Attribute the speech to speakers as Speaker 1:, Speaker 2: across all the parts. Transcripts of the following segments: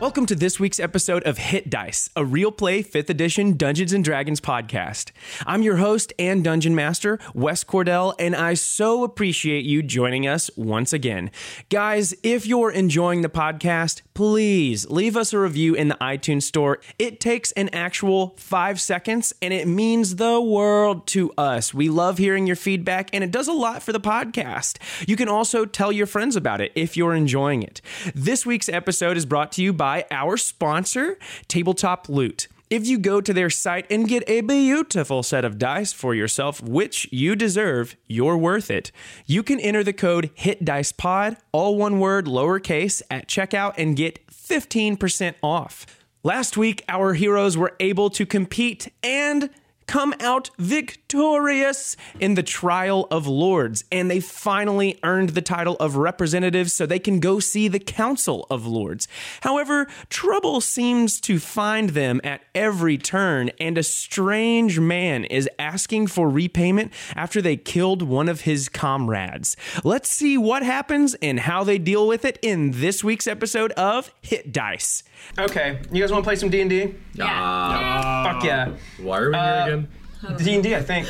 Speaker 1: Welcome to this week's episode of Hit Dice, a real play 5th edition Dungeons and Dragons podcast. I'm your host and dungeon master, Wes Cordell, and I so appreciate you joining us once again. Guys, if you're enjoying the podcast, please leave us a review in the iTunes store. It takes an actual five seconds and it means the world to us. We love hearing your feedback and it does a lot for the podcast. You can also tell your friends about it if you're enjoying it. This week's episode is brought to you by our sponsor, Tabletop Loot. If you go to their site and get a beautiful set of dice for yourself, which you deserve, you're worth it. You can enter the code HITDICEPOD, all one word, lowercase, at checkout and get 15% off. Last week, our heroes were able to compete and come out victorious in the trial of lords and they finally earned the title of representatives so they can go see the council of lords however trouble seems to find them at every turn and a strange man is asking for repayment after they killed one of his comrades let's see what happens and how they deal with it in this week's episode of hit dice okay you guys want to play some d&d
Speaker 2: Uh,
Speaker 3: Yeah.
Speaker 1: fuck yeah
Speaker 2: Why are we here
Speaker 3: Uh,
Speaker 2: again?
Speaker 1: D and D, I think.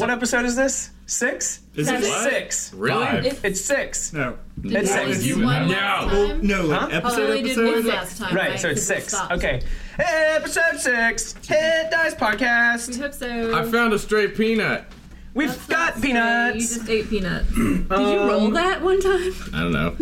Speaker 1: what episode is this? Six.
Speaker 4: Is
Speaker 3: Seven.
Speaker 4: it what?
Speaker 1: Six.
Speaker 2: Really?
Speaker 1: It's six.
Speaker 4: No.
Speaker 1: It's
Speaker 3: That
Speaker 1: six.
Speaker 3: was
Speaker 4: You
Speaker 3: one
Speaker 4: would have.
Speaker 3: last
Speaker 2: No.
Speaker 3: time.
Speaker 4: No, like
Speaker 3: Oh,
Speaker 4: episode
Speaker 3: we did one
Speaker 4: episode.
Speaker 3: last time.
Speaker 1: Right, so it's
Speaker 3: People
Speaker 1: six.
Speaker 3: stopped.
Speaker 1: Okay. Episode six. Hit Dice Podcast.
Speaker 3: Episode.
Speaker 2: I found a stray peanut.
Speaker 1: We've
Speaker 3: That's
Speaker 1: got
Speaker 3: so You
Speaker 1: peanuts.
Speaker 3: just ate peanuts. Did you roll that one time?
Speaker 2: I don't know.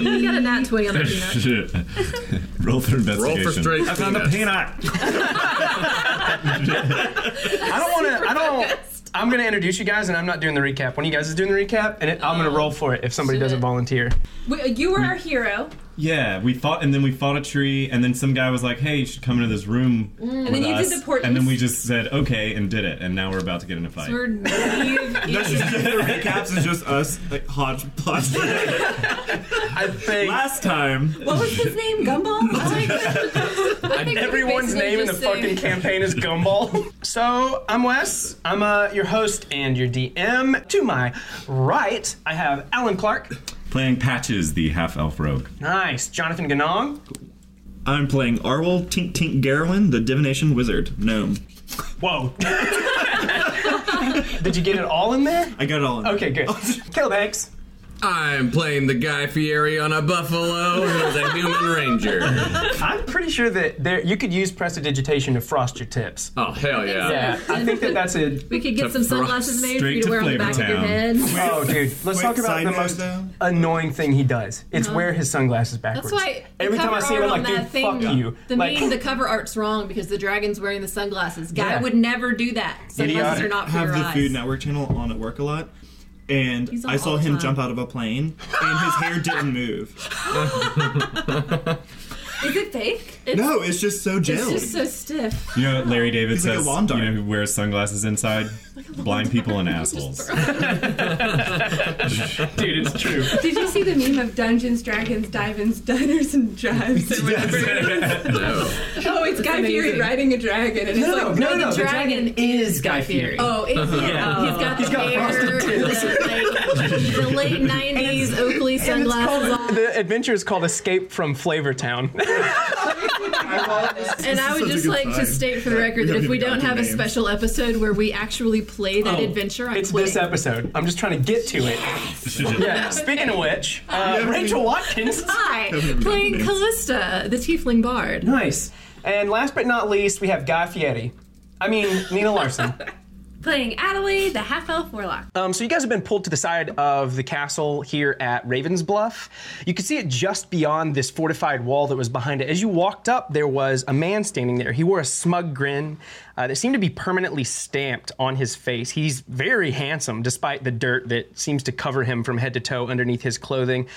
Speaker 3: You got a nat 20 on the peanut.
Speaker 4: Roll for
Speaker 2: Roll
Speaker 4: investigation.
Speaker 2: for stray
Speaker 4: I found a
Speaker 2: peanuts.
Speaker 4: peanut.
Speaker 1: I don't want to. I don't. I'm gonna introduce you guys, and I'm not doing the recap. One of you guys is doing the recap, and it, I'm gonna roll for it if somebody
Speaker 3: Oh. shit.
Speaker 1: doesn't volunteer.
Speaker 3: We- You were our hero,
Speaker 4: Yeah, we fought, and then we fought a tree, and then some guy was like, "Hey, you should come into this room." And
Speaker 3: Mm, then you did the portents.
Speaker 4: And then we just said, "Okay," and did it, and now we're about to get in a fight.
Speaker 3: We're- you've eaten.
Speaker 4: recaps is just us like hodgepodge.
Speaker 1: I think
Speaker 4: Last time,
Speaker 3: What was his name? Gumball? I like- I think
Speaker 1: everyone's
Speaker 3: we basically
Speaker 1: name in the
Speaker 3: just
Speaker 1: fucking
Speaker 3: say-
Speaker 1: campaign is Gumball. so I'm Wes. I'm uh, your host and your DM. To my right, I have Alan Clark.
Speaker 4: playing Patches, the half elf rogue.
Speaker 1: Nice, Jonathan Ganong.
Speaker 5: I'm playing Arwol Tink Tink Garowin, the divination wizard gnome.
Speaker 1: Whoa. Did you get it all in there?
Speaker 5: I got it all. In.
Speaker 1: Okay, good. Caleb Hanks.
Speaker 2: I'm playing the Guy Fieri on a buffalo who's a human ranger.
Speaker 1: I'm pretty sure that there you could use prestidigitation to frost your tips.
Speaker 2: Oh, hell yeah.
Speaker 1: Yeah, I think that that's a.
Speaker 3: We could get some sunglasses made for
Speaker 4: Straight
Speaker 3: you to
Speaker 4: to
Speaker 3: wear on the back of your
Speaker 4: Flavortown.
Speaker 3: head.
Speaker 1: Oh, dude, let's talk about
Speaker 5: side
Speaker 1: the
Speaker 5: note,
Speaker 1: most
Speaker 5: though?
Speaker 1: annoying thing he does. It's wear his sunglasses backwards.
Speaker 3: That's why the
Speaker 1: every time
Speaker 3: cover
Speaker 1: I see him,
Speaker 3: art
Speaker 1: I'm like,
Speaker 3: on
Speaker 1: dude,
Speaker 3: that thing,
Speaker 1: fuck you.
Speaker 3: The
Speaker 1: like,
Speaker 3: meme, the cover art's wrong because the dragon's wearing the sunglasses. Guy
Speaker 1: Yeah.
Speaker 3: would never do that. Sunglasses
Speaker 1: Idiotic.
Speaker 3: are not for
Speaker 5: have
Speaker 3: your
Speaker 5: the
Speaker 3: eyes.
Speaker 5: Food Network channel on at work a lot, and
Speaker 3: He's on
Speaker 5: I
Speaker 3: all
Speaker 5: saw
Speaker 3: the
Speaker 5: him
Speaker 3: time.
Speaker 5: jump out of a plane, and his hair didn't move.
Speaker 3: Is it fake? It's,
Speaker 5: No, it's just so
Speaker 3: it's
Speaker 5: gelled.
Speaker 3: just so stiff.
Speaker 4: You know, what Larry David
Speaker 5: He's like a
Speaker 4: says,
Speaker 5: lawn
Speaker 4: you
Speaker 5: dart.
Speaker 4: know, who wears sunglasses inside? Blind people and assholes.
Speaker 1: dude, it's true.
Speaker 6: Did you see the meme of Dungeons, Dragons, Divins, Diners, and Drives? or whatever?
Speaker 2: No.
Speaker 6: oh, it's Guy Fieri riding a dragon, and it's
Speaker 1: No,
Speaker 6: like,
Speaker 1: no, no. The
Speaker 3: dragon
Speaker 1: dragon is Guy Fieri.
Speaker 6: oh, it's
Speaker 1: Yeah.
Speaker 3: He's got
Speaker 1: got
Speaker 3: the hair,
Speaker 1: frosted tips.
Speaker 3: the, like, the late '90s Oakley sunglasses on,
Speaker 1: The adventure is called Escape from Flavortown.
Speaker 3: and I would
Speaker 5: such a
Speaker 3: just
Speaker 5: good
Speaker 3: like to
Speaker 5: time.
Speaker 3: state for the record that
Speaker 5: don't
Speaker 3: if we
Speaker 5: even
Speaker 3: don't
Speaker 5: know
Speaker 3: have a
Speaker 5: the names.
Speaker 3: special episode where we actually play that adventure, I
Speaker 1: Oh. it's
Speaker 3: quit.
Speaker 1: this episode. I'm just trying to get to it. Yeah. Speaking of which, uh, Rachel Watkins.
Speaker 3: Hi,
Speaker 5: even
Speaker 3: playing
Speaker 5: know the names.
Speaker 3: Callista, the Tiefling Bard.
Speaker 1: Nice. And last but not least, we have Guy Fieri. I mean, Nina Larson.
Speaker 3: Playing Adelaide, the half elf warlock.
Speaker 1: Um, so you guys have been pulled to the side of the castle here at Raven's Bluff. You can see it just beyond this fortified wall that was behind it. As you walked up, there was a man standing there. He wore a smug grin uh, that seemed to be permanently stamped on his face. He's very handsome, despite the dirt that seems to cover him from head to toe underneath his clothing.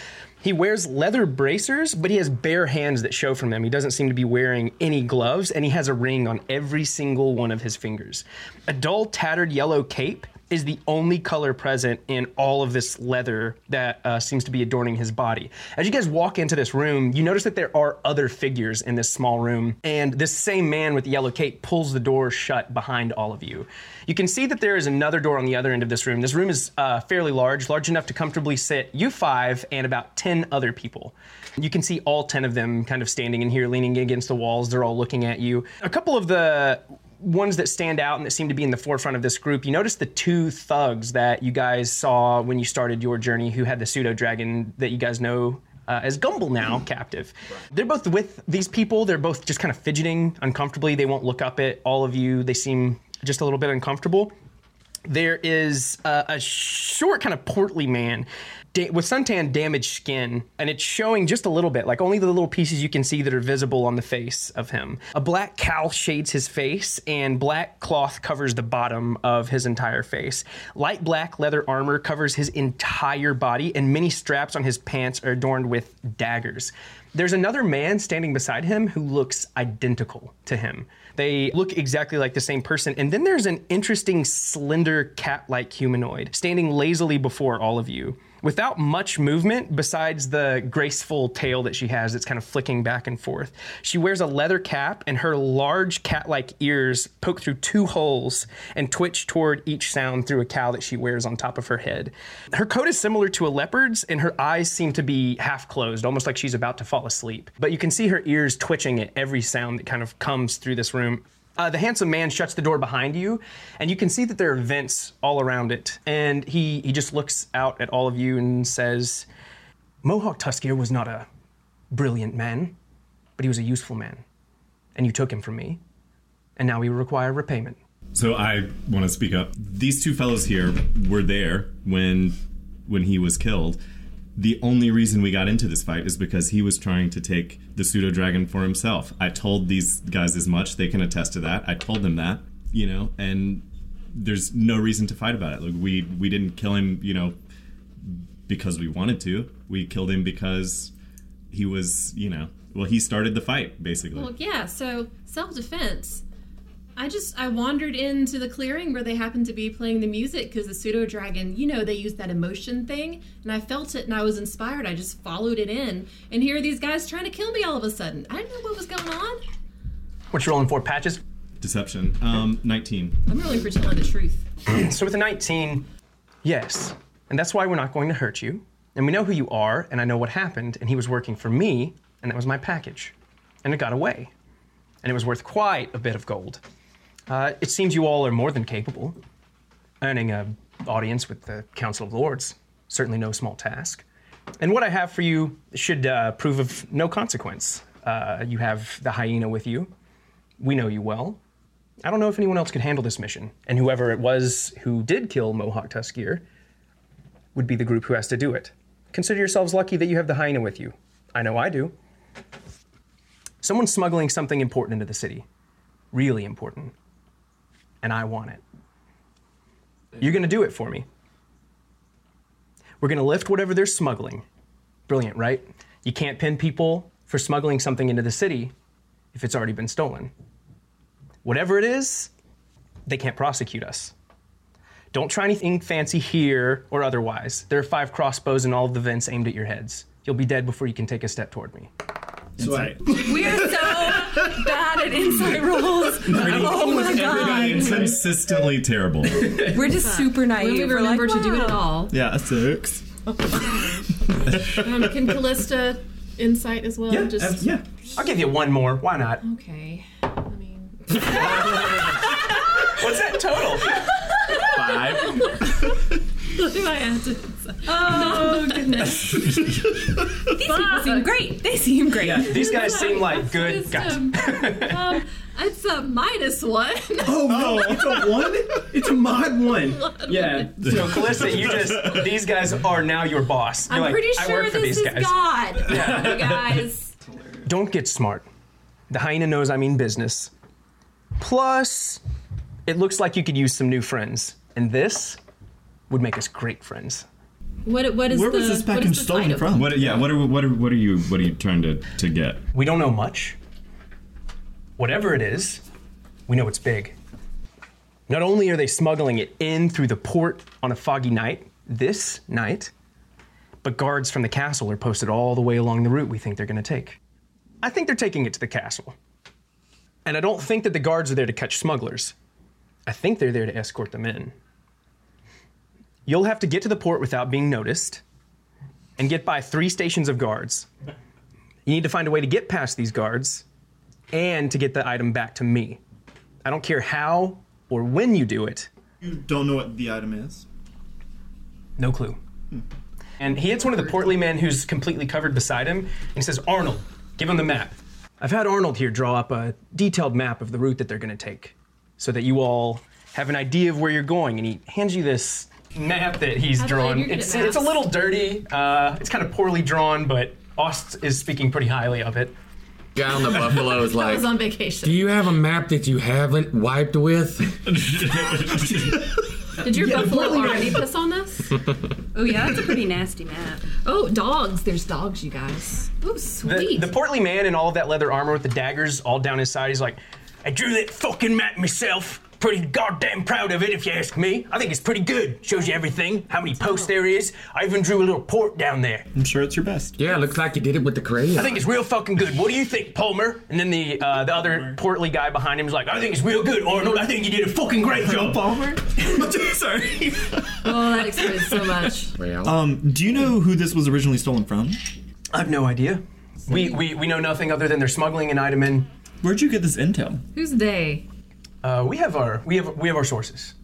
Speaker 1: He wears leather bracers, but he has bare hands that show from them. He doesn't seem to be wearing any gloves, and he has a ring on every single one of his fingers. A dull, tattered yellow cape is the only color present in all of this leather that uh, seems to be adorning his body. As you guys walk into this room, you notice that there are other figures in this small room, and this same man with the yellow cape pulls the door shut behind all of you. You can see that there is another door on the other end of this room. This room is uh, fairly large, large enough to comfortably sit you five and about 10 other people. You can see all 10 of them kind of standing in here, leaning against the walls. They're all looking at you. A couple of the ones that stand out and that seem to be in the forefront of this group, you notice the two thugs that you guys saw when you started your journey who had the pseudo dragon that you guys know. Uh, as Gumble now captive. They're both with these people. They're both just kind of fidgeting uncomfortably. They won't look up at all of you. They seem just a little bit uncomfortable there is uh, a short, kind of portly man da- with suntan damaged skin, and it's showing just a little bit, like only the little pieces you can see that are visible on the face of him. A black cowl shades his face, and black cloth covers the bottom of his entire face. Light black leather armor covers his entire body, and many straps on his pants are adorned with daggers. There's another man standing beside him who looks identical to him. They look exactly like the same person. And then there's an interesting, slender, cat like humanoid standing lazily before all of you without much movement besides the graceful tail that she has that's kind of flicking back and forth. She wears a leather cap, and her large cat like ears poke through two holes and twitch toward each sound through a cowl that she wears on top of her head. Her coat is similar to a leopard's, and her eyes seem to be half closed, almost like she's about to fall asleep. But you can see her ears twitching at every sound that kind of comes through this room. Uh, the handsome man shuts the door behind you, and you can see that there are vents all around it. And he, he just looks out at all of you and says, Mohawk Tuskier was not a brilliant man, but he was a useful man. And you took him from me, and now we require repayment.
Speaker 4: So I want to speak up. These two fellows here were there when when he was killed. The only reason we got into this fight is because he was trying to take the pseudo dragon for himself. I told these guys as much; they can attest to that. I told them that, you know, and there's no reason to fight about it. Like we we didn't kill him, you know, because we wanted to. We killed him because he was, you know, well, he started the fight basically.
Speaker 3: Well, yeah, so self defense. I just I wandered into the clearing where they happened to be playing the music because the pseudo dragon, you know, they use that emotion thing, and I felt it and I was inspired. I just followed it in, and here are these guys trying to kill me all of a sudden. I didn't know what was going on.
Speaker 1: What you rolling for, Patches?
Speaker 4: Deception. Um, nineteen.
Speaker 3: I'm really for telling the truth.
Speaker 1: So with a 19, yes. And that's why we're not going to hurt you. And we know who you are, and I know what happened, and he was working for me, and that was my package. And it got away. And it was worth quite a bit of gold. Uh, it seems you all are more than capable. Earning a audience with the Council of Lords, certainly no small task. And what I have for you should uh, prove of no consequence. Uh, you have the hyena with you. We know you well. I don't know if anyone else could handle this mission, and whoever it was who did kill Mohawk Tuskier would be the group who has to do it. Consider yourselves lucky that you have the hyena with you. I know I do. Someone's smuggling something important into the city. Really important. And I want it. You're gonna do it for me. We're gonna lift whatever they're smuggling. Brilliant, right? You can't pin people for smuggling something into the city if it's already been stolen whatever it is, they can't prosecute us. Don't try anything fancy here or otherwise. There are five crossbows and all of the vents aimed at your heads. You'll be dead before you can take a step toward me.
Speaker 5: So I,
Speaker 6: We are so bad at insight rolls. oh my god.
Speaker 4: It's consistently terrible.
Speaker 6: We're just super naive.
Speaker 3: We
Speaker 6: We're like,
Speaker 3: remember to do it
Speaker 6: "Wow."
Speaker 3: at all.
Speaker 5: yeah, a six.
Speaker 3: Um, can Callista insight as well?
Speaker 5: Yeah,
Speaker 3: just
Speaker 5: ab- yeah.
Speaker 1: I'll give you one more. Why not?
Speaker 3: okay. I mean,
Speaker 1: What's that total?
Speaker 5: Five.
Speaker 3: what do I have to?
Speaker 6: Oh, goodness. These people seem great. They seem great.
Speaker 1: These guys seem like good guys.
Speaker 3: um, it's a minus one.
Speaker 5: Oh no, it's a one. It's a mod one. Yeah.
Speaker 1: So Calista, you just these guys are now your boss. You're
Speaker 3: I'm
Speaker 1: like,
Speaker 3: pretty
Speaker 1: I
Speaker 3: sure
Speaker 1: work for these
Speaker 3: this is
Speaker 1: guys.
Speaker 3: God. You guys.
Speaker 1: Don't get smart. The hyena knows I mean business. Plus, it looks like you could use some new friends, and this would make us great friends.
Speaker 3: What, what is
Speaker 5: Where
Speaker 3: the,
Speaker 5: was this
Speaker 3: what is
Speaker 5: package
Speaker 3: the
Speaker 5: stolen
Speaker 3: title?
Speaker 5: from?
Speaker 4: What? Yeah. What are what are what are you what are you trying to to get?
Speaker 1: We don't know much. Whatever it is, we know it's big. Not only are they smuggling it in through the port on a foggy night, this night, but guards from the castle are posted all the way along the route we think they're going to take. I think they're taking it to the castle. And I don't think that the guards are there to catch smugglers. I think they're there to escort them in. You'll have to get to the port without being noticed and get by three stations of guards. You need to find a way to get past these guards and to get the item back to me. I don't care how or when you do it.
Speaker 5: You don't know what the item is.
Speaker 1: No clue. And he hits one of the portly men who's completely covered beside him and he says, Arnold, give him the map. I've had Arnold here draw up a detailed map of the route that they're going to take so that you all have an idea of where you're going. And he hands you this map that he's
Speaker 3: thought
Speaker 1: drawn.
Speaker 3: you're good at
Speaker 1: It's, it's a
Speaker 3: maps.
Speaker 1: little dirty, uh, it's kind of poorly drawn, but Ost is speaking pretty highly of it.
Speaker 2: Guy on the buffalo is
Speaker 3: I
Speaker 2: like,
Speaker 3: was on vacation.
Speaker 2: Do you have a map that you haven't wiped with?
Speaker 3: Did your buffalo already piss on us?
Speaker 7: Oh yeah, that's a pretty nasty map.
Speaker 3: Oh, dogs. There's dogs, you guys. Oh,
Speaker 1: The,
Speaker 3: sweet.
Speaker 1: the portly man in all of that leather armor with the daggers all down his side, he's like, I drew that fucking map myself. Pretty goddamn proud of it, if you ask me. I think it's pretty good. Shows you everything, how many posts there is. I even drew a little port down there.
Speaker 5: I'm sure it's your best.
Speaker 2: Yeah, looks like you did it with the crayon.
Speaker 1: I think it's real fucking good. What do you think, Palmer? And then the uh, the other portly guy behind him is like, I think it's real good, Arnold. I think you did a fucking great job.
Speaker 5: Palmer? Sorry.
Speaker 3: oh, that explains so much.
Speaker 2: well,
Speaker 5: Um, do you know who this was originally stolen from?
Speaker 1: I have no idea. We, we, we know nothing other than they're smuggling an item in.
Speaker 5: Where'd you get this intel?
Speaker 3: Who's they?
Speaker 1: Uh, we have our we have we have our sources.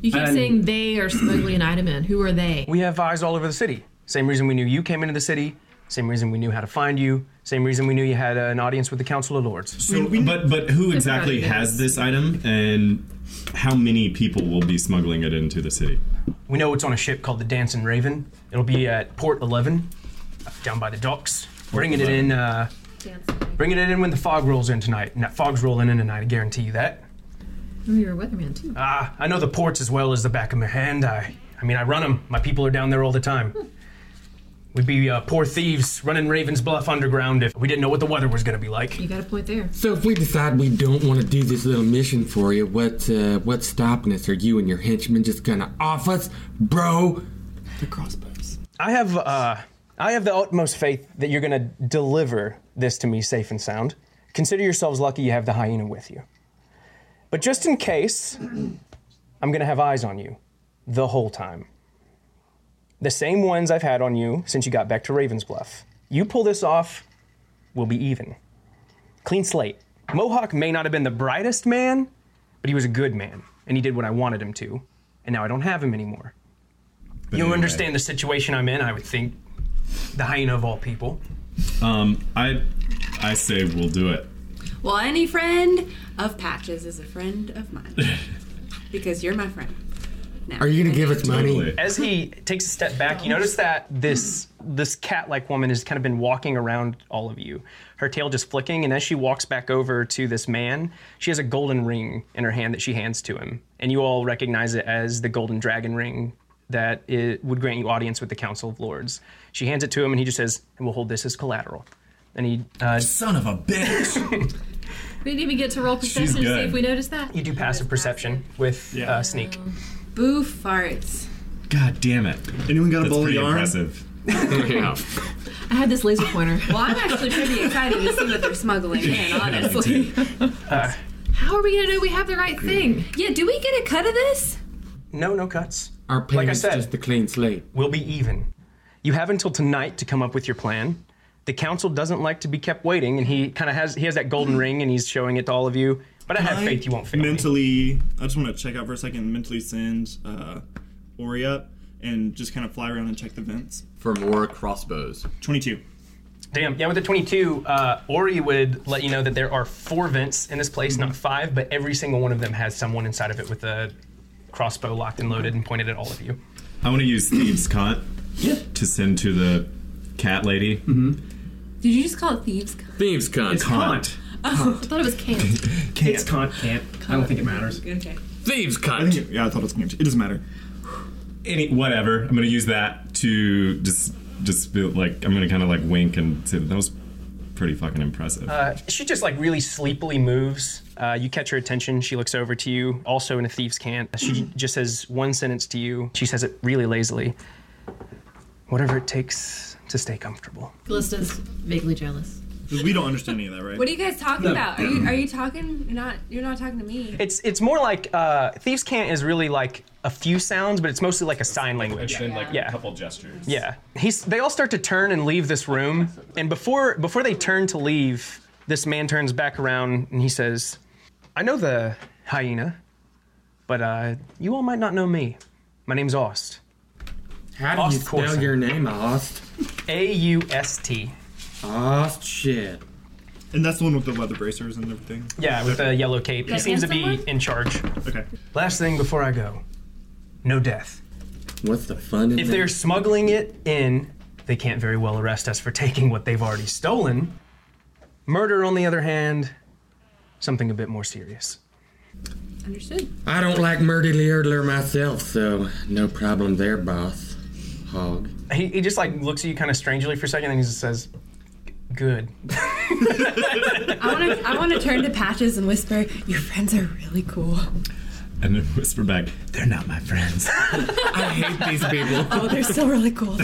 Speaker 3: You keep
Speaker 1: And-
Speaker 3: saying they are smuggling an item in. Who are they?
Speaker 1: We have eyes all over the city. Same reason we knew you came into the city. Same reason we knew how to find you. Same reason we knew you had uh, an audience with the Council of Lords.
Speaker 4: So, but but who exactly
Speaker 3: about
Speaker 4: has this item, and how many people will be smuggling it into the city?
Speaker 1: We know it's on a ship called the Dancing Raven. It'll be at Port 11, uh, down by the docks. Bringing it in, uh, bringing it in when the fog rolls in tonight. And that fog's rolling in tonight. I guarantee you that.
Speaker 3: Oh, you're a weatherman too.
Speaker 1: Ah, I know the ports as well as the back of my hand. I, I mean, I run them. My people are down there all the time. We'd be uh, poor thieves running Raven's Bluff underground if we didn't know what the weather was going to be like.
Speaker 3: you got a point there.
Speaker 2: so if we decide we don't want to do this little mission for you, what uh, what's stopping us? Are you and your henchmen just gonna off us, bro?
Speaker 5: The crossbows.
Speaker 1: I have uh, I have the utmost faith that you're going to deliver this to me safe and sound. Consider yourselves lucky you have the hyena with you. But just in case, I'm going to have eyes on you the whole time. The same ones I've had on you since you got back to Ravensbluff. You pull this off, we'll be even. Clean slate. Mohawk may not have been the brightest man, but he was a good man, and he did what I wanted him to, and now I don't have him anymore. You
Speaker 4: anyway.
Speaker 1: understand the situation I'm in, I would think. The hyena of all people.
Speaker 4: Um, I I say we'll do it.
Speaker 7: Well, any friend of Patches is a friend of mine because you're my friend. Now,
Speaker 2: Are you gonna give us money?
Speaker 4: Totally.
Speaker 1: As he takes a step back, you notice that this this cat-like woman has kind of been walking around all of you. Her tail just flicking, and as she walks back over to this man, she has a golden ring in her hand that she hands to him, and you all recognize it as the golden dragon ring that it would grant you audience with the Council of Lords. She hands it to him, and he just says, "And we'll hold this as collateral." And he, uh,
Speaker 4: Son of a bitch.
Speaker 3: We didn't even get to roll perception to see
Speaker 4: good.
Speaker 3: if we noticed that.
Speaker 1: you do passive perception with
Speaker 5: Yeah.
Speaker 1: uh, sneak.
Speaker 7: boo farts.
Speaker 4: God damn it.
Speaker 5: Anyone got a
Speaker 4: That's
Speaker 5: bowl of
Speaker 4: pretty
Speaker 5: yarn?
Speaker 4: impressive.
Speaker 2: yeah.
Speaker 3: I had this laser pointer.
Speaker 7: Well, I'm actually pretty excited to see what they're smuggling in, honestly.
Speaker 3: How are we gonna know we have the right thing?
Speaker 7: Yeah, do we get a cut of this?
Speaker 1: No, no cuts.
Speaker 2: Our plan's
Speaker 1: said.
Speaker 2: just a clean slate.
Speaker 1: We'll be even. You have until tonight to come up with your plan. The council doesn't like to be kept waiting, and he kind of has he has that golden ring, and he's showing it to all of you. But I have faith you won't fail. me.
Speaker 5: Mentally, I just want to check out for a second. Mentally send uh, Ori up and just kind of fly around and check the vents.
Speaker 8: For more crossbows.
Speaker 5: Twenty-two.
Speaker 1: Damn. Yeah, with the 22, uh, Ori would let you know that there are four vents in this place, not five, but every single one of them has someone inside of it with a crossbow locked and loaded and pointed at all of you.
Speaker 4: I want to use thieves' cont to send to the cat lady.
Speaker 7: Did you just call it thieves? cut?
Speaker 8: Thieves cunt.
Speaker 4: Cont.
Speaker 3: I thought it was canned.
Speaker 1: It's can't, can't. I don't think it matters.
Speaker 7: Okay.
Speaker 8: Thieves
Speaker 5: I
Speaker 8: cunt.
Speaker 5: think it- yeah, I thought it was going to. It doesn't matter.
Speaker 4: Any whatever. I'm gonna use that to just just be like I'm gonna kind of like wink and say that was pretty fucking impressive.
Speaker 1: Uh, she just like really sleepily moves. Uh, you catch her attention. She looks over to you, also in a thief's cant. She just says one sentence to you. She says it really lazily. Whatever it takes to stay comfortable.
Speaker 3: Callista's vaguely jealous.
Speaker 5: We don't understand any of that, right?
Speaker 7: What are you guys talking about? Are you are you talking? You're not you're not talking to me.
Speaker 1: It's it's more like uh, thieves' cant is really like a few sounds, but it's mostly like a sign language.
Speaker 4: then like
Speaker 1: Yeah.
Speaker 4: couple gestures.
Speaker 1: Yeah, he's. They all start to turn and leave this room, and before before they turn to leave, this man turns back around and he says, "I know the hyena, but uh, you all might not know me. My name's Ost.
Speaker 2: How do
Speaker 1: Ost
Speaker 2: you spell
Speaker 1: Corson.
Speaker 2: your name, Ost?
Speaker 1: A U S T.
Speaker 2: Ost shit.
Speaker 5: And that's the one with the leather bracers and everything.
Speaker 1: Yeah, with the yellow cape. He seems to be
Speaker 3: Handsome
Speaker 1: in charge.
Speaker 5: Okay.
Speaker 1: Last thing before I go, no death.
Speaker 2: What's the fun in
Speaker 1: If
Speaker 2: that?
Speaker 1: they're smuggling it in, they can't very well arrest us for taking what they've already stolen. Murder, on the other hand, something a bit more serious.
Speaker 7: Understood.
Speaker 2: I don't like Murdy Leerdler myself, so no problem there, boss. Hog.
Speaker 1: He, he just like looks at you kind of strangely for a second, and he just says, "Good."
Speaker 7: I want to I want to turn to Patches and whisper, "Your friends are really cool."
Speaker 4: And then whisper back, they're not my friends.
Speaker 2: I hate these people.
Speaker 7: Oh, they're still really cool.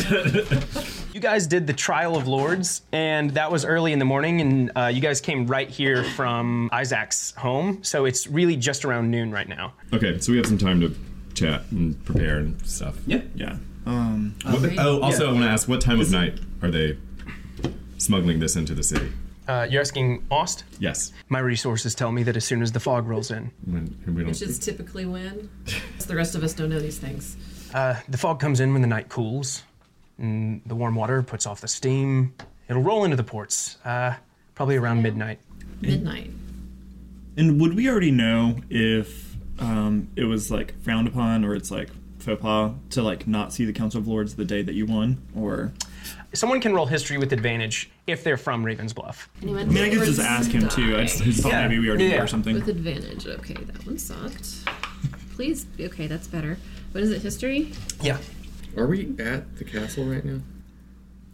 Speaker 1: You guys did the Trial of Lords, and that was early in the morning, and uh, you guys came right here from Isaac's home, so it's really just around noon right now.
Speaker 4: okay, so we have some time to chat and prepare and stuff. Yeah.
Speaker 5: Yeah. Um,
Speaker 4: What, oh, also, I want to ask, what time of night are they smuggling this into the city?
Speaker 1: Uh, you're asking Ost.
Speaker 4: Yes.
Speaker 1: My resources tell me that as soon as the fog rolls in,
Speaker 4: When, when we don't,
Speaker 3: Which is typically when. 'Cause The rest of us don't know these things.
Speaker 1: the fog comes in when the night cools, and the warm water puts off the steam. It'll roll into the ports, uh, probably around midnight.
Speaker 5: Eh.
Speaker 3: Midnight.
Speaker 5: and would we already know if um, it was like frowned upon or it's like faux pas to like not see the Council of Lords the day that you won? Or
Speaker 1: Someone can roll history with advantage if they're from Ravensbluff.
Speaker 3: Anyway,
Speaker 5: I mean, I could just ask him too. I just thought
Speaker 1: Yeah.
Speaker 5: maybe we already
Speaker 1: Yeah.
Speaker 5: knew or something.
Speaker 3: With advantage. Okay, that one sucked. Please. Okay, that's better. What is it? History?
Speaker 1: Yeah,
Speaker 2: Are we at the castle right now?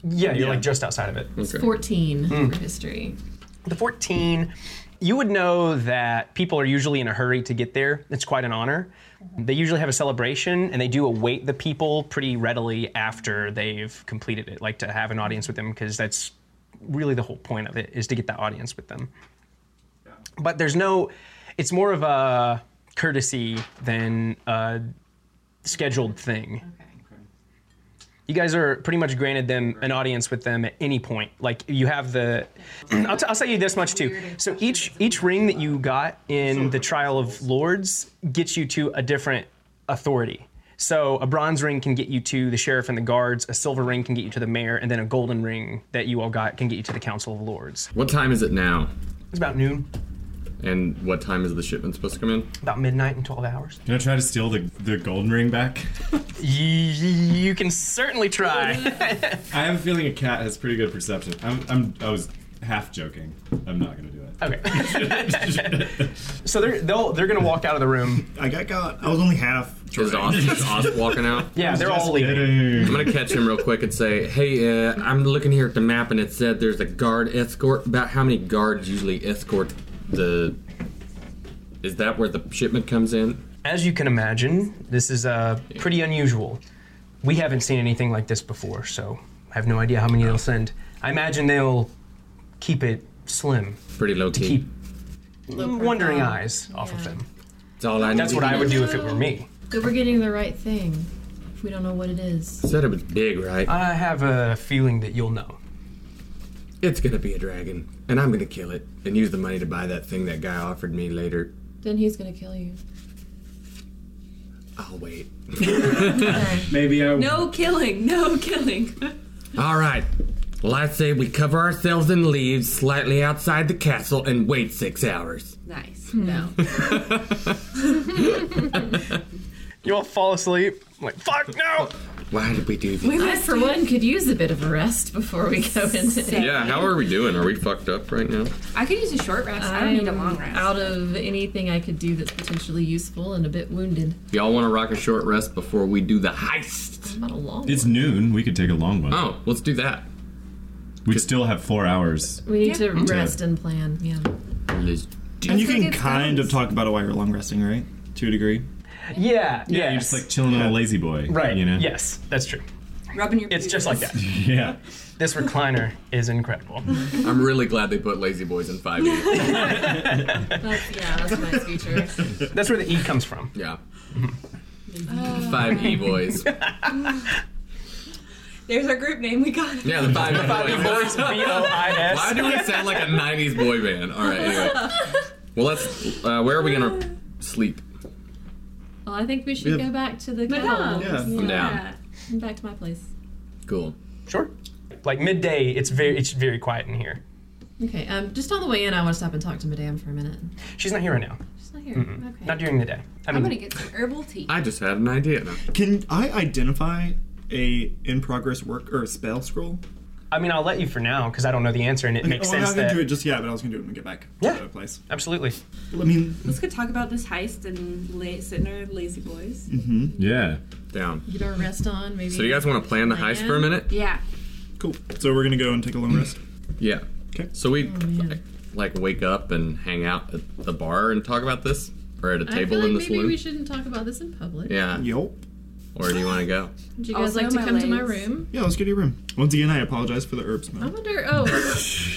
Speaker 1: yeah, you're like just outside of it.
Speaker 2: Okay.
Speaker 3: 14 for history.
Speaker 1: The 14, you would know that people are usually in a hurry to get there. It's quite an honor. They usually have a celebration and they do await the people pretty readily after they've completed it, like to have an audience with them, because that's really the whole point of it is to get that audience with them. But there's no, it's more of a courtesy than a scheduled thing. You guys are pretty much granted them an audience with them at any point. Like you have the, I'll, t- I'll tell you this much too. So each each ring that you got in the Trial of Lords gets you to a different authority. So a bronze ring can get you to the sheriff and the guards. A silver ring can get you to the mayor, and then a golden ring that you all got can get you to the Council of Lords.
Speaker 8: What time is it now?
Speaker 1: It's about noon,
Speaker 8: And what time is the shipment supposed to come in?
Speaker 1: about midnight in twelve hours.
Speaker 4: can I try to steal the, the golden ring back?
Speaker 1: You can certainly try.
Speaker 4: I have a feeling a cat has pretty good perception. I'm, I'm, I was half joking. I'm not going to do it.
Speaker 1: okay. So they're they'll, they're gonna walk out of the room.
Speaker 5: I got got. I was only half.
Speaker 8: Is Oz, is Oz walking out?
Speaker 1: Yeah, they're all leaving.
Speaker 4: Kidding.
Speaker 2: I'm gonna catch him real quick and say, "Hey, uh, I'm looking here at the map, and it said there's a guard escort. About how many guards usually escort the? Is that where the shipment comes in?
Speaker 1: As you can imagine, this is uh, pretty unusual. We haven't seen anything like this before, so I have no idea how many they'll send. I imagine they'll keep it slim,
Speaker 2: Pretty low key.
Speaker 1: keep wondering eyes off of
Speaker 3: Yeah.
Speaker 1: them.
Speaker 2: That's all I.
Speaker 1: That's
Speaker 2: need
Speaker 1: what
Speaker 2: to
Speaker 1: I
Speaker 2: know.
Speaker 1: would do if it were me.
Speaker 3: So we're getting the right thing. If we don't know what it is.
Speaker 2: Said it was big, right?
Speaker 1: I have a feeling that you'll know.
Speaker 2: it's gonna be a dragon, and I'm gonna kill it and use the money to buy that thing that guy offered me later.
Speaker 3: Then he's gonna kill you.
Speaker 2: I'll wait.
Speaker 4: Maybe I
Speaker 7: No killing, no killing.
Speaker 2: All right. Well, I say we cover ourselves in leaves slightly outside the castle and wait six hours.
Speaker 7: Nice. No.
Speaker 1: You all fall asleep. I'm like, fuck no!
Speaker 2: Why did we do this?
Speaker 7: We
Speaker 3: I,
Speaker 7: must
Speaker 3: for one, could use a bit of a rest before we go into it.
Speaker 7: say-
Speaker 8: Yeah, how are we doing? Are we fucked up right now?
Speaker 7: I could use a short rest. I don't need a long rest.
Speaker 3: Out of anything I could do that's potentially useful and a bit wounded.
Speaker 8: Y'all want to rock a short rest before we do the heist?
Speaker 3: Not a long
Speaker 4: It's noon. We could take a long one.
Speaker 8: Oh, let's do Oh, that.
Speaker 4: We'd still have four hours.
Speaker 3: We need to rest and plan. Yeah.
Speaker 5: And you
Speaker 7: Let's
Speaker 5: can
Speaker 7: look at
Speaker 5: kind of
Speaker 7: phones.
Speaker 5: talk about it while you're long resting, right? To a degree.
Speaker 1: Yeah, yeah.
Speaker 4: You're just like chilling on a lazy boy.
Speaker 1: right.
Speaker 4: You know?
Speaker 1: Yes, that's true.
Speaker 7: Rubbing your
Speaker 1: It's just like that.
Speaker 4: Yeah.
Speaker 1: This recliner is incredible.
Speaker 8: I'm really glad they put Lazy Boys in 5e.
Speaker 3: That's, yeah, that's my future.
Speaker 1: That's where the E comes from.
Speaker 8: yeah. 5e boys.
Speaker 6: There's our group name. We got it.
Speaker 8: Yeah, the 5e boys. Why
Speaker 1: B-O-I-S.
Speaker 8: do we sound like a 90s boy band? All right, anyway. Well, let's. Uh, where are we going to sleep?
Speaker 3: Well, I think we should go back to the
Speaker 6: house.
Speaker 3: cabin.
Speaker 5: Yeah.
Speaker 8: I'm down.
Speaker 6: Yeah.
Speaker 3: Back to my place.
Speaker 8: Cool.
Speaker 1: Sure. Like midday, it's very it's very quiet in here.
Speaker 3: Okay. Um, just on the way in, I want to stop and talk to Madame for a minute.
Speaker 1: She's not here right now.
Speaker 3: She's not here.
Speaker 8: Mm-hmm.
Speaker 3: Okay.
Speaker 1: Not during the day. I
Speaker 7: I'm
Speaker 1: mean,
Speaker 7: gonna get some herbal tea.
Speaker 8: I just had an idea. No.
Speaker 5: Can I identify a in progress work or a spell scroll?
Speaker 1: I mean, I'll let you for now because I don't know the answer, and it makes
Speaker 5: oh,
Speaker 1: sense
Speaker 5: I'm not gonna
Speaker 1: that
Speaker 5: do it just yet, but I was gonna do it when we get back
Speaker 1: Yeah.
Speaker 5: to the place.
Speaker 1: absolutely.
Speaker 5: I mean,
Speaker 7: Let's go talk about this heist and la- sitting there, lazy boys.
Speaker 4: Yeah.
Speaker 8: Down.
Speaker 3: Get our rest on, maybe.
Speaker 8: So, do you guys want to plan the heist for a minute?
Speaker 7: Yeah.
Speaker 5: cool. So we're gonna go and take a long rest.
Speaker 1: Mm-hmm.
Speaker 8: Yeah.
Speaker 5: Okay.
Speaker 8: So, we
Speaker 3: Oh, man.
Speaker 8: like wake up and hang out at the bar and talk about this? Or at a
Speaker 3: I
Speaker 8: table
Speaker 3: feel like
Speaker 8: in the
Speaker 3: maybe
Speaker 8: saloon?
Speaker 3: we shouldn't talk about this in public.
Speaker 8: Yeah.
Speaker 5: Yup.
Speaker 8: Or do you want to go?
Speaker 3: Would you guys
Speaker 7: Also
Speaker 3: like to
Speaker 7: my
Speaker 3: come to my
Speaker 7: legs.
Speaker 3: room?
Speaker 5: Yeah, let's go to your room. Once again, I apologize for the herb
Speaker 3: I
Speaker 5: smell.
Speaker 3: wonder. Oh,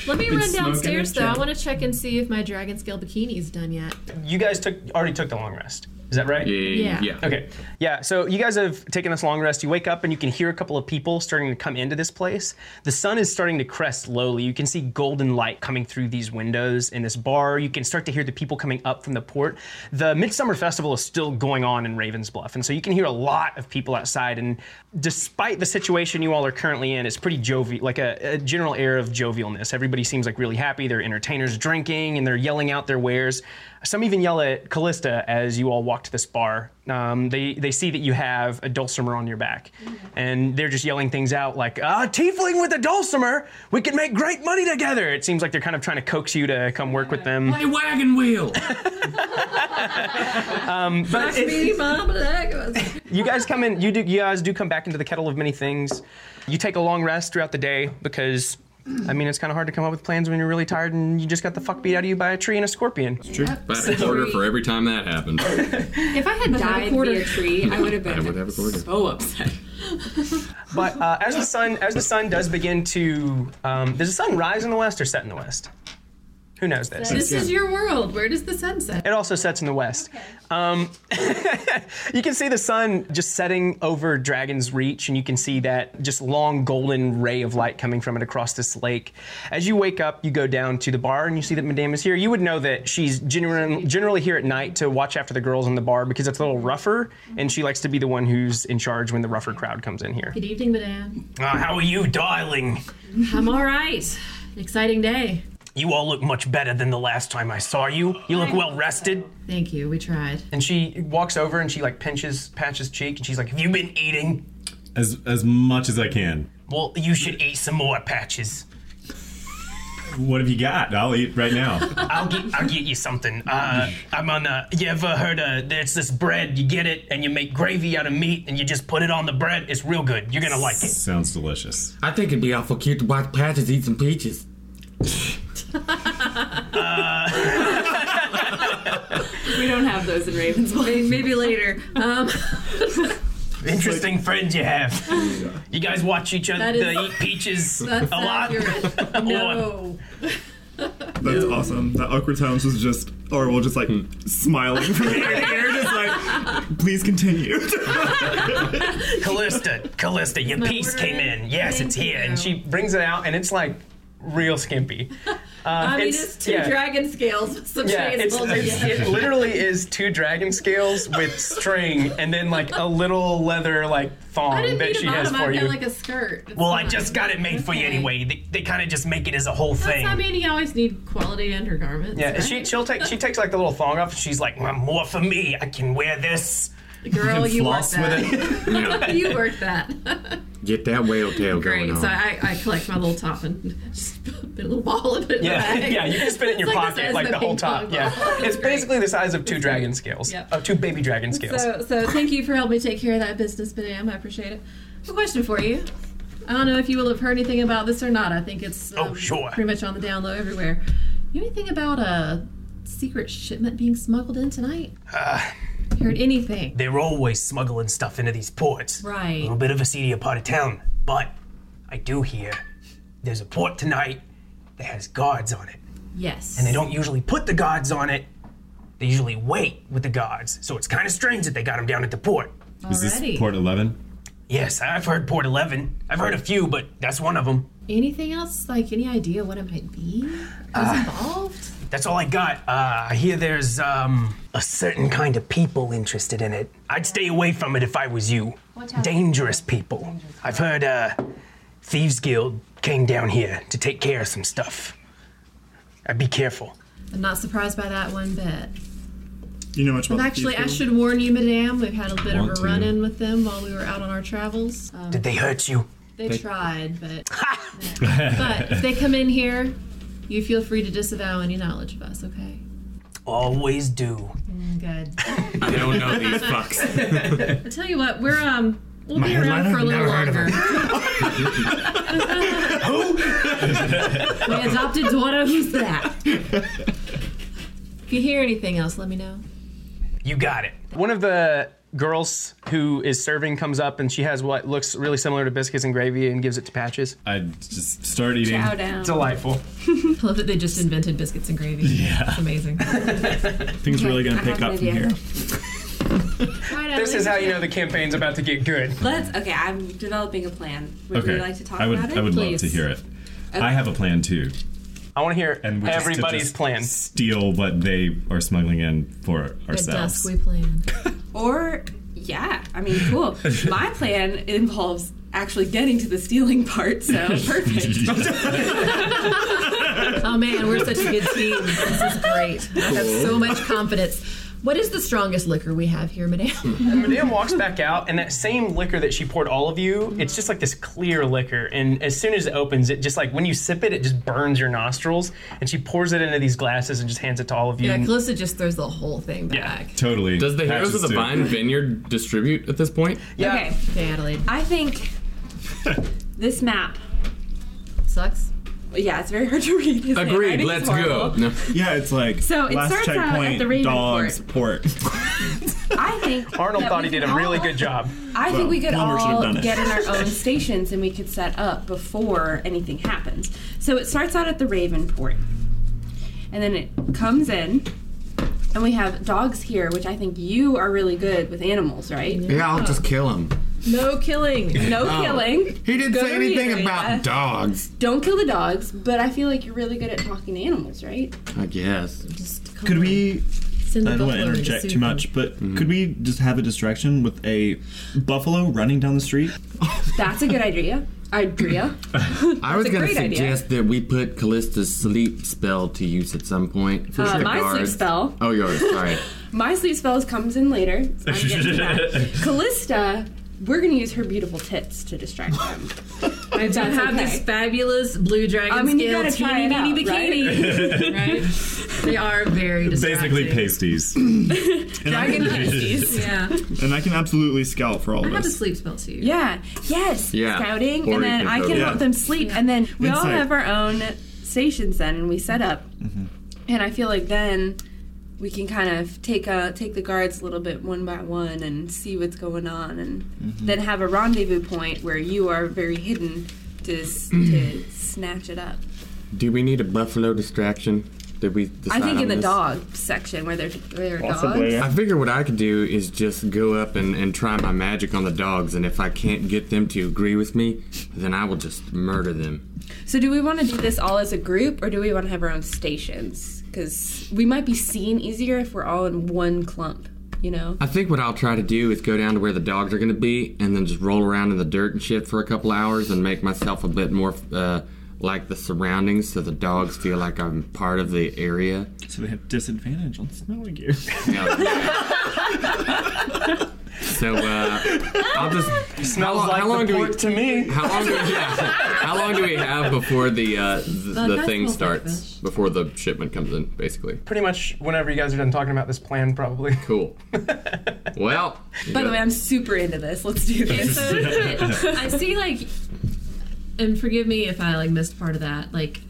Speaker 3: let me run
Speaker 5: smoking
Speaker 3: downstairs
Speaker 5: and
Speaker 3: though. I
Speaker 5: shit.
Speaker 3: want to check and see if my dragon scale bikini's done yet.
Speaker 1: You guys took already took the long rest. Is that right?
Speaker 3: Yeah.
Speaker 8: Yeah.
Speaker 1: Okay. Yeah. So you guys have taken this long rest. You wake up and you can hear a couple of people starting to come into this place. The sun is starting to crest slowly. You can see golden light coming through these windows in this bar. You can start to hear the people coming up from the port. The Midsummer Festival is still going on in Ravensbluff, and so you can hear a lot of people outside. And despite the situation you all are currently in, it's pretty jovial, like a, a general air of jovialness. Everybody seems like really happy. They're entertainers drinking and they're yelling out their wares. Some even yell at Callista as you all walk to this bar. Um, they they see that you have a dulcimer on your back, and they're just yelling things out like "Ah, tiefling with a dulcimer! We can make great money together." It seems like they're kind of trying to coax you to come work with them.
Speaker 8: Hey, wagon wheel!
Speaker 1: But it-
Speaker 3: Be my black husband.
Speaker 1: you guys come in. You do. You guys do come back into the kettle of many things. You take a long rest throughout the day because. I mean, it's kind of hard to come up with plans when you're really tired and you just got the fuck beat out of you by a tree and a scorpion.
Speaker 8: About a quarter for every time that happened.
Speaker 7: If I had died via
Speaker 3: quarter.
Speaker 7: a tree, I would have been
Speaker 8: I would have a quarter.
Speaker 2: Oh.
Speaker 7: so upset.
Speaker 1: But uh, as the sun as the sun does begin to um, does the sun rise in the west or set in the west? Who knows this?
Speaker 3: This is your world. Where does the sun set?
Speaker 1: It also sets in the west. Um, you can see the sun just setting over Dragon's Reach, and you can see that just long golden ray of light coming from it across this lake. As you wake up, you go down to the bar, and you see that Madame is here. You would know that she's genuine, generally here at night to watch after the girls in the bar because it's a little rougher, and she likes to be the one who's in charge when the rougher crowd comes in here.
Speaker 3: Good evening, Madame.
Speaker 1: Uh, how are you, darling?
Speaker 3: I'm all right. Exciting day.
Speaker 1: You all look much better than the last time I saw you. You look well rested.
Speaker 3: Thank you. We tried.
Speaker 1: And she walks over and she like pinches Patch's cheek and she's like, Have you been eating?
Speaker 4: As as much as I can.
Speaker 1: Well, you should eat some more patches.
Speaker 4: What have you got? I'll eat right now.
Speaker 1: I'll get I'll get you something. Uh, I'm on a you ever heard of there's this bread, you get it and you make gravy out of meat and you just put it on the bread. It's real good. You're gonna like it.
Speaker 4: Sounds delicious.
Speaker 2: I think it'd be awful cute to watch Patches eat some peaches.
Speaker 7: We don't have those in Ravenswood.
Speaker 3: Maybe later. Um,
Speaker 1: Interesting friends you have. You guys watch each other
Speaker 3: That is-
Speaker 1: eat peaches a
Speaker 3: that's
Speaker 1: lot.
Speaker 3: accurate. No.
Speaker 5: That's awesome. That awkward silence was just, or well, just like smiling from ear to ear, just like, please continue.
Speaker 1: Callista, Callista, your piece
Speaker 3: order?
Speaker 1: came in. Yes,
Speaker 3: Thank
Speaker 1: it's here.
Speaker 3: you.
Speaker 1: And she brings it out, and it's like real skimpy. Um,
Speaker 3: I mean, it's, two
Speaker 1: yeah.
Speaker 3: dragon scales. Some
Speaker 1: Yeah,
Speaker 3: shades
Speaker 1: it's,
Speaker 3: pulled
Speaker 1: it's-
Speaker 3: together.
Speaker 1: it literally is two dragon scales with string, and then like a little leather like
Speaker 3: I
Speaker 1: thong
Speaker 3: didn't
Speaker 1: that
Speaker 3: need a
Speaker 1: she has
Speaker 3: bottom.
Speaker 1: for
Speaker 3: I
Speaker 1: you.
Speaker 3: got like a skirt. It's
Speaker 1: well, I
Speaker 3: fine.
Speaker 1: just got it made for you
Speaker 3: Okay.
Speaker 1: anyway. They, they kind of just make it as a whole thing.
Speaker 3: I mean, you always need quality undergarments.
Speaker 1: yeah,
Speaker 3: right?
Speaker 1: she she'll take she takes like the little thong off. And she's like, "Well, more for me. I can wear this.
Speaker 3: girl, you work
Speaker 4: floss
Speaker 3: that.
Speaker 4: with it.
Speaker 3: you work that.
Speaker 2: Get that whale tail
Speaker 3: Great.
Speaker 2: going on.
Speaker 3: So I, I collect my little top and just put a little ball of it. In
Speaker 1: Yeah,
Speaker 3: the bag.
Speaker 1: yeah. You can spit it in your
Speaker 3: It's like the size
Speaker 1: pocket,
Speaker 3: of
Speaker 1: like
Speaker 3: a
Speaker 1: the whole
Speaker 3: ping pong
Speaker 1: top.
Speaker 3: ball.
Speaker 1: Yeah, it's
Speaker 3: It's great.
Speaker 1: basically the size of two dragon scales.
Speaker 3: Yep.
Speaker 1: Of two baby dragon scales.
Speaker 3: So, so thank you for helping me take care of that business, madam. I appreciate it. A question for you. I don't know if you will have heard anything about this or not. I think it's um,
Speaker 1: Oh, sure.
Speaker 3: pretty much on the down low everywhere. You know anything about a secret shipment being smuggled in tonight?
Speaker 1: Uh,
Speaker 3: heard anything?
Speaker 1: They're always smuggling stuff into these ports. A little
Speaker 3: Right.
Speaker 1: bit of a seedier part of town, but I do hear there's a port tonight that has guards on it.
Speaker 3: Yes.
Speaker 1: They don't usually put the guards on it. They usually wait with the guards. So it's kind of strange that they got them down at the port.
Speaker 4: Is
Speaker 3: Alrighty.
Speaker 4: this Port 11?
Speaker 1: Yes, I've heard Port 11. I've heard a few, but that's one of them.
Speaker 3: Anything else? Like any idea what it might be? Who's
Speaker 1: Uh,
Speaker 3: involved?
Speaker 1: That's all I got. Uh, I hear there's um, a certain kind of people interested in it. I'd stay away from it if I was you. Dangerous people. I've heard uh, Thieves Guild came down here to take care of some stuff. I'd be careful.
Speaker 3: I'm not surprised by that one bit.
Speaker 5: Oh, You know much about
Speaker 3: But
Speaker 5: the
Speaker 3: actually,
Speaker 5: thief,
Speaker 3: I
Speaker 5: Bill?
Speaker 3: should warn you, Madame. We've had a bit of
Speaker 4: Want
Speaker 3: a
Speaker 4: to.
Speaker 3: run-in with them while we were out on our travels. Um,
Speaker 1: Did they hurt you?
Speaker 3: they, tried, but but if they come in here, you feel free to disavow any knowledge of us. Okay.
Speaker 1: Always do.
Speaker 3: Good.
Speaker 9: I don't know these fucks.
Speaker 3: I tell you what, we're um. We'll be
Speaker 1: headliner?
Speaker 3: around for a little
Speaker 1: Never heard of
Speaker 3: longer. we adopted Dora. Who's that? If you hear anything else, let me know.
Speaker 1: You got it. One of the girls who is serving comes up and she has what looks really similar to biscuits and gravy and gives it to Patches.
Speaker 4: I just start eating.
Speaker 7: Bow down.
Speaker 1: Delightful.
Speaker 3: I love that they just invented biscuits and gravy.
Speaker 4: Yeah.
Speaker 3: It's amazing.
Speaker 5: Things really
Speaker 7: I
Speaker 5: gonna
Speaker 7: have
Speaker 5: pick
Speaker 7: an
Speaker 5: up from
Speaker 7: idea.
Speaker 5: here.
Speaker 1: This is how you know the campaign's about to get good.
Speaker 7: Let's. Okay, I'm developing a plan. Would
Speaker 4: Okay.
Speaker 7: you like to talk
Speaker 4: I would,
Speaker 7: about it?
Speaker 4: I would
Speaker 7: please?
Speaker 4: love to hear it. I have a plan too.
Speaker 1: I want to hear
Speaker 4: And which is to
Speaker 1: everybody's
Speaker 4: just
Speaker 1: plan.
Speaker 4: Steal what they are smuggling in for
Speaker 3: At dusk
Speaker 4: ourselves.
Speaker 3: we plan.
Speaker 7: Or yeah, I mean, cool. My plan involves actually getting to the stealing part, so perfect.
Speaker 3: Oh man, we're such a good team. This is great. I have so much confidence. What is the strongest liquor we have here, Madame?
Speaker 5: Hmm.
Speaker 1: Madame walks back out, and that same liquor that she poured all of you, it's just like this clear liquor. And as soon as it opens, it just like when you sip it, it just burns your nostrils. And she pours it into these glasses and just hands it to all of you.
Speaker 3: yeah,
Speaker 1: And
Speaker 3: Calista just throws the whole thing back.
Speaker 4: Totally.
Speaker 10: Does the Heroes
Speaker 4: Patches
Speaker 10: of the
Speaker 4: too.
Speaker 10: Vine Vineyard distribute at this point?
Speaker 1: Yeah.
Speaker 7: Okay,
Speaker 3: Okay, Adelaide.
Speaker 7: I think this map.
Speaker 3: Sucks.
Speaker 7: Yeah, it's very hard to read. isn't it?
Speaker 10: Agreed.
Speaker 7: Writing is
Speaker 10: Let's
Speaker 7: horrible.
Speaker 10: go. No.
Speaker 5: Yeah, it's like
Speaker 7: So it
Speaker 5: last
Speaker 7: starts out at
Speaker 5: checkpoint,
Speaker 7: the Ravenport.
Speaker 5: dogs port.
Speaker 7: I think
Speaker 1: Arnold
Speaker 7: that
Speaker 1: thought
Speaker 7: we
Speaker 1: he did
Speaker 7: can
Speaker 1: a really
Speaker 7: all-
Speaker 1: good job.
Speaker 7: I think we could
Speaker 5: Plumber should have
Speaker 7: all
Speaker 5: done it.
Speaker 7: get in our own stations and we could set up before anything happens. So it starts out at the Ravenport. And then it comes in and we have dogs here, which I think you are really good with animals, right?
Speaker 2: Yeah, I'll just kill him.
Speaker 3: No killing.
Speaker 7: No killing.
Speaker 2: He didn't
Speaker 7: Go
Speaker 2: say anything
Speaker 7: read,
Speaker 2: about
Speaker 7: yeah.
Speaker 2: dogs.
Speaker 7: Don't kill the dogs, but I feel like you're really good at talking to animals, right?
Speaker 2: I guess.
Speaker 3: Just come
Speaker 5: Could
Speaker 3: on.
Speaker 5: we?
Speaker 3: Send the
Speaker 5: I don't want to
Speaker 3: buffalo in
Speaker 5: interject
Speaker 3: soothe
Speaker 5: too much, but could we just have a distraction with a buffalo running down the street?
Speaker 7: That's a good idea. Idea.
Speaker 2: I was
Speaker 7: a
Speaker 2: going to
Speaker 7: great idea.
Speaker 2: suggest that we put Callista's sleep spell to use at some point. For
Speaker 7: Uh, my sleep spell.
Speaker 2: Oh, yours. Sorry.
Speaker 7: My sleep spells comes in later. I'm getting to that. Callista, we're gonna use her beautiful tits to distract them.
Speaker 3: I do
Speaker 7: That's
Speaker 3: have
Speaker 7: okay.
Speaker 3: this fabulous blue dragon
Speaker 7: I mean, you
Speaker 3: scale
Speaker 7: gotta try
Speaker 3: teeny
Speaker 7: it
Speaker 3: weeny
Speaker 7: out, right?
Speaker 3: bikini. Right? They are very distracting.
Speaker 4: Basically pasties.
Speaker 7: Dragon pasties.
Speaker 3: Yeah.
Speaker 5: And I can absolutely scout for all
Speaker 3: I
Speaker 5: of
Speaker 3: have a
Speaker 5: us.
Speaker 3: sleep spell too.
Speaker 7: Yeah. Yes.
Speaker 2: Yeah.
Speaker 7: Scouting,
Speaker 2: Or
Speaker 7: and
Speaker 2: you
Speaker 7: then
Speaker 2: can
Speaker 7: I can
Speaker 2: totally-
Speaker 7: help them sleep, and then we all
Speaker 5: Insight.
Speaker 7: have our own stations then, and we set up.
Speaker 2: Mm-hmm.
Speaker 7: And I feel like then we can kind of take a, take the guards a little bit one by one and see what's going on, and
Speaker 2: Mm-hmm.
Speaker 7: then have a rendezvous point where you are very hidden to s- to snatch it up.
Speaker 2: Do we need a buffalo distraction? Did we
Speaker 7: I
Speaker 2: decide
Speaker 7: think
Speaker 2: on
Speaker 7: in the
Speaker 2: this?
Speaker 7: dog section where they're, where they're
Speaker 5: Possibly,
Speaker 7: dogs.
Speaker 5: yeah.
Speaker 2: I figure what I could do is just go up and, and try my magic on the dogs, and if I can't get them to agree with me, then I will just murder them.
Speaker 7: So, do we want to do this all as a group, or do we want to have our own stations? Because we might be seen easier if we're all in one clump. You know,
Speaker 2: I think what I'll try to do is go down to where the dogs are going to be, and then just roll around in the dirt and shit for a couple hours, and make myself a bit more uh, like the surroundings, so the dogs feel like I'm part of the area.
Speaker 5: So they have disadvantage on smelling you.
Speaker 2: So uh, I'll just
Speaker 1: Smells
Speaker 2: how,
Speaker 1: like
Speaker 2: how long
Speaker 1: the
Speaker 2: do we
Speaker 1: port to me.
Speaker 2: how long do we have, how long do we have before the uh, the, the
Speaker 3: that's
Speaker 2: thing
Speaker 3: not
Speaker 2: starts
Speaker 3: fish.
Speaker 2: before the shipment comes in? Basically,
Speaker 1: Pretty much whenever you guys are done talking about this plan, probably.
Speaker 2: cool. Well,
Speaker 7: By the way, I'm super into this. Let's do this.
Speaker 3: So I see like and forgive me if I like missed part of that. Like,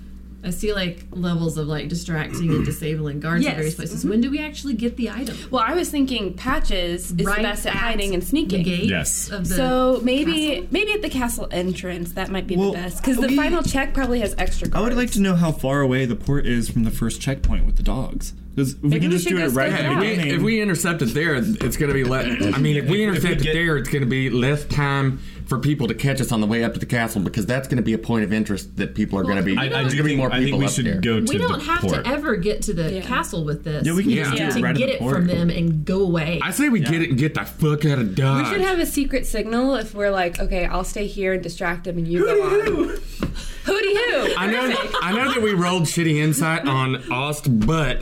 Speaker 3: I see like levels of like distracting and disabling guards
Speaker 7: Yes.
Speaker 3: at various places. When do we actually get the item?
Speaker 7: Well, I was thinking patches is
Speaker 3: Right
Speaker 7: best at
Speaker 3: at
Speaker 7: hiding and
Speaker 3: The
Speaker 7: sneaking.
Speaker 3: gates
Speaker 4: Yes.
Speaker 3: of the
Speaker 7: So maybe
Speaker 3: castle?
Speaker 7: maybe at the castle entrance that might be
Speaker 5: Well,
Speaker 7: the best because the
Speaker 5: we-
Speaker 7: final check probably has extra.
Speaker 5: I
Speaker 7: Guards.
Speaker 5: would like to know how far away the port is from the first checkpoint with the dogs. 'Cause If we
Speaker 7: Maybe
Speaker 5: can
Speaker 7: we
Speaker 5: just
Speaker 7: should
Speaker 5: do it
Speaker 7: go
Speaker 5: right
Speaker 7: step
Speaker 5: at the
Speaker 7: it out.
Speaker 5: beginning.
Speaker 2: If we intercept it there, it's going to be less. I mean, if we intercept
Speaker 4: get-
Speaker 2: it there, it's going to be less time for people to catch us on the way up to the castle because that's going to be a point of interest that people are going to be.
Speaker 4: I, I
Speaker 2: there's
Speaker 4: do
Speaker 2: gonna be
Speaker 4: think,
Speaker 2: more
Speaker 4: I think
Speaker 2: people
Speaker 4: we
Speaker 2: up
Speaker 4: should
Speaker 2: there.
Speaker 4: go to
Speaker 3: we don't
Speaker 4: the
Speaker 3: have
Speaker 4: port.
Speaker 3: to ever get to the
Speaker 7: Yeah.
Speaker 3: castle with this.
Speaker 5: yeah, we can
Speaker 2: Yeah.
Speaker 5: just do
Speaker 7: Yeah.
Speaker 5: it
Speaker 3: to
Speaker 5: right at
Speaker 3: get
Speaker 5: the
Speaker 3: it
Speaker 5: port.
Speaker 3: from them and go away.
Speaker 2: I say we get it and get the fuck out of Dodge.
Speaker 7: We should have a secret signal if we're like, okay, I'll stay here and distract him, and you go on. Hooty hoo!
Speaker 2: I know, I know that we rolled shitty insight on Ost, but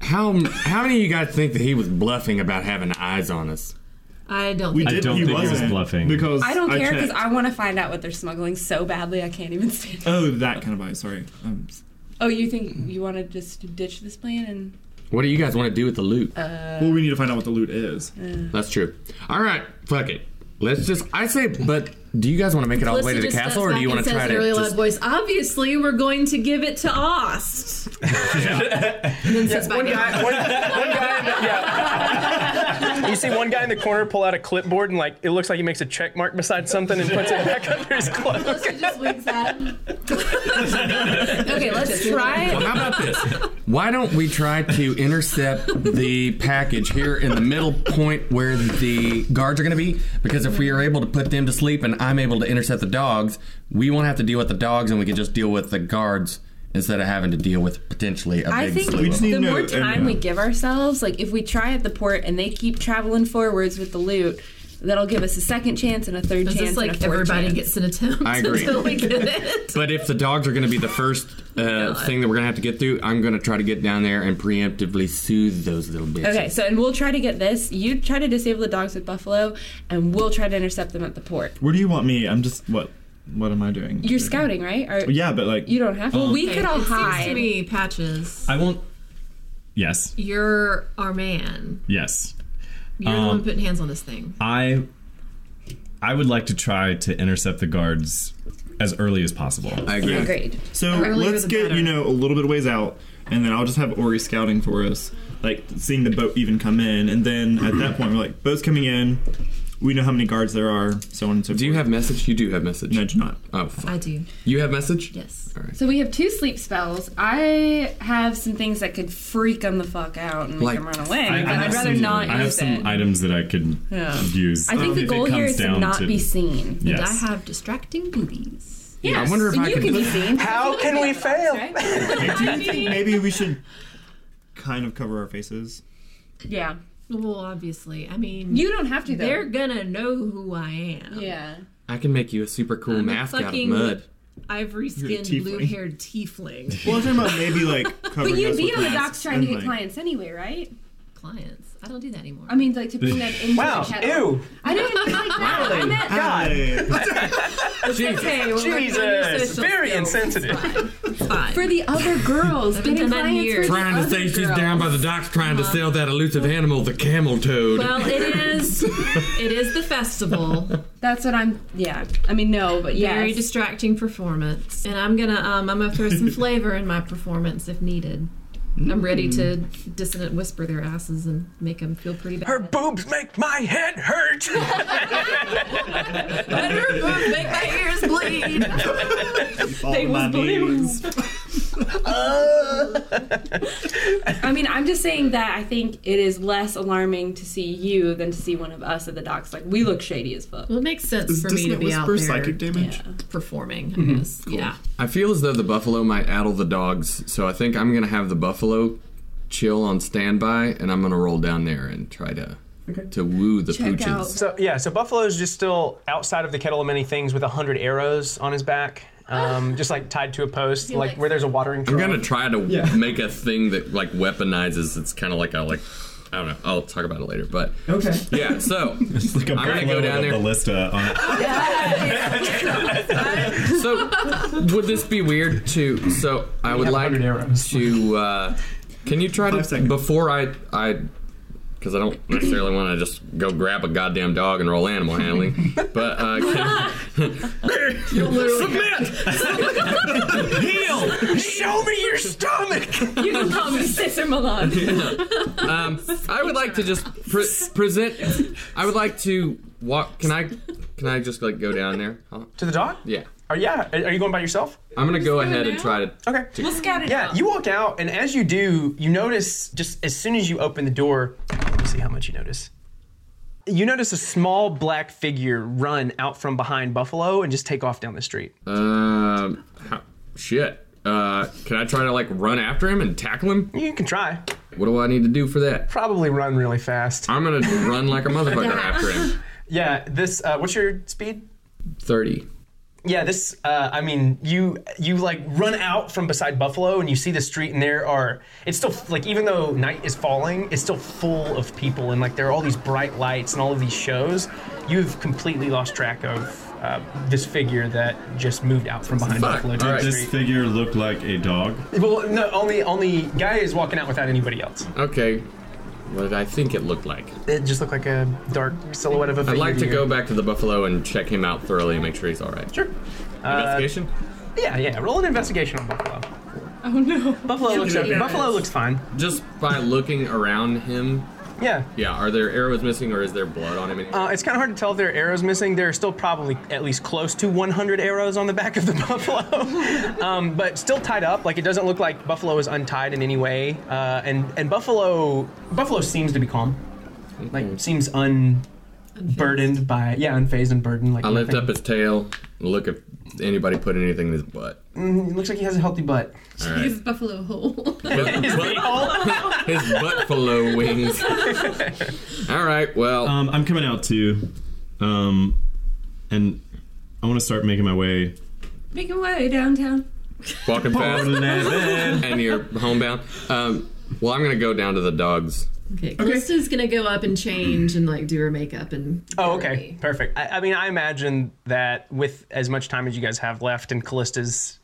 Speaker 2: how how many of you guys think that he was bluffing about having eyes on us?
Speaker 3: I don't.
Speaker 5: We
Speaker 3: think
Speaker 5: did.
Speaker 4: don't
Speaker 5: he
Speaker 4: think he was
Speaker 5: wasn't,
Speaker 4: bluffing.
Speaker 5: because
Speaker 7: I don't care because
Speaker 5: checked.
Speaker 7: I want to find out what they're smuggling so badly I can't even stand. it.
Speaker 5: Oh, that kind of eye. Sorry. Um,
Speaker 7: Oh, you think you want to just ditch this plan and?
Speaker 2: What do you guys want to do with the loot?
Speaker 3: Uh.
Speaker 5: well, we need to find out what the loot is.
Speaker 2: That's true. All right, fuck it. Let's just. I say, but do you guys want to make it all the way to
Speaker 3: Felicity
Speaker 2: the
Speaker 3: just
Speaker 2: castle,
Speaker 3: steps
Speaker 2: or do
Speaker 3: back
Speaker 2: you want
Speaker 3: and
Speaker 2: to
Speaker 3: says
Speaker 2: try
Speaker 3: in
Speaker 2: to?
Speaker 3: a really
Speaker 2: just-
Speaker 3: loud voice? Obviously, we're going to give it to Ost. and then sits back down.
Speaker 1: one, one guy in the, yeah. You see one guy in the corner pull out a clipboard and like it looks like he makes a check mark beside something and puts it back under his cloak.
Speaker 3: She just winks at him.
Speaker 7: Okay, let's try.
Speaker 2: How about this? Why don't we try to intercept the package here in the middle point where the guards are going to be? Because if we are able to put them to sleep and I'm able to intercept the dogs, we won't have to deal with the dogs and we can just deal with the guards instead of having to deal with potentially a
Speaker 7: I
Speaker 2: big
Speaker 7: think
Speaker 2: slew of them.
Speaker 5: need
Speaker 7: the
Speaker 5: to
Speaker 7: more
Speaker 5: know-
Speaker 7: time
Speaker 5: and-
Speaker 7: we give ourselves, like if we try at the port and they keep traveling forwards with the loot, that'll give us a second chance and a third
Speaker 3: Is
Speaker 7: chance.
Speaker 3: this
Speaker 7: and
Speaker 3: like
Speaker 7: a fourth
Speaker 3: everybody
Speaker 7: chance.
Speaker 3: gets an attempt
Speaker 2: I agree.
Speaker 3: until we get it?
Speaker 2: But if the dogs are going to be the first uh, thing that we're going to have to get through, I'm going to try to get down there and preemptively soothe those little bitches.
Speaker 7: Okay, so and we'll try to get this. You try to disable the dogs with Buffalo, and we'll try to intercept them at the port.
Speaker 5: Where do you want me? I'm just what? What am I doing?
Speaker 7: You're scouting, right? Or
Speaker 5: Mm-hmm. Yeah, but like
Speaker 7: you don't have to. Well, we could all
Speaker 3: it
Speaker 7: hide.
Speaker 3: Seems to me, Patches,
Speaker 4: I won't. Yes.
Speaker 3: you're our man.
Speaker 4: Yes.
Speaker 3: You're the
Speaker 2: Um,
Speaker 3: one putting hands on this thing.
Speaker 4: I. I would like to try to intercept the guards as early as possible.
Speaker 2: I agree.
Speaker 7: Agreed.
Speaker 5: So
Speaker 3: earlier
Speaker 5: let's
Speaker 3: the
Speaker 5: get
Speaker 3: better.
Speaker 5: you know a little bit ways out, and then I'll just have Ori scouting for us, like seeing the boat even come in, and then at that point we're like, boat's coming in. We know how many guards there are, so on and so forth.
Speaker 2: Do you have message? You do have message.
Speaker 5: No, do not.
Speaker 2: Oh, fuck.
Speaker 3: I do.
Speaker 2: you have message?
Speaker 3: Yes.
Speaker 7: So we have two sleep spells. I have some things that could freak them the fuck out and make
Speaker 2: Like-
Speaker 7: them run away,
Speaker 4: I, I
Speaker 7: but
Speaker 4: have
Speaker 7: I'd rather
Speaker 4: some,
Speaker 7: not
Speaker 4: I have
Speaker 7: use
Speaker 4: some
Speaker 7: it.
Speaker 4: items that I could
Speaker 7: Yeah.
Speaker 4: use. um,
Speaker 7: I think
Speaker 4: if
Speaker 7: the
Speaker 4: it
Speaker 7: goal here
Speaker 4: comes
Speaker 7: is to
Speaker 4: down
Speaker 7: not be seen.
Speaker 4: Yes.
Speaker 3: I have distracting boobies.
Speaker 7: Yeah,
Speaker 2: I wonder if I
Speaker 7: you
Speaker 2: can-
Speaker 7: can be seen.
Speaker 1: How can we fail?
Speaker 5: Do you think maybe we should kind of cover our faces?
Speaker 7: Yeah,
Speaker 3: Well, obviously. I mean,
Speaker 7: you don't have to. Though.
Speaker 3: they're gonna know who I am.
Speaker 7: yeah.
Speaker 2: I can make you a super cool
Speaker 3: I'm a
Speaker 2: mask out of
Speaker 3: fucking
Speaker 2: mud.
Speaker 3: ivory skinned,
Speaker 5: tiefling.
Speaker 3: blue haired tiefling
Speaker 5: Well, I'm talking about maybe like covering
Speaker 7: But you'd
Speaker 5: us
Speaker 7: be
Speaker 5: with
Speaker 7: on the
Speaker 5: masks
Speaker 7: docks trying to
Speaker 5: and,
Speaker 7: get
Speaker 5: like-
Speaker 7: clients anyway, right?
Speaker 3: clients. I don't do that anymore.
Speaker 7: I mean, like to bring them into
Speaker 1: Wow.
Speaker 7: the kettle.
Speaker 1: Oh, Ew.
Speaker 7: I didn't like that. I meant
Speaker 5: Hey.
Speaker 7: okay. well,
Speaker 1: Jesus. Very insensitive.
Speaker 3: it's fine.
Speaker 7: For the other girls,
Speaker 3: been
Speaker 7: getting
Speaker 3: done that in years.
Speaker 7: clients for the
Speaker 2: Trying to
Speaker 7: other
Speaker 2: say she's
Speaker 7: girls.
Speaker 2: down by the docks trying to sell that elusive animal, the camel toad.
Speaker 3: well, it is. It is the festival.
Speaker 7: That's what I'm. Yeah, I mean no, but yeah.
Speaker 3: Very distracting performance, and I'm gonna um, I'm gonna throw some flavor in my performance if needed. I'm ready to dissonant whisper their asses and make them feel pretty bad.
Speaker 1: Her boobs make my head hurt.
Speaker 3: Her boob make my ears bleed.
Speaker 5: They was
Speaker 7: I mean, I'm just saying that I think it is less alarming to see you than to see one of us at the docks. Like we look shady as fuck.
Speaker 3: Well, it makes sense for me to be out
Speaker 5: whisper
Speaker 3: there
Speaker 5: psychic damage?
Speaker 3: performing. I guess. Yeah.
Speaker 2: I feel as though the buffalo might addle the dogs, so I think I'm going to have the buffalo chill on standby, and I'm going to roll down there and try to to woo the
Speaker 7: Check
Speaker 2: pooches.
Speaker 7: out.
Speaker 1: So yeah, so Buffalo's just still outside of the kettle of many things with a hundred arrows on his back, um, just like tied to a post, like where there's a watering.
Speaker 2: I'm
Speaker 1: trough.
Speaker 2: gonna try to make a thing that like weaponizes. It's kind of like a like I don't know. I'll talk about it later. But okay, yeah. So
Speaker 4: Like a
Speaker 2: I'm gonna
Speaker 4: buffalo
Speaker 2: go down
Speaker 4: with a
Speaker 2: there.
Speaker 4: ballista uh, on it.
Speaker 2: so would this be weird to? So I would
Speaker 1: have
Speaker 2: like
Speaker 1: 100 arrows.
Speaker 2: to. Uh, can you try
Speaker 5: Five
Speaker 2: to
Speaker 5: seconds.
Speaker 2: before I I because I don't necessarily want to just go grab a goddamn dog and roll animal handling. But uh, can,
Speaker 1: Heel! Show me your stomach!
Speaker 7: You can call me Sister Milan.
Speaker 2: um, I would like to just pre- present. I would like to walk. Can I? Can I just like go down there? Huh?
Speaker 1: To the dog?
Speaker 2: Yeah.
Speaker 1: Are, yeah. Are you going by yourself?
Speaker 2: I'm gonna go ahead and try to.
Speaker 1: Okay.
Speaker 7: We'll scout it
Speaker 1: Yeah,
Speaker 7: out.
Speaker 1: you walk out, and as you do, you notice just as soon as you open the door, let me see how much you notice. You notice a small black figure run out from behind Buffalo and just take off down the street.
Speaker 2: Um, how, shit. Uh, can I try to like run after him and tackle him?
Speaker 1: You can try.
Speaker 2: What do I need to do for that?
Speaker 1: Probably run really fast.
Speaker 2: I'm gonna run like a motherfucker after him.
Speaker 1: Yeah, this, uh, what's your speed?
Speaker 2: Thirty.
Speaker 1: Yeah, this. Uh, I mean, you you like run out from beside Buffalo, and you see the street, and there are. It's still like even though night is falling, it's still full of people, and like there are all these bright lights and all of these shows. You've completely lost track of uh, this figure that just moved out from behind
Speaker 2: Fuck.
Speaker 1: Buffalo to
Speaker 2: All
Speaker 1: the
Speaker 2: right.
Speaker 4: This
Speaker 1: street.
Speaker 4: figure looked like a dog.
Speaker 1: Well, no, only only guy is walking out without anybody else.
Speaker 2: Okay. What did I think it looked like?
Speaker 1: It just looked like a dark silhouette of a.
Speaker 2: I'd
Speaker 1: figure
Speaker 2: like to
Speaker 1: you-
Speaker 2: go back to the buffalo and check him out thoroughly and make sure he's all right.
Speaker 1: Sure. Uh,
Speaker 2: Investigation.
Speaker 1: yeah, yeah. Roll an investigation on Buffalo.
Speaker 7: Oh no.
Speaker 1: Buffalo looks. Buffalo looks fine.
Speaker 2: Just by looking around him.
Speaker 1: Yeah.
Speaker 2: Yeah. Are there arrows missing or is there blood on him? Anywhere?
Speaker 1: Uh, it's kind of hard to tell if there are arrows missing. There are still probably at least close to 100 arrows on the back of the buffalo, um, but still tied up. Like it doesn't look like buffalo is untied in any way. Uh, and and buffalo buffalo seems to be calm, like seems unburdened by yeah unfazed and burdened. Like
Speaker 2: I lift
Speaker 1: nothing.
Speaker 2: up his tail and look if anybody put anything in his butt.
Speaker 1: It looks like he has a healthy butt.
Speaker 2: All right.
Speaker 3: He's buffalo hole.
Speaker 2: His butt- his buffalo wings. All right. Well,
Speaker 1: Uh,
Speaker 4: Um, I'm coming out too, um, and I want to start making my way.
Speaker 7: Make your way downtown.
Speaker 2: walking fast, and you're homebound. Um, well, I'm gonna go down to the dogs.
Speaker 3: Okay, Krista's gonna go up and change and like do her makeup and.
Speaker 1: Oh, okay, perfect. I, I mean, I imagine that with as much time as you guys have left, and Callista's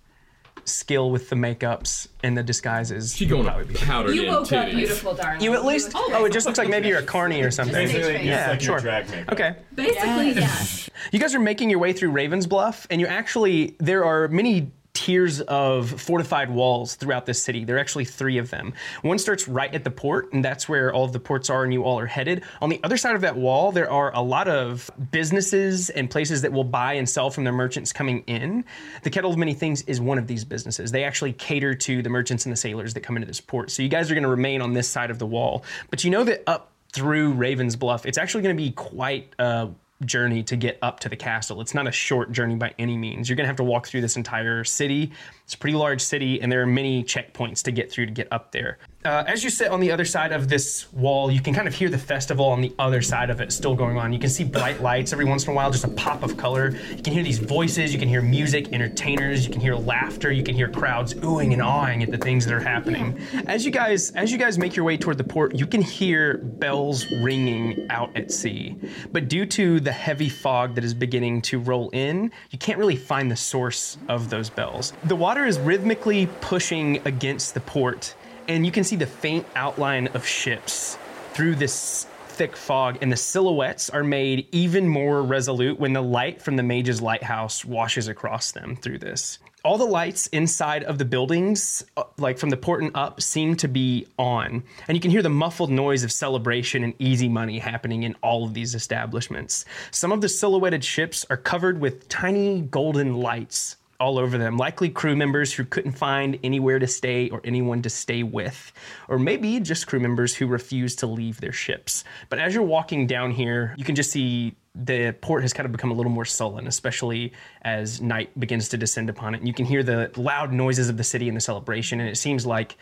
Speaker 1: skill with the makeups and the disguises,
Speaker 2: She going to
Speaker 1: probably be
Speaker 2: powder
Speaker 7: You
Speaker 2: in
Speaker 7: woke up
Speaker 2: titties.
Speaker 7: beautiful, darling.
Speaker 1: You at least.
Speaker 7: Oh,
Speaker 1: Oh, it just looks like maybe you're a carny or something.
Speaker 7: Basically,
Speaker 1: Yeah, sure. Okay.
Speaker 3: Basically, yeah.
Speaker 1: You guys are making your way through Raven's Bluff, and you actually there are many tiers of fortified walls throughout this city. There are actually three of them. One starts right at the port, and that's where all of the ports are, and you all are headed. On the other side of that wall, there are a lot of businesses and places that will buy and sell from their merchants coming in. The Kettle of Many Things is one of these businesses. They actually cater to the merchants and the sailors that come into this port. So you guys are going to remain on this side of the wall, but you know that up through Raven's Bluff, it's actually going to be quite. Uh, journey to get up to the castle. It's not a short journey by any means. You're going to have to walk through this entire city. It's a pretty large city, and there are many checkpoints to get through to get up there. Uh, as you sit on the other side of this wall, you can kind of hear the festival on the other side of it still going on. You can see bright lights every once in a while, just a pop of color. You can hear these voices, you can hear music, entertainers, you can hear laughter, you can hear crowds oohing and awing at the things that are happening. As you guys as you guys make your way toward the port, you can hear bells ringing out at sea. But due to the heavy fog that is beginning to roll in, you can't really find the source of those bells. The water is rhythmically pushing against the port, and you can see the faint outline of ships through this thick fog, and the silhouettes are made even more resolute when the light from the mage's lighthouse washes across them through this. All the lights inside of the buildings, uh, like from the port and up, seem to be on, and you can hear the muffled noise of celebration and easy money happening in all of these establishments. Some of the silhouetted ships are covered with tiny golden lights all over them, likely crew members who couldn't find anywhere to stay or anyone to stay with, or maybe just crew members who refused to leave their ships. But as you're walking down here, you can just see the port has kind of become a little more sullen, especially as night begins to descend upon it. And you can hear the loud noises of the city and the celebration, and it seems like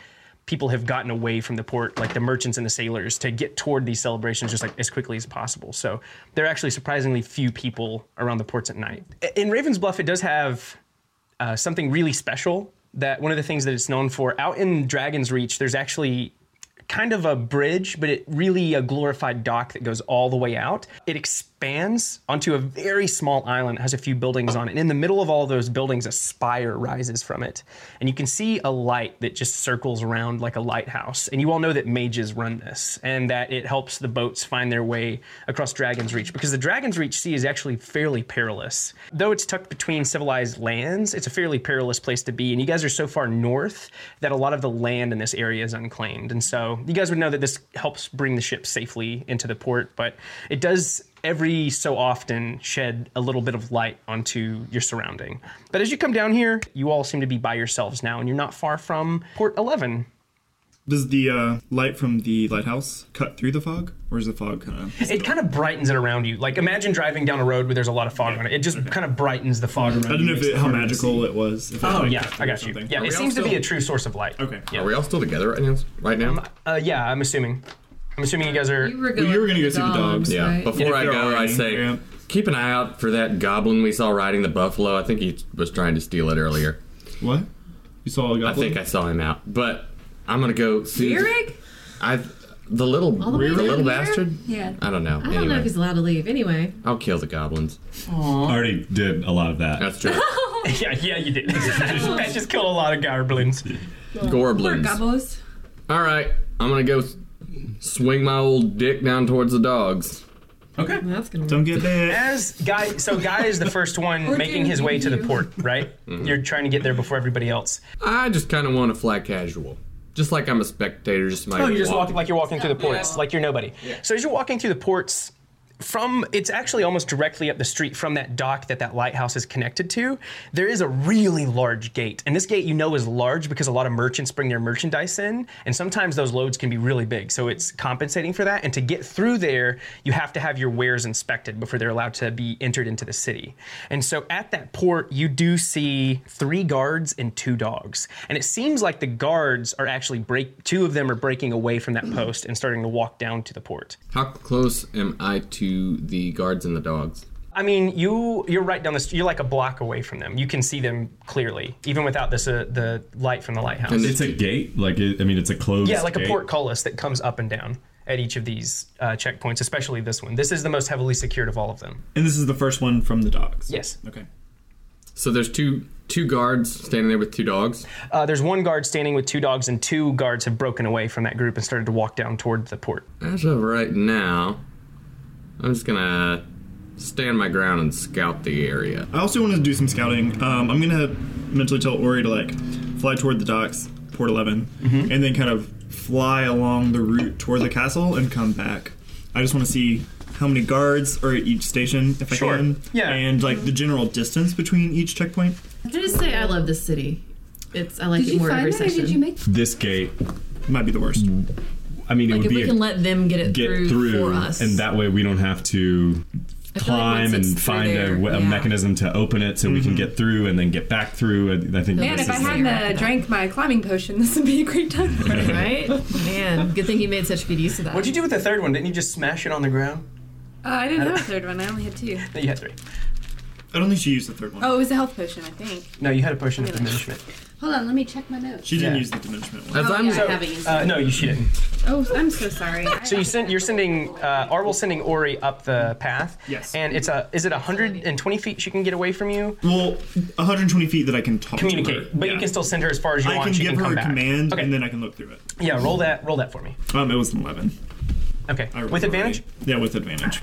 Speaker 1: people have gotten away from the port, like the merchants and the sailors, to get toward these celebrations just like as quickly as possible. So there are actually surprisingly few people around the ports at night. In Ravensbluff, it does have uh, something really special that one of the things that it's known for out in Dragon's Reach, there's actually kind of a bridge, but it really a glorified dock that goes all the way out. It expands onto a very small island, that has a few buildings on it. And in the middle of all those buildings, a spire rises from it. And you can see a light that just circles around like a lighthouse. And you all know that mages run this and that it helps the boats find their way across Dragon's Reach because the Dragon's Reach Sea is actually fairly perilous. Though it's tucked between civilized lands, it's a fairly perilous place to be. And you guys are so far north that a lot of the land in this area is unclaimed. And so you guys would know that this helps bring the ship safely into the port, but it does every so often shed a little bit of light onto your surrounding. But as you come down here, you all seem to be by yourselves now, and you're not far from Port 11.
Speaker 5: Does the uh, light from the lighthouse cut through the fog, or is the fog kind of?
Speaker 1: It kind of brightens it around you. Like imagine driving down a road where there's a lot of fog on it. It just kind of brightens the fog around
Speaker 5: I don't know if it, how magical it was. If it, like,
Speaker 1: Oh, Yeah,
Speaker 5: cut
Speaker 1: I
Speaker 5: through
Speaker 1: got you.
Speaker 5: something.
Speaker 1: Yeah,
Speaker 5: Are
Speaker 1: it
Speaker 5: we all
Speaker 1: seems to be
Speaker 5: still-
Speaker 1: a true source of light.
Speaker 5: Okay.
Speaker 1: Yeah.
Speaker 2: Are we all still together right now? Right now?
Speaker 1: Uh, yeah, I'm assuming. I'm assuming you guys are.
Speaker 3: You were going
Speaker 5: you were gonna
Speaker 3: to
Speaker 5: go see the dogs,
Speaker 2: Yeah.
Speaker 3: right?
Speaker 2: Before I
Speaker 5: they're
Speaker 2: go, I
Speaker 5: already-
Speaker 2: say,
Speaker 5: yeah.
Speaker 2: keep an eye out for that goblin we saw riding the buffalo. I think he was trying to steal it earlier.
Speaker 5: What? You saw a
Speaker 2: I
Speaker 5: goblin?
Speaker 2: think I saw him out, but I'm gonna go see.
Speaker 3: Eric?
Speaker 2: I, the little, the,
Speaker 3: the way down
Speaker 2: little
Speaker 3: here?
Speaker 2: bastard.
Speaker 7: Yeah.
Speaker 2: I don't know.
Speaker 3: I don't
Speaker 2: anyway,
Speaker 3: know if he's allowed to leave. Anyway,
Speaker 2: I'll kill the goblins.
Speaker 4: Already did a lot of that.
Speaker 2: That's true.
Speaker 1: yeah, yeah, you did. that just killed a lot of goblins.
Speaker 2: Gorblins.
Speaker 6: Gobbles.
Speaker 2: All right, I'm gonna go s- swing my old dick down towards the dogs.
Speaker 5: Okay.
Speaker 3: that's gonna.
Speaker 5: Don't get that.
Speaker 1: As guy, so guy is the first one making his way to the port, right? You're trying to get there before everybody else.
Speaker 2: I just kind of want to fly casual, just like I'm a spectator. Just my.
Speaker 1: Oh, you're just walking like you're walking through the ports, like you're nobody. So as you're walking through the ports, from it's actually almost directly up the street from that dock that that lighthouse is connected to. There is a really large gate, and this gate you know is large because a lot of merchants bring their merchandise in, and sometimes those loads can be really big. So it's compensating for that. And to get through there, you have to have your wares inspected before they're allowed to be entered into the city. And so at that port, you do see three guards and two dogs. And it seems like the guards are actually break two of them are breaking away from that post and starting to walk down to the port.
Speaker 2: How close am I to the guards and the dogs?
Speaker 1: I mean, you you're right down the street. You're like a block away from them. You can see them clearly, even without this uh, the light from the lighthouse.
Speaker 4: It's a gate, like it, I mean, it's a closed.
Speaker 1: yeah, like a
Speaker 4: gate.
Speaker 1: portcullis that comes up and down at each of these uh, checkpoints, especially this one. This is the most heavily secured of all of them.
Speaker 5: And this is the first one from the dogs.
Speaker 1: Yes.
Speaker 5: Okay.
Speaker 2: So there's two two guards standing there with two dogs.
Speaker 1: Uh, there's one guard standing with two dogs, and two guards have broken away from that group and started to walk down toward the port.
Speaker 2: As of right now, I'm just gonna stand my ground and scout the area.
Speaker 5: I also wanted to do some scouting. Um, I'm gonna mentally tell Ori to like fly toward the docks, Port 11
Speaker 1: Mm-hmm.
Speaker 5: and then kind of fly along the route toward the castle and come back. I just want to see how many guards are at each station, if I
Speaker 1: Sure.
Speaker 5: can,
Speaker 1: Yeah.
Speaker 5: and like the general distance between each checkpoint.
Speaker 3: I just say I love this city. It's I like
Speaker 7: Did
Speaker 3: it
Speaker 7: you
Speaker 3: more every
Speaker 7: find that? Or
Speaker 3: session.
Speaker 7: did you make?
Speaker 4: This gate,
Speaker 5: Might be the worst.
Speaker 4: I mean, it
Speaker 3: like
Speaker 4: would
Speaker 3: if
Speaker 4: be
Speaker 3: we
Speaker 4: a
Speaker 3: can let them get it
Speaker 4: get
Speaker 3: through,
Speaker 4: through,
Speaker 3: for us,
Speaker 4: and that way we don't have to
Speaker 3: I feel like
Speaker 4: climb
Speaker 3: once it's
Speaker 4: and
Speaker 3: through
Speaker 4: find a,
Speaker 3: there,
Speaker 4: w- a
Speaker 3: yeah. Mm-hmm.
Speaker 4: mechanism to open it so we can get through and then get back through. And I think
Speaker 3: Man,
Speaker 7: Man,
Speaker 4: this
Speaker 7: if I
Speaker 4: is like-
Speaker 3: like-
Speaker 7: hadn't uh, drank my climbing potion, this would be a great time for it. Uh,
Speaker 3: right? Man, good thing you made such good use of that.
Speaker 1: What'd you do with the third one? Didn't you just smash it on the ground?
Speaker 7: Uh, I didn't have a third one. I only had two.
Speaker 1: No, you had three.
Speaker 5: I don't think she used the third one.
Speaker 7: Oh, it was a health potion, I think.
Speaker 1: No, you had a potion of diminishment.
Speaker 7: Hold on, let me check my notes.
Speaker 5: She didn't
Speaker 1: yeah.
Speaker 5: use the diminishment one.
Speaker 2: As I'm
Speaker 7: yeah. I haven't used
Speaker 1: Uh, no, you she didn't.
Speaker 7: Oh, I'm so sorry.
Speaker 1: So you send, you're sending uh, Arwel sending Ori up the path.
Speaker 5: Yes.
Speaker 1: And it's a is it 120 feet she can get away from you?
Speaker 5: Well, 120 feet that I can talk to her.
Speaker 1: Communicate, but you
Speaker 5: Yeah.
Speaker 1: can still send her as far as you
Speaker 5: I
Speaker 1: want.
Speaker 5: can
Speaker 1: she
Speaker 5: give
Speaker 1: can
Speaker 5: her
Speaker 1: come
Speaker 5: a
Speaker 1: back.
Speaker 5: command,
Speaker 1: okay.
Speaker 5: and then I can look through it.
Speaker 1: yeah, roll that roll that for me.
Speaker 5: Um, it was an 11.
Speaker 1: Okay.
Speaker 5: I
Speaker 1: With
Speaker 5: rolled
Speaker 1: advantage.
Speaker 5: already. Yeah, with advantage.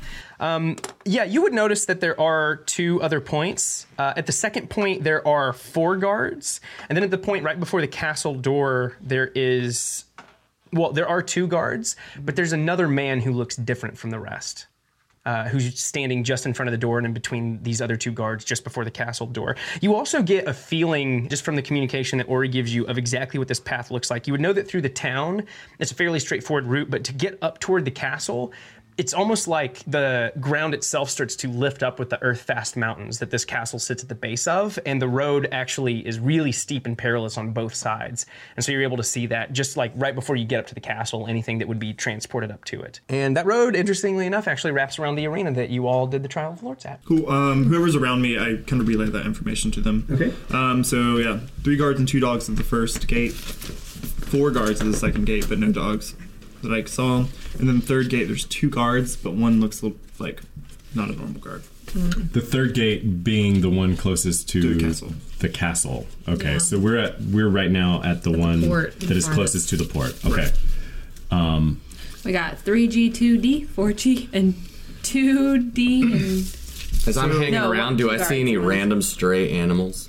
Speaker 1: Yeah, you would notice that there are two other points. Uh, at the second point, there are four guards, and then at the point right before the castle door, there is, well, there are two guards, but there's another man who looks different from the rest, uh, who's standing just in front of the door and in between these other two guards, just before the castle door. You also get a feeling just from the communication that Ori gives you of exactly what this path looks like. You would know that through the town, it's a fairly straightforward route, but to get up toward the castle it's almost like the ground itself starts to lift up with the earth fast mountains that this castle sits at the base of and the road actually is really steep and perilous on both sides and so you're able to see that just like right before you get up to the castle anything that would be transported up to it and that road interestingly enough actually wraps around the arena that you all did the trial of lords at
Speaker 5: Cool. Um, whoever's around me, I kind of relay that information to them. Okay. Um, so yeah, three guards and two dogs at the first gate, four guards at the second gate, but no dogs. that I saw. And then the third gate, there's two guards, but one looks l- like not a normal guard.
Speaker 4: The third gate being the one closest to,
Speaker 5: To the castle.
Speaker 4: the castle. Okay,
Speaker 3: Yeah.
Speaker 4: so we're at we're right now at the one
Speaker 3: port in
Speaker 4: that is
Speaker 3: front.
Speaker 4: closest to the port. Okay,
Speaker 7: We got 3G, 2D, 4G, and 2D. And
Speaker 11: As I'm hanging
Speaker 7: No,
Speaker 11: around, do I
Speaker 7: sorry.
Speaker 11: see any random stray animals?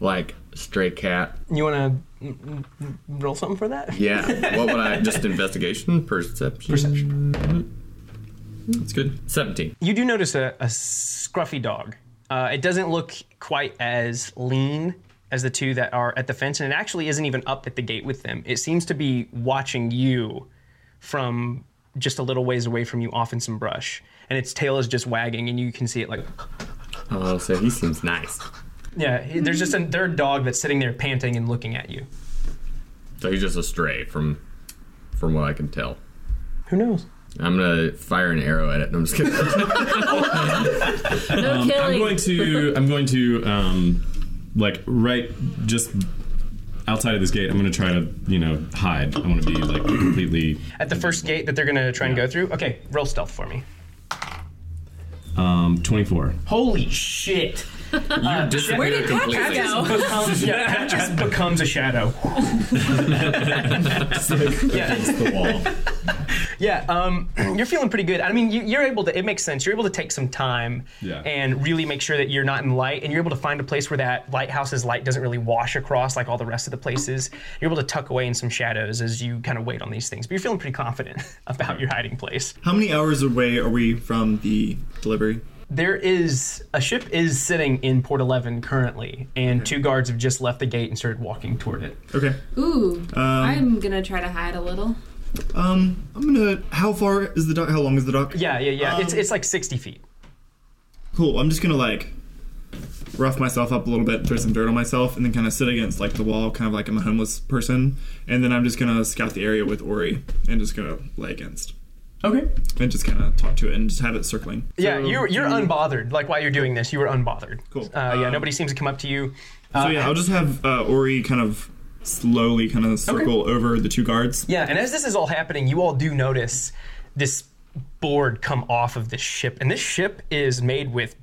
Speaker 11: Like stray cat?
Speaker 1: You want to roll something for that?
Speaker 11: Yeah. what would I just investigation? Perception. Perception. That's good. Seventeen.
Speaker 1: You do notice a, a scruffy dog. Uh, it doesn't look quite as lean as the two that are at the fence, and it actually isn't even up at the gate with them. It seems to be watching you from just a little ways away from you, off in some brush, and its tail is just wagging, and you can see it like,
Speaker 11: Oh, so he seems nice.
Speaker 1: yeah. There's just a third dog that's sitting there panting and looking at you.
Speaker 11: So he's just a stray from from what I can tell.
Speaker 1: Who knows?
Speaker 11: I'm gonna fire an arrow at it. and I'm just kidding.
Speaker 3: No
Speaker 4: I'm
Speaker 3: killing.
Speaker 4: going to I'm going to um, like right just outside of this gate. I'm going to try to you know hide. I want to be like completely.
Speaker 1: At the first gate that they're gonna try and go through. Okay, roll stealth for me.
Speaker 4: Um, 24.
Speaker 1: Holy shit!
Speaker 11: you disappear completely.
Speaker 1: Becomes, yeah, that just becomes a shadow.
Speaker 4: Against the wall.
Speaker 1: Yeah, um, you're feeling pretty good. I mean, you, you're able to. It makes sense. You're able to take some time
Speaker 4: Yeah.
Speaker 1: and really make sure that you're not in light, and you're able to find a place where that lighthouse's light doesn't really wash across like all the rest of the places. You're able to tuck away in some shadows as you kind of wait on these things. But you're feeling pretty confident about your hiding place.
Speaker 5: How many hours away are we from the delivery?
Speaker 1: There is a ship is sitting in Port Eleven currently, and two guards have just left the gate and started walking toward it.
Speaker 5: Okay.
Speaker 7: ooh, I'm gonna try to hide a little.
Speaker 5: Um, I'm gonna. How far is the dock? How long is the dock?
Speaker 1: Yeah, yeah, yeah.
Speaker 5: Um,
Speaker 1: it's it's like 60 feet.
Speaker 5: Cool. I'm just gonna like rough myself up a little bit, throw some dirt on myself, and then kind of sit against like the wall, kind of like I'm a homeless person. And then I'm just gonna scout the area with Ori and just gonna lay against
Speaker 1: Okay.
Speaker 5: and just kind of talk to it and just have it circling.
Speaker 1: Yeah, you're you're unbothered. Like while you're doing this, you were unbothered.
Speaker 5: Cool.
Speaker 1: Uh, yeah,
Speaker 5: Um,
Speaker 1: nobody seems to come up to you.
Speaker 5: So yeah, I'll just have uh, Ori kind of slowly kind of circle over the two guards.
Speaker 1: Yeah, and as this is all happening, you all do notice this board come off of this ship. And this ship is made with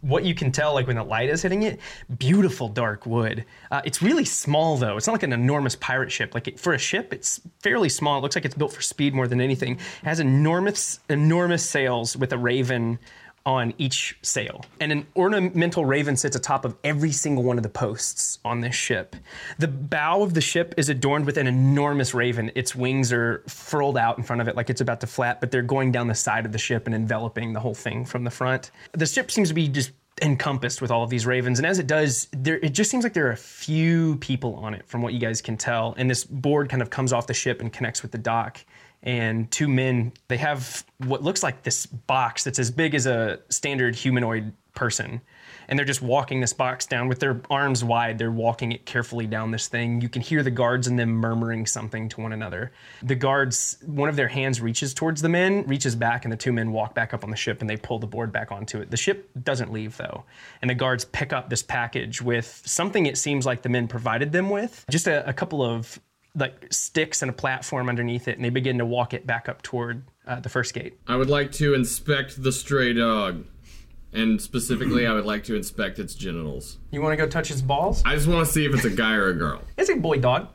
Speaker 1: what you can tell, like when the light is hitting it, beautiful dark wood. Uh, it's really small, though. It's not like an enormous pirate ship. Like it, for a ship, it's fairly small. It looks like it's built for speed more than anything. It has enormous, enormous sails with a raven on each sail. And an ornamental raven sits atop of every single one of the posts on this ship. The bow of the ship is adorned with an enormous raven. Its wings are furled out in front of it like it's about to flap, but they're going down the side of the ship and enveloping the whole thing from the front. The ship seems to be just encompassed with all of these ravens and as it does there it just seems like there are a few people on it from what you guys can tell and this board kind of comes off the ship and connects with the dock and two men they have what looks like this box that's as big as a standard humanoid person and they're just walking this box down with their arms wide they're walking it carefully down this thing you can hear the guards and them murmuring something to one another the guards one of their hands reaches towards the men reaches back and the two men walk back up on the ship and they pull the board back onto it the ship doesn't leave though and the guards pick up this package with something it seems like the men provided them with just a, a couple of like sticks and a platform underneath it and they begin to walk it back up toward uh, the first gate
Speaker 8: I would like to inspect the stray dog. And specifically, I would like to inspect its genitals.
Speaker 1: you want to go touch his balls
Speaker 8: I just want to see if it's a guy or a girl.
Speaker 1: it's a boy dog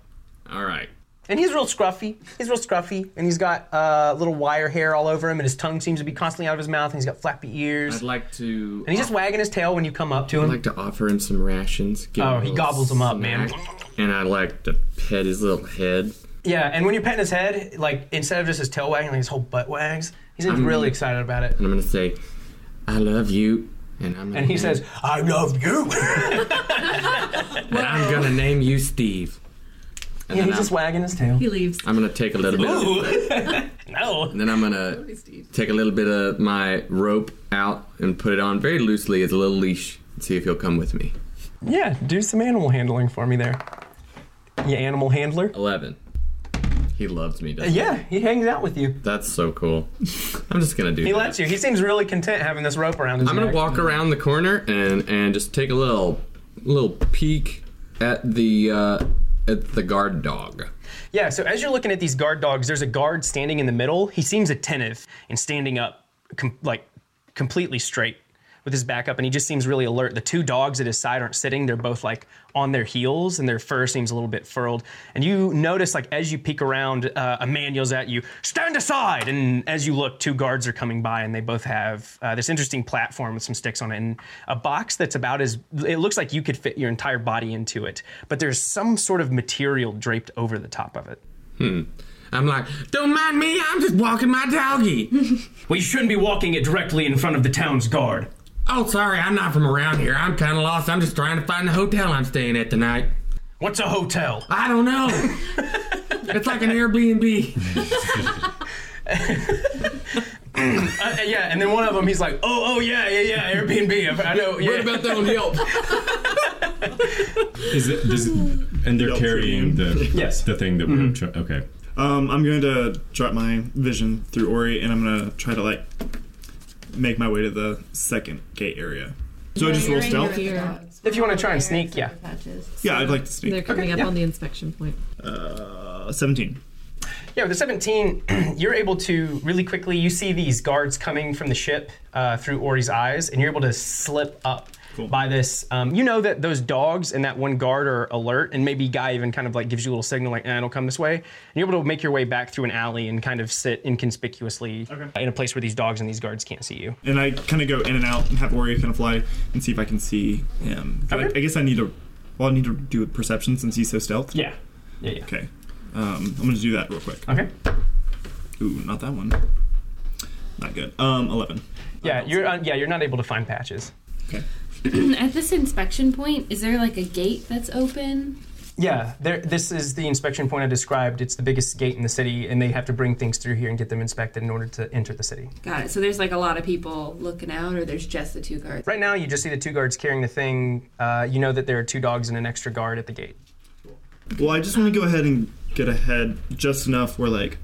Speaker 8: All right.
Speaker 1: And he's real scruffy. He's real scruffy, and he's got uh, little wire hair all over him, and his tongue seems to be constantly out of his mouth, and he's got flappy ears.
Speaker 8: I'd like to.
Speaker 1: and he's just wagging his tail when you come up to
Speaker 8: I'd
Speaker 1: him.
Speaker 8: like to offer him some rations. give him
Speaker 1: Oh,
Speaker 8: a
Speaker 1: he
Speaker 8: little
Speaker 1: gobbles 'em up, man.
Speaker 8: snack, And I like to pet his little head.
Speaker 1: yeah, and when you're petting his head, like instead of just his tail wagging, like his whole butt wags. He seems really excited about it.
Speaker 11: And I'm gonna say, I love you. And I'm gonna
Speaker 1: And he
Speaker 11: name-
Speaker 1: says, "I love you."
Speaker 11: and I'm gonna name you Steve. And
Speaker 1: "Oh." yeah,
Speaker 11: then
Speaker 1: he's
Speaker 11: I'm,
Speaker 1: just wagging his tail.
Speaker 3: He leaves.
Speaker 11: I'm gonna take a little bit. Of,
Speaker 1: No.
Speaker 11: and then I'm gonna take a little bit of my rope out and put it on very loosely as a little leash. And see if he'll come with me.
Speaker 1: Yeah, do some animal handling for me there. You animal handler.
Speaker 11: Eleven. He loves me. Doesn't he?
Speaker 1: Yeah, he hangs out with you.
Speaker 11: That's so cool. I'm just gonna do.
Speaker 1: He
Speaker 11: that.
Speaker 1: lets you. He seems really content having this rope around his
Speaker 11: I'm gonna
Speaker 1: neck.
Speaker 11: walk around the corner and and just take a little little peek at the uh,
Speaker 2: It's the guard dog.
Speaker 1: Yeah, so as you're looking at these guard dogs, there's a guard standing in the middle. He seems attentive and standing up, com- like completely straight with his back up, and he just seems really alert. The two dogs at his side aren't sitting, they're both like on their heels, and their fur seems a little bit furled. And you notice, like, as you peek around, uh, a man yells at you, Stand aside! And as you look, two guards are coming by, and they both have uh, this interesting platform with some sticks on it and a box that's about as, it looks like you could fit your entire body into it, but there's some sort of material draped over the top of it.
Speaker 2: I'm like, don't mind me, I'm just walking my doggy.
Speaker 1: Well, you shouldn't be walking it directly in front of the town's guard.
Speaker 2: oh, sorry, I'm not from around here. I'm kind of lost. I'm just trying to find the hotel I'm staying at tonight.
Speaker 1: What's a hotel?
Speaker 2: I don't know. it's like an Airbnb.
Speaker 1: Uh, yeah, and then one of them, he's like, oh, oh, yeah, yeah, yeah, Airbnb. I I know, yeah.
Speaker 2: About that on Yelp.
Speaker 4: Is it does, and they're
Speaker 5: Yelp
Speaker 4: carrying the
Speaker 1: Yes.
Speaker 4: the thing that we're try- okay.
Speaker 5: Um, I'm going to drop my vision through Ori, and I'm going to try to like make my way to the second gate area. So I just roll stealth.
Speaker 1: If you wanna try and sneak, yeah.
Speaker 5: Yeah, I'd like
Speaker 3: They're
Speaker 5: to sneak.
Speaker 3: coming up
Speaker 1: yeah.
Speaker 3: on the inspection point.
Speaker 5: Uh, 17.
Speaker 1: Yeah, with the 17, you're able to really quickly, you see these guards coming from the ship uh, through Ori's eyes, and you're able to slip up by this. Um, you know that those dogs and that one guard are alert, and maybe Guy even kind of like gives you a little signal, like, eh, don't come this way. And you're able to make your way back through an alley and kind of sit inconspicuously in a place where these dogs and these guards can't see you.
Speaker 5: And I kind of go in and out and have Ori kind of fly and see if I can see him. But I-
Speaker 1: Okay.
Speaker 5: I, guess I need to. Well, I need to do a perception since he's so stealth.
Speaker 1: Yeah. Yeah, yeah.
Speaker 5: Okay. Um, I'm going to do that real quick.
Speaker 1: Okay.
Speaker 5: Ooh, not that one. Not good. Um, 11.
Speaker 1: Yeah, you're uh, yeah, you're not able to find patches.
Speaker 7: At this inspection point, is there like a gate that's open?
Speaker 1: Yeah, there, this is the inspection point I described. It's the biggest gate in the city, and they have to bring things through here and get them inspected in order to enter the city.
Speaker 7: Got it. So there's like a lot of people looking out, or there's just the two guards.
Speaker 1: Right now, you just see the two guards carrying the thing. Uh, you know that there are two dogs and an extra guard at the gate.
Speaker 5: Well, I just want to go ahead and get ahead just enough where like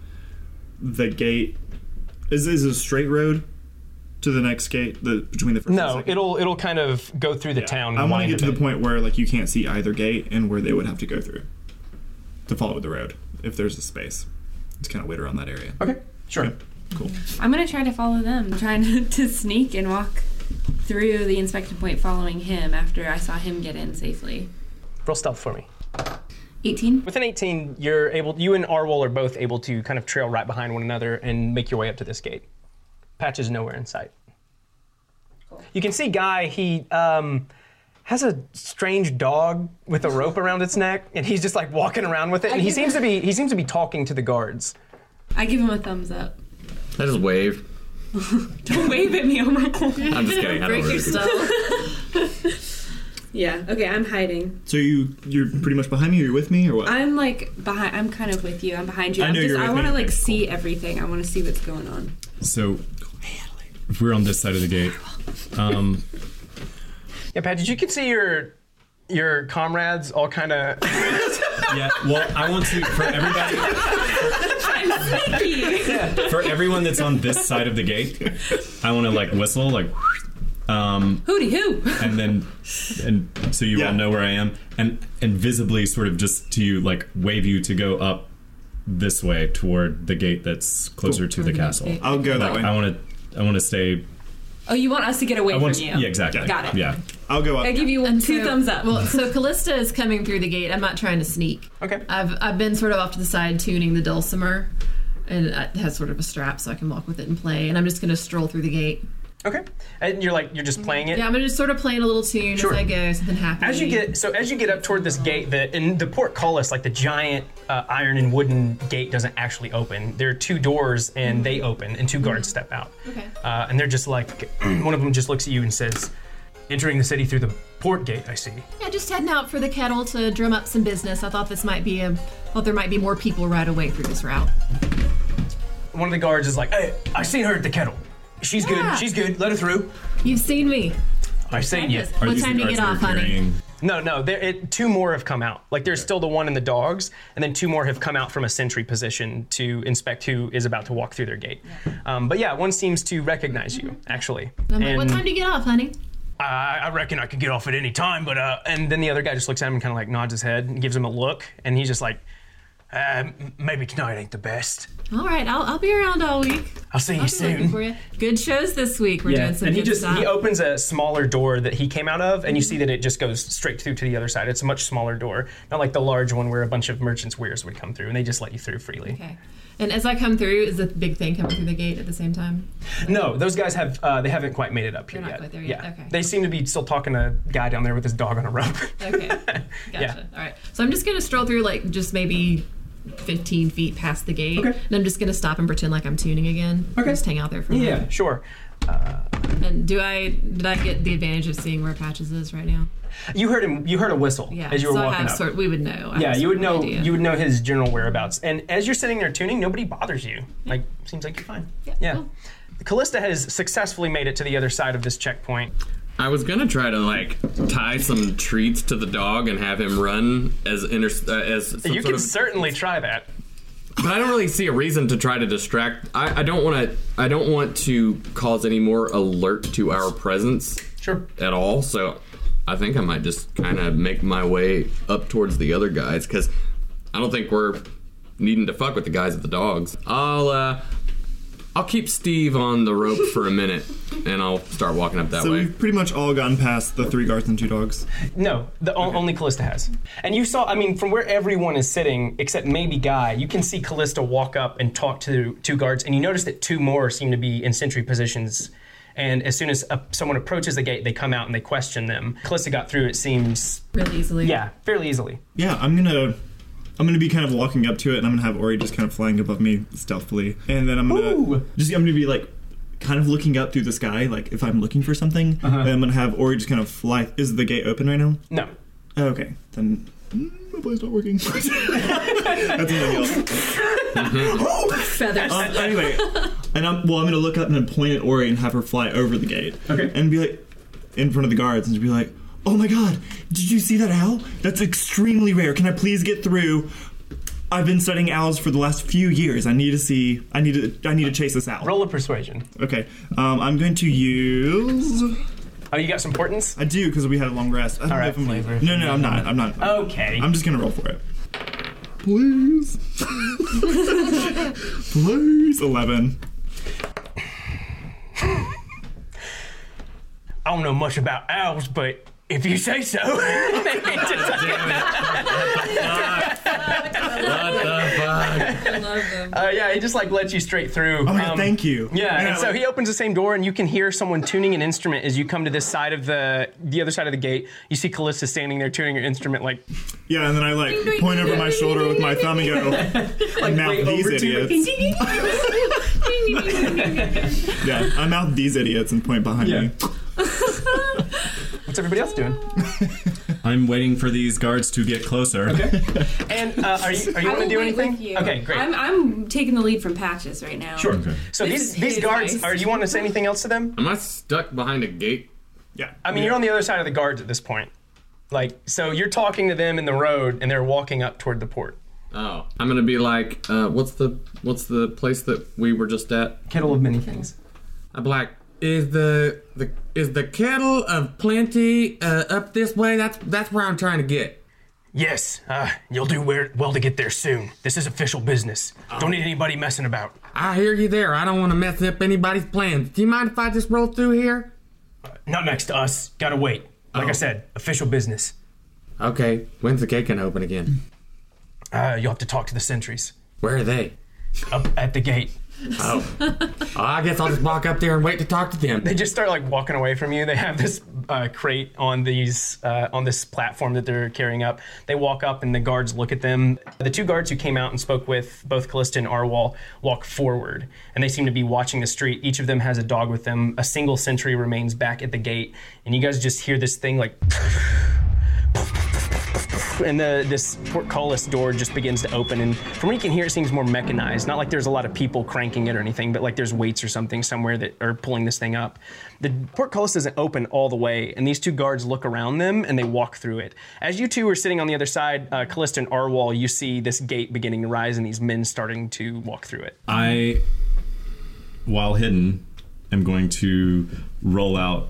Speaker 5: the gate is is it a straight road to the next gate the between the first and
Speaker 1: No,
Speaker 5: second?
Speaker 1: it'll it'll kind of go through the town.
Speaker 5: I want to
Speaker 1: wind
Speaker 5: get
Speaker 1: a
Speaker 5: to the
Speaker 1: bit.
Speaker 5: point where like you can't see either gate and where they would have to go through to follow the road if there's a space. It's kind of weird around that area.
Speaker 1: Okay, sure.
Speaker 7: I'm gonna try to follow them, trying to, to sneak and walk through the inspection point, following him after I saw him get in safely.
Speaker 1: Roll stealth for me.
Speaker 7: 18.
Speaker 1: Within 18, you're able. You and Arwol are both able to kind of trail right behind one another and make your way up to this gate. Patch is nowhere in sight. You can see Guy. He um, has a strange dog with a rope around its neck, and he's just like walking around with it. And he
Speaker 7: give
Speaker 1: seems to be he seems to be talking to the guards.
Speaker 7: I give him a thumbs up.
Speaker 11: I just wave.
Speaker 7: Don't wave at me, oh my god.
Speaker 11: I'm just kidding. I don't
Speaker 3: Break
Speaker 11: really
Speaker 3: yourself.
Speaker 7: Yeah. Okay, I'm hiding.
Speaker 5: So you you're pretty much behind me. Or you're with me or what?
Speaker 7: I'm like behind. I'm kind of with you. I'm behind you.
Speaker 5: I
Speaker 7: I'm
Speaker 5: know
Speaker 7: just,
Speaker 5: you're
Speaker 7: I
Speaker 5: with
Speaker 7: want to
Speaker 5: me.
Speaker 7: like see everything. I want to see what's going on.
Speaker 4: So if we're on this side of the gate, um,
Speaker 1: Yeah, Patch, you can see your your comrades all kind of
Speaker 4: yeah. Well, I want to for everybody
Speaker 7: I'm sneaky.
Speaker 4: for everyone that's on this side of the gate, I want to like whistle like, um,
Speaker 7: Hooty hoo.
Speaker 4: and then and so you
Speaker 5: Yeah.
Speaker 4: all know where I am, and and visibly sort of just to you like wave you to go up this way toward the gate that's closer to the castle.
Speaker 5: I'll go that
Speaker 4: I
Speaker 5: way.
Speaker 4: want to. I want to stay.
Speaker 7: Oh, you want us to get away
Speaker 4: I want.
Speaker 7: from
Speaker 4: To,
Speaker 7: you?
Speaker 4: yeah, exactly.
Speaker 7: Got it.
Speaker 4: Yeah.
Speaker 5: I'll go
Speaker 7: I
Speaker 5: up.
Speaker 7: give you
Speaker 3: And
Speaker 7: two
Speaker 3: so-
Speaker 7: thumbs up.
Speaker 3: Well, so Callista is coming through the gate. I'm not trying to sneak.
Speaker 1: okay.
Speaker 3: I've I've been sort of off to the side tuning the dulcimer, and it has sort of a strap so I can walk with it and play. And I'm just gonna stroll through the gate.
Speaker 1: Okay, and you're like you're just playing it.
Speaker 3: Yeah, I'm gonna just sort of playing a little tune
Speaker 1: Sure.
Speaker 3: as I go. Something happens.
Speaker 1: As you get so as you get up toward this gate, the in the portcullis, like the giant uh, iron and wooden gate, doesn't actually open. There are two doors, and they open, and two guards step out.
Speaker 3: Mm-hmm. Okay.
Speaker 1: Uh, and they're just like one of them just looks at you and says, "Entering the city through the port gate, I see."
Speaker 3: Yeah, just heading out for the kettle to drum up some business. I thought this might be a thought there might be more people right away through this route.
Speaker 1: One of the guards is like, "Hey, I seen her at the kettle. She's
Speaker 3: Yeah.
Speaker 1: good. She's good. Let her through."
Speaker 3: You've seen me.
Speaker 1: I seen you.
Speaker 3: What time do you get off, honey?
Speaker 1: No, no. There, it, two more have come out. Like there's still the one and the dogs, and then two more have come out from a sentry position to inspect who is about to walk through their gate. Um, but yeah, one seems to recognize you actually.
Speaker 3: I'm like, what
Speaker 1: And
Speaker 3: time do you get off, honey?
Speaker 1: I, I reckon I could get off at any time, but uh. And then the other guy just looks at him and kind of like nods his head and gives him a look, and he's just like, uh, m- maybe tonight ain't the best.
Speaker 3: All right, I'll, I'll be around all week.
Speaker 1: I'll see you
Speaker 3: I'll be looking
Speaker 1: soon.
Speaker 3: for you. Good shows this week. We're doing some
Speaker 1: and he
Speaker 3: good
Speaker 1: just
Speaker 3: stuff.
Speaker 1: he opens a smaller door that he came out of, and you see that it just goes straight through to the other side. It's a much smaller door, not like the large one where a bunch of merchants' wares would come through, and they just let you through freely.
Speaker 3: okay. And as I come through, is the big thing coming through the gate at the same time?
Speaker 1: No, those guys have uh, they haven't quite made it up here
Speaker 3: They're not
Speaker 1: yet.
Speaker 3: quite there yet.
Speaker 1: Yeah,
Speaker 3: Okay.
Speaker 1: they seem to be still talking to a guy down there with his dog on a rope.
Speaker 3: Okay. Gotcha. All right. So I'm just gonna stroll through like just maybe 15 feet past the gate,
Speaker 1: Okay.
Speaker 3: and I'm just gonna stop and pretend like I'm tuning again. Okay. Just hang out there for a
Speaker 1: yeah, sure.
Speaker 3: minute. And do I did I get the advantage of seeing where Patches is right now?
Speaker 1: You heard him. You heard a whistle
Speaker 3: Yeah.
Speaker 1: as you were
Speaker 3: so I
Speaker 1: walking
Speaker 3: have
Speaker 1: up.
Speaker 3: sort. We would know. I
Speaker 1: yeah,
Speaker 3: have
Speaker 1: you would
Speaker 3: sort
Speaker 1: know.
Speaker 3: of an idea.
Speaker 1: You would know his general whereabouts. And as you're sitting there tuning, nobody bothers you. Like seems like you're fine.
Speaker 3: Yeah, cool.
Speaker 1: Callista has successfully made it to the other side of this checkpoint.
Speaker 2: I was gonna try to like tie some treats to the dog and have him run as inter- uh, as some
Speaker 1: you
Speaker 2: sort
Speaker 1: can
Speaker 2: of-
Speaker 1: certainly try that.
Speaker 2: but I don't really see a reason to try to distract. I, I don't want to. I don't want to cause any more alert to our presence
Speaker 1: Sure.
Speaker 2: at all. So I think I might just kind of make my way up towards the other guys because I don't think we're needing to fuck with the guys with the dogs. I'll uh, I'll keep Steve on the rope for a minute and I'll start walking up that
Speaker 5: So
Speaker 2: way.
Speaker 5: we've pretty much all gotten past the three guards and two dogs.
Speaker 1: No, the o- only Callista has. And you saw, I mean, from where everyone is sitting, except maybe Guy, you can see Callista walk up and talk to two guards, and you notice that two more seem to be in sentry positions. And as soon as uh someone approaches the gate, they come out and they question them. Callista got through, it seems,
Speaker 3: really easily.
Speaker 1: yeah, fairly easily.
Speaker 5: Yeah, I'm gonna. I'm gonna be kind of walking up to it, and I'm gonna have Ori just kind of flying above me stealthily, and then I'm gonna
Speaker 1: Ooh.
Speaker 5: just I'm gonna be like, kind of looking up through the sky, like if I'm looking for something, and I'm gonna have Ori just kind of fly. Is the gate open right now?
Speaker 1: No.
Speaker 5: Oh, okay, then mm, my play's not working. That's another yell.
Speaker 3: Feathers.
Speaker 5: Um, anyway, and I'm well. I'm gonna look up and then point at Ori and have her fly over the gate.
Speaker 1: Okay.
Speaker 5: And be like, in front of the guards, and be like, "Oh my God, did you see that owl? That's extremely rare. Can I please get through? I've been studying owls for the last few years. I need to see. I need to. I need to chase this owl.
Speaker 1: Roll a persuasion.
Speaker 5: Okay. Um, I'm going to use.
Speaker 1: Oh, you got some portents?
Speaker 5: I do because we had a long rest. I don't
Speaker 1: right,
Speaker 5: know if I'm
Speaker 1: flavor. Oh.
Speaker 5: No, no, I'm not. I'm not.
Speaker 1: Okay.
Speaker 5: I'm just gonna roll for it. Please. please. Eleven.
Speaker 1: I don't know much about owls, but if you say so.
Speaker 3: I love them.
Speaker 1: uh, yeah, he just like lets you straight through.
Speaker 5: Oh my God,
Speaker 1: Um,
Speaker 5: thank you.
Speaker 1: Yeah,
Speaker 5: And
Speaker 1: and
Speaker 5: I,
Speaker 1: so
Speaker 5: like,
Speaker 1: he opens the same door, and you can hear someone tuning an instrument as you come to this side of the the other side of the gate. You see Callista standing there tuning her instrument, like
Speaker 5: Yeah, and then I like
Speaker 3: ding,
Speaker 5: point over
Speaker 3: ding,
Speaker 5: my
Speaker 3: ding,
Speaker 5: shoulder
Speaker 3: ding,
Speaker 5: with my
Speaker 3: ding,
Speaker 5: thumb and go, and mouth
Speaker 1: way
Speaker 5: these
Speaker 1: over to it.
Speaker 5: idiots. Yeah, I mouth these idiots and point behind
Speaker 1: Yeah.
Speaker 5: me.
Speaker 1: "What's everybody else doing?"
Speaker 4: I'm waiting for these guards to get closer. Okay.
Speaker 1: And uh, are you are you
Speaker 7: I
Speaker 1: want to
Speaker 7: will
Speaker 1: do
Speaker 7: wait with
Speaker 1: anything?
Speaker 7: you.
Speaker 1: Okay, great.
Speaker 7: I'm, I'm taking the lead from Patches right now.
Speaker 1: sure. So these
Speaker 7: This
Speaker 1: these
Speaker 7: is
Speaker 1: guards
Speaker 7: nice.
Speaker 1: are you want to say anything else to them?
Speaker 2: Am I stuck behind a gate?
Speaker 5: Yeah.
Speaker 1: I mean, you're on the other side of the guards at this point. Like, so you're talking to them in the road, and they're walking up toward the port.
Speaker 2: Oh, I'm gonna be like, uh, what's the what's the place that we were just at?
Speaker 1: Kettle of many things.
Speaker 2: I'm like, is the the is the kettle of plenty uh, up this way? That's that's where I'm trying to get.
Speaker 1: Yes, uh, you'll do where, well to get there soon. This is official business. Don't need anybody messing about.
Speaker 2: I hear you there. I don't want to mess up anybody's plans. Do you mind if I just roll through here?
Speaker 1: Not next to us. Gotta wait. Like I said, official business.
Speaker 2: Okay. When's the gate gonna open again?
Speaker 1: Uh, you'll have to talk to the sentries
Speaker 2: Where are they? Oh,
Speaker 1: up at the gate.
Speaker 2: I guess I'll just walk up there and wait to talk to them.
Speaker 1: They just start like walking away from you. They have this uh, crate on these uh, on this platform that they're carrying up. They walk up and the guards look at them. The two guards who came out and spoke with both Callista and Arwal walk forward, and they seem to be watching the street. Each of them has a dog with them. A single sentry remains back at the gate, and you guys just hear this thing like. and the this portcullis door just begins to open and from what you can hear it seems more mechanized not like there's a lot of people cranking it or anything but like there's weights or something somewhere that are pulling this thing up the portcullis isn't open all the way and these two guards look around them and they walk through it as you two are sitting on the other side uh, callista and arwal you see this gate beginning to rise and these men starting to walk through it
Speaker 4: I, while hidden, am going to roll out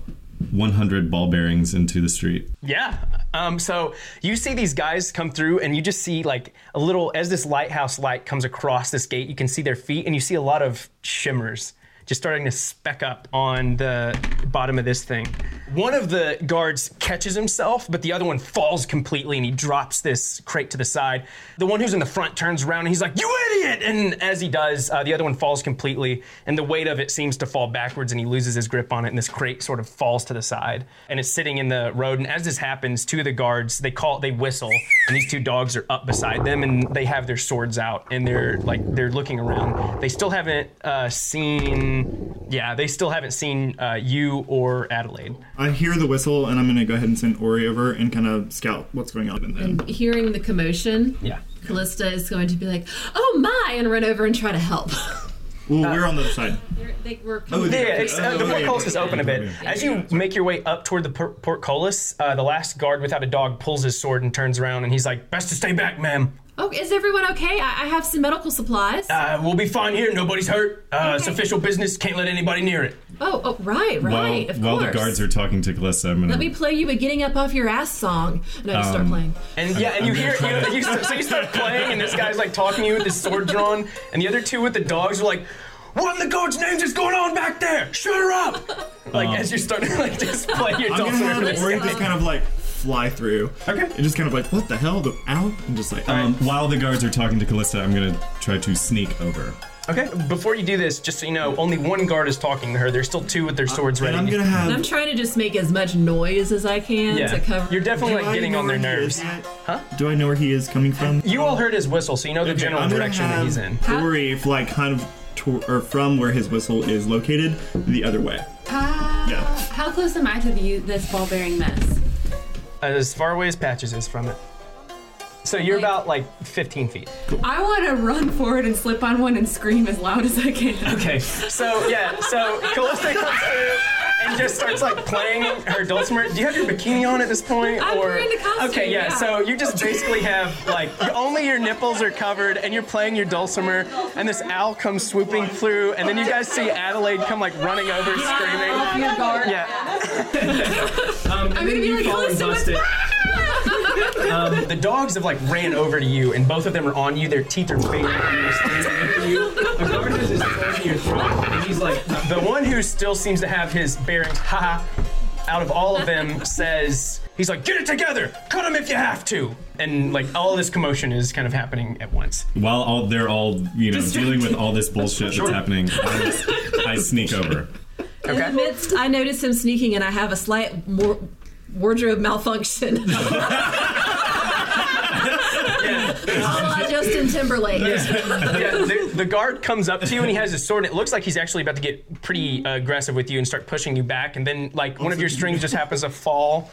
Speaker 4: 100 ball bearings into the street.
Speaker 1: Yeah. Um, so you see these guys come through, and you just see like a little as this lighthouse light comes across this gate. You can see their feet, and you see a lot of shimmers just starting to speck up on the bottom of this thing. One of the guards catches himself, but the other one falls completely, and he drops this crate to the side. The one who's in the front turns around, and he's like, "You idiot!" And as he does, uh, the other one falls completely, and the weight of it seems to fall backwards, and he loses his grip on it, and this crate sort of falls to the side and is sitting in the road. And as this happens, two of the guards they call, they whistle, and these two dogs are up beside them, and they have their swords out, and they're like they're looking around. They still haven't uh, seen, yeah, they still haven't seen uh, you or Adelaide.
Speaker 5: I hear the whistle, and I'm going to go ahead and send Ori over and kind of scout what's going on. in there.
Speaker 3: Hearing the commotion,
Speaker 1: Yeah.
Speaker 3: Callista is going to be like, "Oh my!" and run over and try to help. uh,
Speaker 5: well, we're on the other side.
Speaker 3: they were
Speaker 1: Yeah, it's, uh,
Speaker 3: Oh,
Speaker 1: the
Speaker 5: yeah,
Speaker 1: portcullis
Speaker 5: yeah,
Speaker 1: is open a bit. As you make your way up toward the por- portcullis, uh, the last guard without a dog pulls his sword and turns around, and he's like, "Best to stay back, ma'am.
Speaker 3: Oh, is everyone okay? I, I have some medical supplies.
Speaker 1: Uh, we'll be fine here. Nobody's hurt. Uh, It's official business. Can't let anybody near it."
Speaker 3: oh, oh, right, right.
Speaker 4: while
Speaker 3: of
Speaker 4: while
Speaker 3: course.
Speaker 4: the guards are talking to Calissa, I'm
Speaker 3: Let me
Speaker 4: going to
Speaker 3: play you a "Getting Up Off Your Ass" song, and I just start
Speaker 4: Um,
Speaker 3: playing.
Speaker 1: And yeah, and you hear you, you, start, so you start playing, and this guy's like talking to you with his sword drawn, and the other two with the dogs are like, "What in the God's names is going on back there? Shut her up!" Like as you're starting to like just play your
Speaker 5: Um, I'm
Speaker 1: dulcimer
Speaker 5: gonna
Speaker 1: tones.
Speaker 5: have Ori just kind of like fly through.
Speaker 1: Okay.
Speaker 5: And just kind of like, what the hell? The owl? And just like,
Speaker 4: um, while the guards are talking to Calista, I'm going to try to sneak over.
Speaker 1: Okay, before you do this, just so you know, only one guard is talking to her. There's still two with their swords
Speaker 5: and
Speaker 1: ready.
Speaker 5: Uh, I'm gonna
Speaker 3: I'm
Speaker 5: have.
Speaker 3: trying to just make as much noise as I can
Speaker 1: yeah,
Speaker 3: to cover.
Speaker 1: you're definitely
Speaker 5: Do I
Speaker 1: like getting
Speaker 5: know
Speaker 1: on their
Speaker 5: where he is
Speaker 1: nerves.
Speaker 5: at?
Speaker 1: Huh?
Speaker 5: Do I know where he is coming from?
Speaker 1: You all heard his whistle, so you know the
Speaker 5: Okay,
Speaker 1: general
Speaker 5: I'm gonna
Speaker 1: direction that he's
Speaker 5: have
Speaker 1: in.
Speaker 5: Ori, if, like, kind of to- or from where his whistle is located, the other way. Yeah.
Speaker 7: Uh, How close am I to the, this ball bearing mess?
Speaker 1: As far away as Patches is from it. So you're about like 15 feet.
Speaker 7: I want to run forward and slip on one and scream as loud as I can.
Speaker 1: Okay. So yeah. So Callista comes through and just starts like playing her dulcimer. Do you have your bikini on at this point?
Speaker 3: I'm
Speaker 1: or
Speaker 3: wearing the costume,
Speaker 1: okay, yeah,
Speaker 3: yeah.
Speaker 1: So you just basically have like only your nipples are covered, and you're playing your dulcimer, and this owl comes swooping through, and then you guys see Adelaide come like running over, screaming.
Speaker 7: Your guard.
Speaker 1: Yeah.
Speaker 7: I'm gonna be like, Calista, what's
Speaker 1: Um, the dogs have like ran over to you, and both of them are on you. Their teeth are fading. and they're staring at you. The guard has his hand to your throat, and he's like, the one who still seems to have his bearings, haha, out of all of them, says, he's like, get it together, cut him if you have to, and like all this commotion is kind of happening at once.
Speaker 4: While all they're all, you know, dealing with all this bullshit that's happening, I, just- I sneak over.
Speaker 3: In the midst, I notice him sneaking, and I have a slight war- wardrobe malfunction. yeah. Justin Timberlake.
Speaker 1: yeah, the, the guard comes up to you and he has his sword, and it looks like he's actually about to get pretty uh, aggressive with you and start pushing you back. And then, like, one of your strings just happens to fall,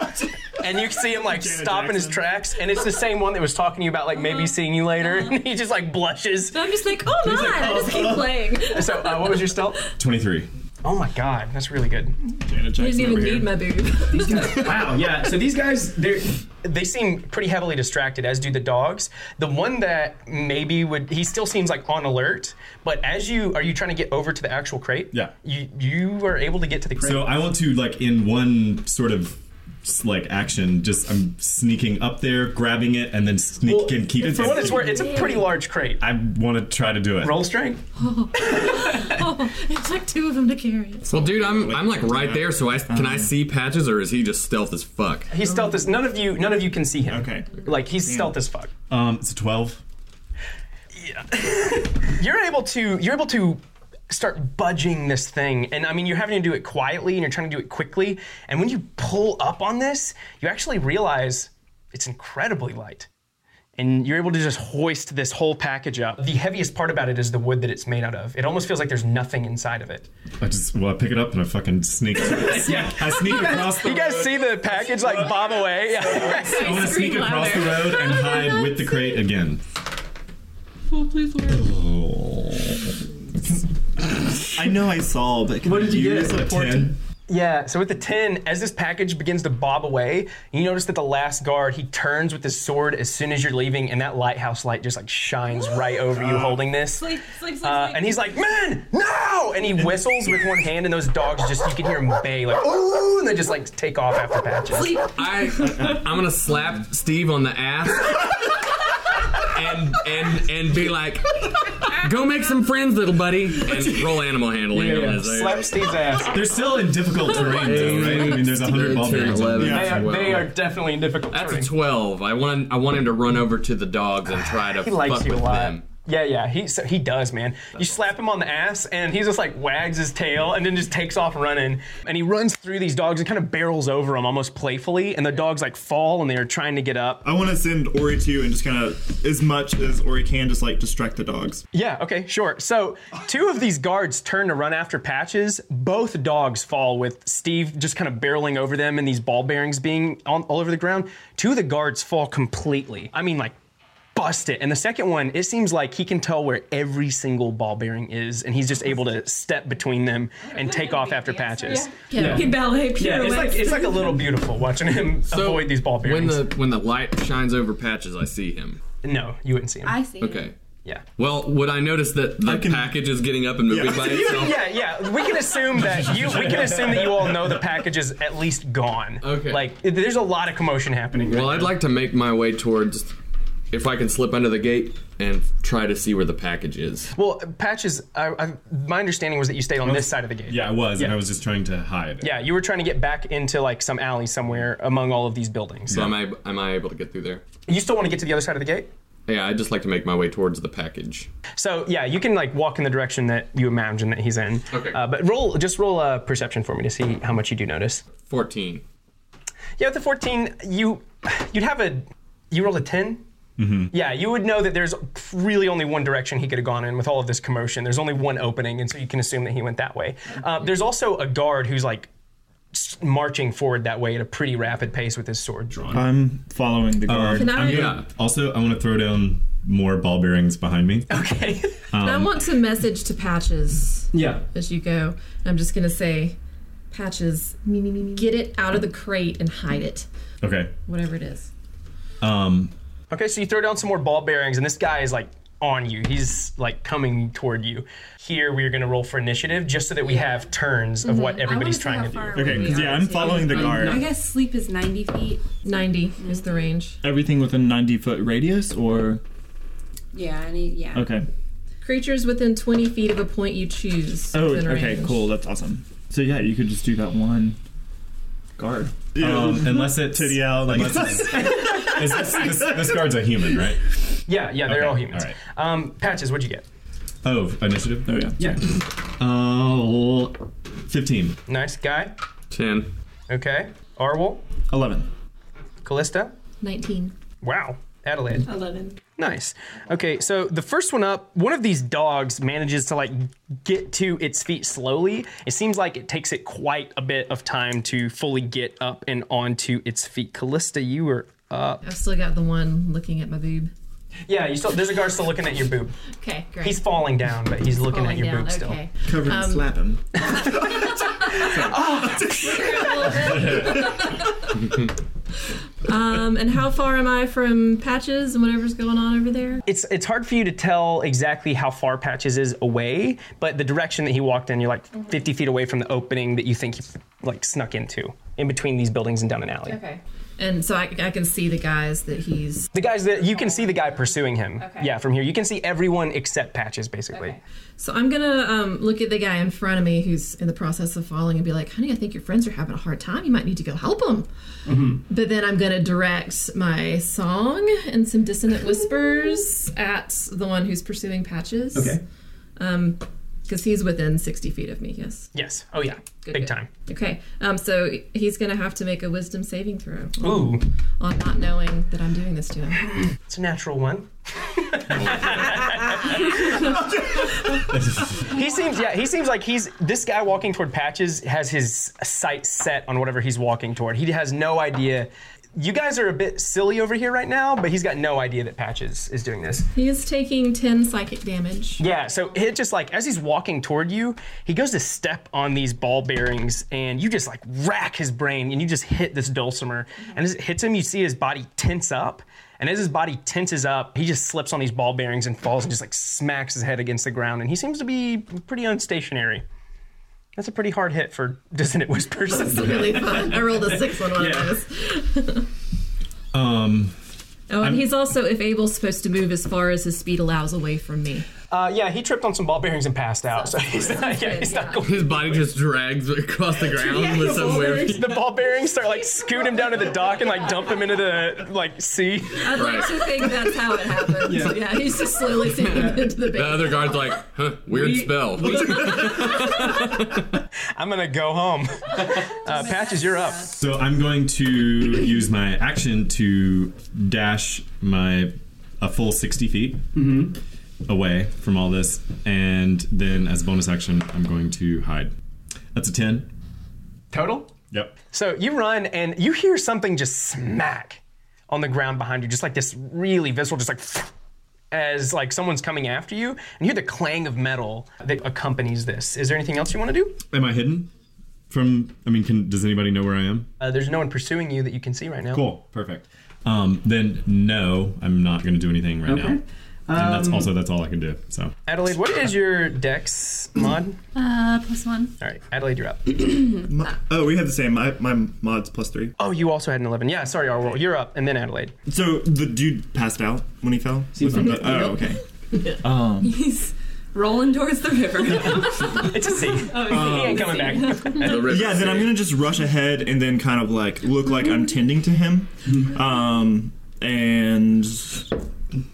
Speaker 1: and you see him, like,
Speaker 5: Janet
Speaker 1: stop in his
Speaker 5: Jackson.
Speaker 1: tracks. And it's the same one that was talking to you about, like, maybe seeing you later. And he just, like, blushes.
Speaker 3: I'm just like, oh my! I just keep playing. I
Speaker 1: So, uh, what was your stealth?
Speaker 4: 23.
Speaker 1: Oh my god, that's really good.
Speaker 5: Janet Jackson
Speaker 3: didn't even
Speaker 5: over
Speaker 3: need
Speaker 5: here.
Speaker 3: my boob.
Speaker 1: Wow, yeah. So these guys, they they seem pretty heavily distracted, as do the dogs. The one that maybe would he still seems like on alert, but as you are you trying to get over to the actual crate?
Speaker 4: Yeah.
Speaker 1: You you are able to get to the crate.
Speaker 4: So I want to, like, in one sort of s- like action, just I'm sneaking up there, grabbing it, and then sneak
Speaker 1: Well,
Speaker 4: and keep it.
Speaker 1: for what it's worth, it's a pretty large crate.
Speaker 4: I want to try to do it.
Speaker 1: Roll strength.
Speaker 3: it took two of them to carry it.
Speaker 2: Well, dude, I'm I'm like right there. So I can I see patches or is he just stealth as fuck?
Speaker 1: He's stealth as none of you none of you can see him.
Speaker 5: Okay.
Speaker 1: Like he's stealth as fuck.
Speaker 4: Um, it's a 12.
Speaker 1: you're able to you're able to start budging this thing and i mean you're having to do it quietly and you're trying to do it quickly and when you pull up on this you actually realize it's incredibly light and you're able to just hoist this whole package up the heaviest part about it is the wood that it's made out of it almost feels like there's nothing inside of it
Speaker 4: I just well, I pick it up and I fucking sneak. I sneak across the.
Speaker 1: you guys
Speaker 4: road.
Speaker 1: see the package like bob away Yeah.
Speaker 4: I want to sneak across the road and hide with the crate again. Oh.
Speaker 5: I know I saw, but can
Speaker 1: What
Speaker 5: I
Speaker 1: did you
Speaker 5: use
Speaker 1: get?
Speaker 5: a
Speaker 1: 14?
Speaker 5: 10?
Speaker 1: Yeah, so with the 10, as this package begins to bob away, you notice that the last guard, he turns with his sword as soon as you're leaving, and that lighthouse light just like shines right over you holding this.
Speaker 6: Sleep, sleep, sleep,
Speaker 1: Uh,
Speaker 6: sleep.
Speaker 1: and he's like, Man, no! And and he whistles with one hand, and those dogs just you can hear them bay like ooh, and they just like take off after patches.
Speaker 8: I I'm gonna slap Steve on the ass and and and be like, go make some friends, little buddy, and roll animal handling. on his ass.
Speaker 1: Slap Steve's ass.
Speaker 4: They're still in difficult terrain, though, right? I mean, there's 100 ball bearings. on them.
Speaker 1: They are, they are definitely in difficult
Speaker 8: That's
Speaker 1: terrain.
Speaker 8: a twelve. I want I want him to run over to the dogs and try to
Speaker 1: He likes
Speaker 8: fuck
Speaker 1: you a
Speaker 8: with
Speaker 1: lot.
Speaker 8: them.
Speaker 1: Yeah, yeah, he so he does, man. You slap him on the ass, and he just like wags his tail, and then just takes off running. And he runs through these dogs and kind of barrels over them almost playfully, and the dogs like fall, and they are trying to get up.
Speaker 5: I want to send Ori to and just kind of as much as Ori can, just like distract the dogs.
Speaker 1: Yeah, okay, sure. So two of these guards turn to run after patches. Both dogs fall with Steve just kind of barreling over them, and these ball bearings being on, all over the ground. Two of the guards fall completely. I mean, like bust it. And the second one, it seems like he can tell where every single ball bearing is, and he's just able to step between them and take off after patches.
Speaker 3: Yeah.
Speaker 6: He ballet
Speaker 1: Yeah, it's like
Speaker 6: pirouettes.
Speaker 1: it's like a little beautiful watching him avoid these ball
Speaker 8: when
Speaker 1: bearings.
Speaker 8: the when the light shines over patches, I see him.
Speaker 1: no, you wouldn't see him.
Speaker 7: I see.
Speaker 8: Okay.
Speaker 1: yeah.
Speaker 8: Well, would I notice that the package is getting up and moving by itself?
Speaker 1: Yeah, yeah. We can assume that you. We can assume that you all know the package is at least gone.
Speaker 8: Okay.
Speaker 1: Like, it- there's a lot of commotion happening.
Speaker 8: Well, I'd like to make my way towards, if I can slip under the gate and try to see where the package is.
Speaker 1: Well, patches. I, I, my understanding was that you stayed on this side of the gate.
Speaker 4: Yeah, I was, and
Speaker 1: Yeah.
Speaker 4: I was just trying to hide.
Speaker 1: Yeah, you were trying to get back into like some alley somewhere among all of these buildings.
Speaker 8: So am I? Am I able to get through there?
Speaker 1: You still want to get to the other side of the gate?
Speaker 8: Yeah, I'd just like to make my way towards the package.
Speaker 1: So yeah, you can like walk in the direction that you imagine that he's in.
Speaker 8: Okay.
Speaker 1: Uh, but roll, just roll a perception for me to see how much you do notice.
Speaker 8: Fourteen.
Speaker 1: Yeah, with the 14, you you'd have a you rolled a 10.
Speaker 4: Mm-hmm.
Speaker 1: Yeah, you would know that there's really only one direction he could have gone in with all of this commotion. There's only one opening, and so you can assume that he went that way. Uh, there's also a guard who's like s- marching forward that way at a pretty rapid pace with his sword drawn.
Speaker 5: I'm following
Speaker 1: Oh.
Speaker 5: the guard.
Speaker 3: Can I,
Speaker 8: Yeah.
Speaker 4: Also, I want to throw down more ball bearings behind me.
Speaker 1: Okay.
Speaker 3: I want to message to Patches
Speaker 1: yeah.
Speaker 3: as you go. And I'm just going to say, Patches, get it out of the crate and hide it,
Speaker 4: Okay.
Speaker 3: whatever it is.
Speaker 4: Um,
Speaker 1: Okay, so you throw down some more ball bearings, and this guy is like on you. He's like coming toward you. Here, we are going to roll for initiative just so that we have turns of what everybody's trying to do.
Speaker 5: Okay, 'cause, yeah, I'm following the
Speaker 7: I
Speaker 5: guard.
Speaker 7: guess sleep is 90 feet.
Speaker 3: 90 is the range.
Speaker 5: Everything within 90 foot radius, or
Speaker 7: Yeah, I need, yeah.
Speaker 5: okay.
Speaker 3: Creatures within 20 feet of a point you choose.
Speaker 5: Oh,
Speaker 3: within
Speaker 5: okay,
Speaker 3: range.
Speaker 5: cool. That's awesome. So yeah, you could just do that one guard.
Speaker 4: um, unless it's
Speaker 5: Titty out, like
Speaker 4: Unless it's- is this, this, this guard's a human, right?
Speaker 1: Yeah, yeah, they're
Speaker 4: Okay,
Speaker 1: all humans.
Speaker 4: all right.
Speaker 1: um, Patches, what'd you get?
Speaker 4: Oh, initiative.
Speaker 5: oh
Speaker 1: Yeah.
Speaker 5: yeah.
Speaker 4: Oh, 15.
Speaker 1: Nice guy.
Speaker 8: Ten.
Speaker 1: Okay. Arwol,
Speaker 5: Eleven.
Speaker 1: Callista.
Speaker 3: 19.
Speaker 1: Wow. Adelaide.
Speaker 6: 11.
Speaker 1: Nice. Okay, so the first one up, one of these dogs manages to like get to its feet slowly. It seems like it takes it quite a bit of time to fully get up and onto its feet. Callista, you were up.
Speaker 3: I've still got the one looking at my boob.
Speaker 1: Yeah, you still there's a guard still looking at your boob.
Speaker 3: Okay, great.
Speaker 1: He's falling down, but he's looking
Speaker 3: Falling
Speaker 1: at your
Speaker 3: down.
Speaker 1: boob still.
Speaker 3: Okay.
Speaker 5: Cover
Speaker 1: Um,
Speaker 5: and slap him.
Speaker 3: Um, and how far am I from Patches and whatever's going on over there?
Speaker 1: It's it's hard for you to tell exactly how far Patches is away, but the direction that he walked in, you're like 50 feet away from the opening that you think he like snuck into in between these buildings and down an alley.
Speaker 3: Okay. And so I, I can see the guys that he's.
Speaker 1: The guys that you can see the guy pursuing him. Yeah, from here you can see everyone except Patches basically.
Speaker 3: So I'm gonna um, look at the guy in front of me who's in the process of falling and be like, "Honey, I think your friends are having a hard time. You might need to go help them." But then I'm gonna direct my song and some dissonant whispers at the one who's pursuing Patches. Okay. Um, because he's within 60 feet of me. Yes.
Speaker 1: Yes. Oh yeah.
Speaker 3: Good,
Speaker 1: Big
Speaker 3: good.
Speaker 1: time.
Speaker 3: Okay. Um, so he's gonna have to make a wisdom saving throw
Speaker 1: Ooh.
Speaker 3: on not knowing that I'm doing this to him.
Speaker 1: It's a natural one. he seems yeah, he seems like he's this guy walking toward Patches has his sight set on whatever he's walking toward. He has no idea you guys are a bit silly over here right now, but he's got no idea that Patches is doing this.
Speaker 3: He is taking 10 psychic damage.
Speaker 1: Yeah, so it just like as he's walking toward you, he goes to step on these ball bearings, and you just like rack his brain, and you just hit this dulcimer, and as it hits him, you see his body tense up, And as his body tenses up, he just slips on these ball bearings and falls and just like smacks his head against the ground. And he seems to be pretty unstationary. That's a pretty hard hit for Dissonant Whispers.
Speaker 3: It's really fun. I rolled a six on one
Speaker 1: Yeah.
Speaker 3: of those.
Speaker 4: Um,
Speaker 3: Oh, and he's also, if able, supposed to move as far as his speed allows away from me.
Speaker 1: Uh, yeah, he tripped on some ball bearings and passed out. So he's not, yeah, he's not going.
Speaker 8: His body just drags across the ground with some weird.
Speaker 1: The ball bearings start like scoot him down to the dock and like dump him into the like sea.
Speaker 3: I'd like to think that's how it happened. Yeah, he's just slowly taking him into the
Speaker 8: The
Speaker 3: bay.
Speaker 8: other guard's like, huh, weird spell.
Speaker 1: I'm gonna go home. Uh, Patches, you're up.
Speaker 4: So I'm going to use my action to dash my a full 60 feet away from all this, and then as a bonus action, I'm going to hide. That's a 10.
Speaker 1: Total.
Speaker 4: Yep.
Speaker 1: So you run and you hear something just smack on the ground behind you, just like this really visceral, just like as like someone's coming after you, and you hear the clang of metal that accompanies this. Is there anything else you want to do?
Speaker 4: Am I hidden? From I mean, can, does anybody know where I am?
Speaker 1: Uh, there's no one pursuing you that you can see right now.
Speaker 4: Cool, perfect. Um, then no, I'm not going to do anything right now. And that's also that's all I can do. So
Speaker 1: Adelaide, what is your dex mod?
Speaker 12: Uh, plus one.
Speaker 1: All right, Adelaide, you're up.
Speaker 5: My- oh, we have the same. My, my mod's plus three.
Speaker 1: Oh, you also had an 11. Yeah, sorry, Arwell. You're up, and then Adelaide.
Speaker 5: So the dude passed out when he fell. Was that the- oh, okay.
Speaker 7: He's rolling towards the river.
Speaker 1: It's a C. he ain't coming back.
Speaker 5: Yeah, then I'm gonna just rush ahead and then kind of like look like I'm tending to him, um, and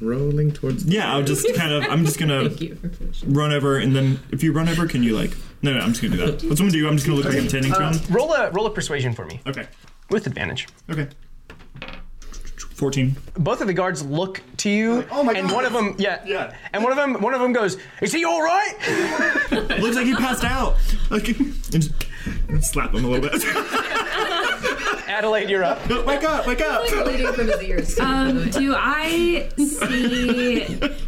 Speaker 2: Rolling towards.
Speaker 5: yeah, I'll just kind of I'm just gonna
Speaker 3: Thank you for pushing.
Speaker 5: run over and then if you run over, can you like? No, no, I'm just gonna do that. What's I'm gonna do? I'm just gonna look like I'm tending to him.
Speaker 1: roll a roll a persuasion for
Speaker 2: Uh,
Speaker 1: me
Speaker 5: Okay,
Speaker 1: with advantage.
Speaker 5: okay. Fourteen.
Speaker 1: both of the guards look to you,
Speaker 5: Oh my
Speaker 1: and
Speaker 5: God.
Speaker 1: one of them, yeah,
Speaker 5: Yeah.
Speaker 1: and one of them, one of them goes, "Is he all right?"
Speaker 5: Looks like he passed out. Like, and just slap him a little bit.
Speaker 1: Adelaide, you're up.
Speaker 5: wake up! Wake up!
Speaker 3: Bleeding from his ears. too, by the way.
Speaker 7: um, do I see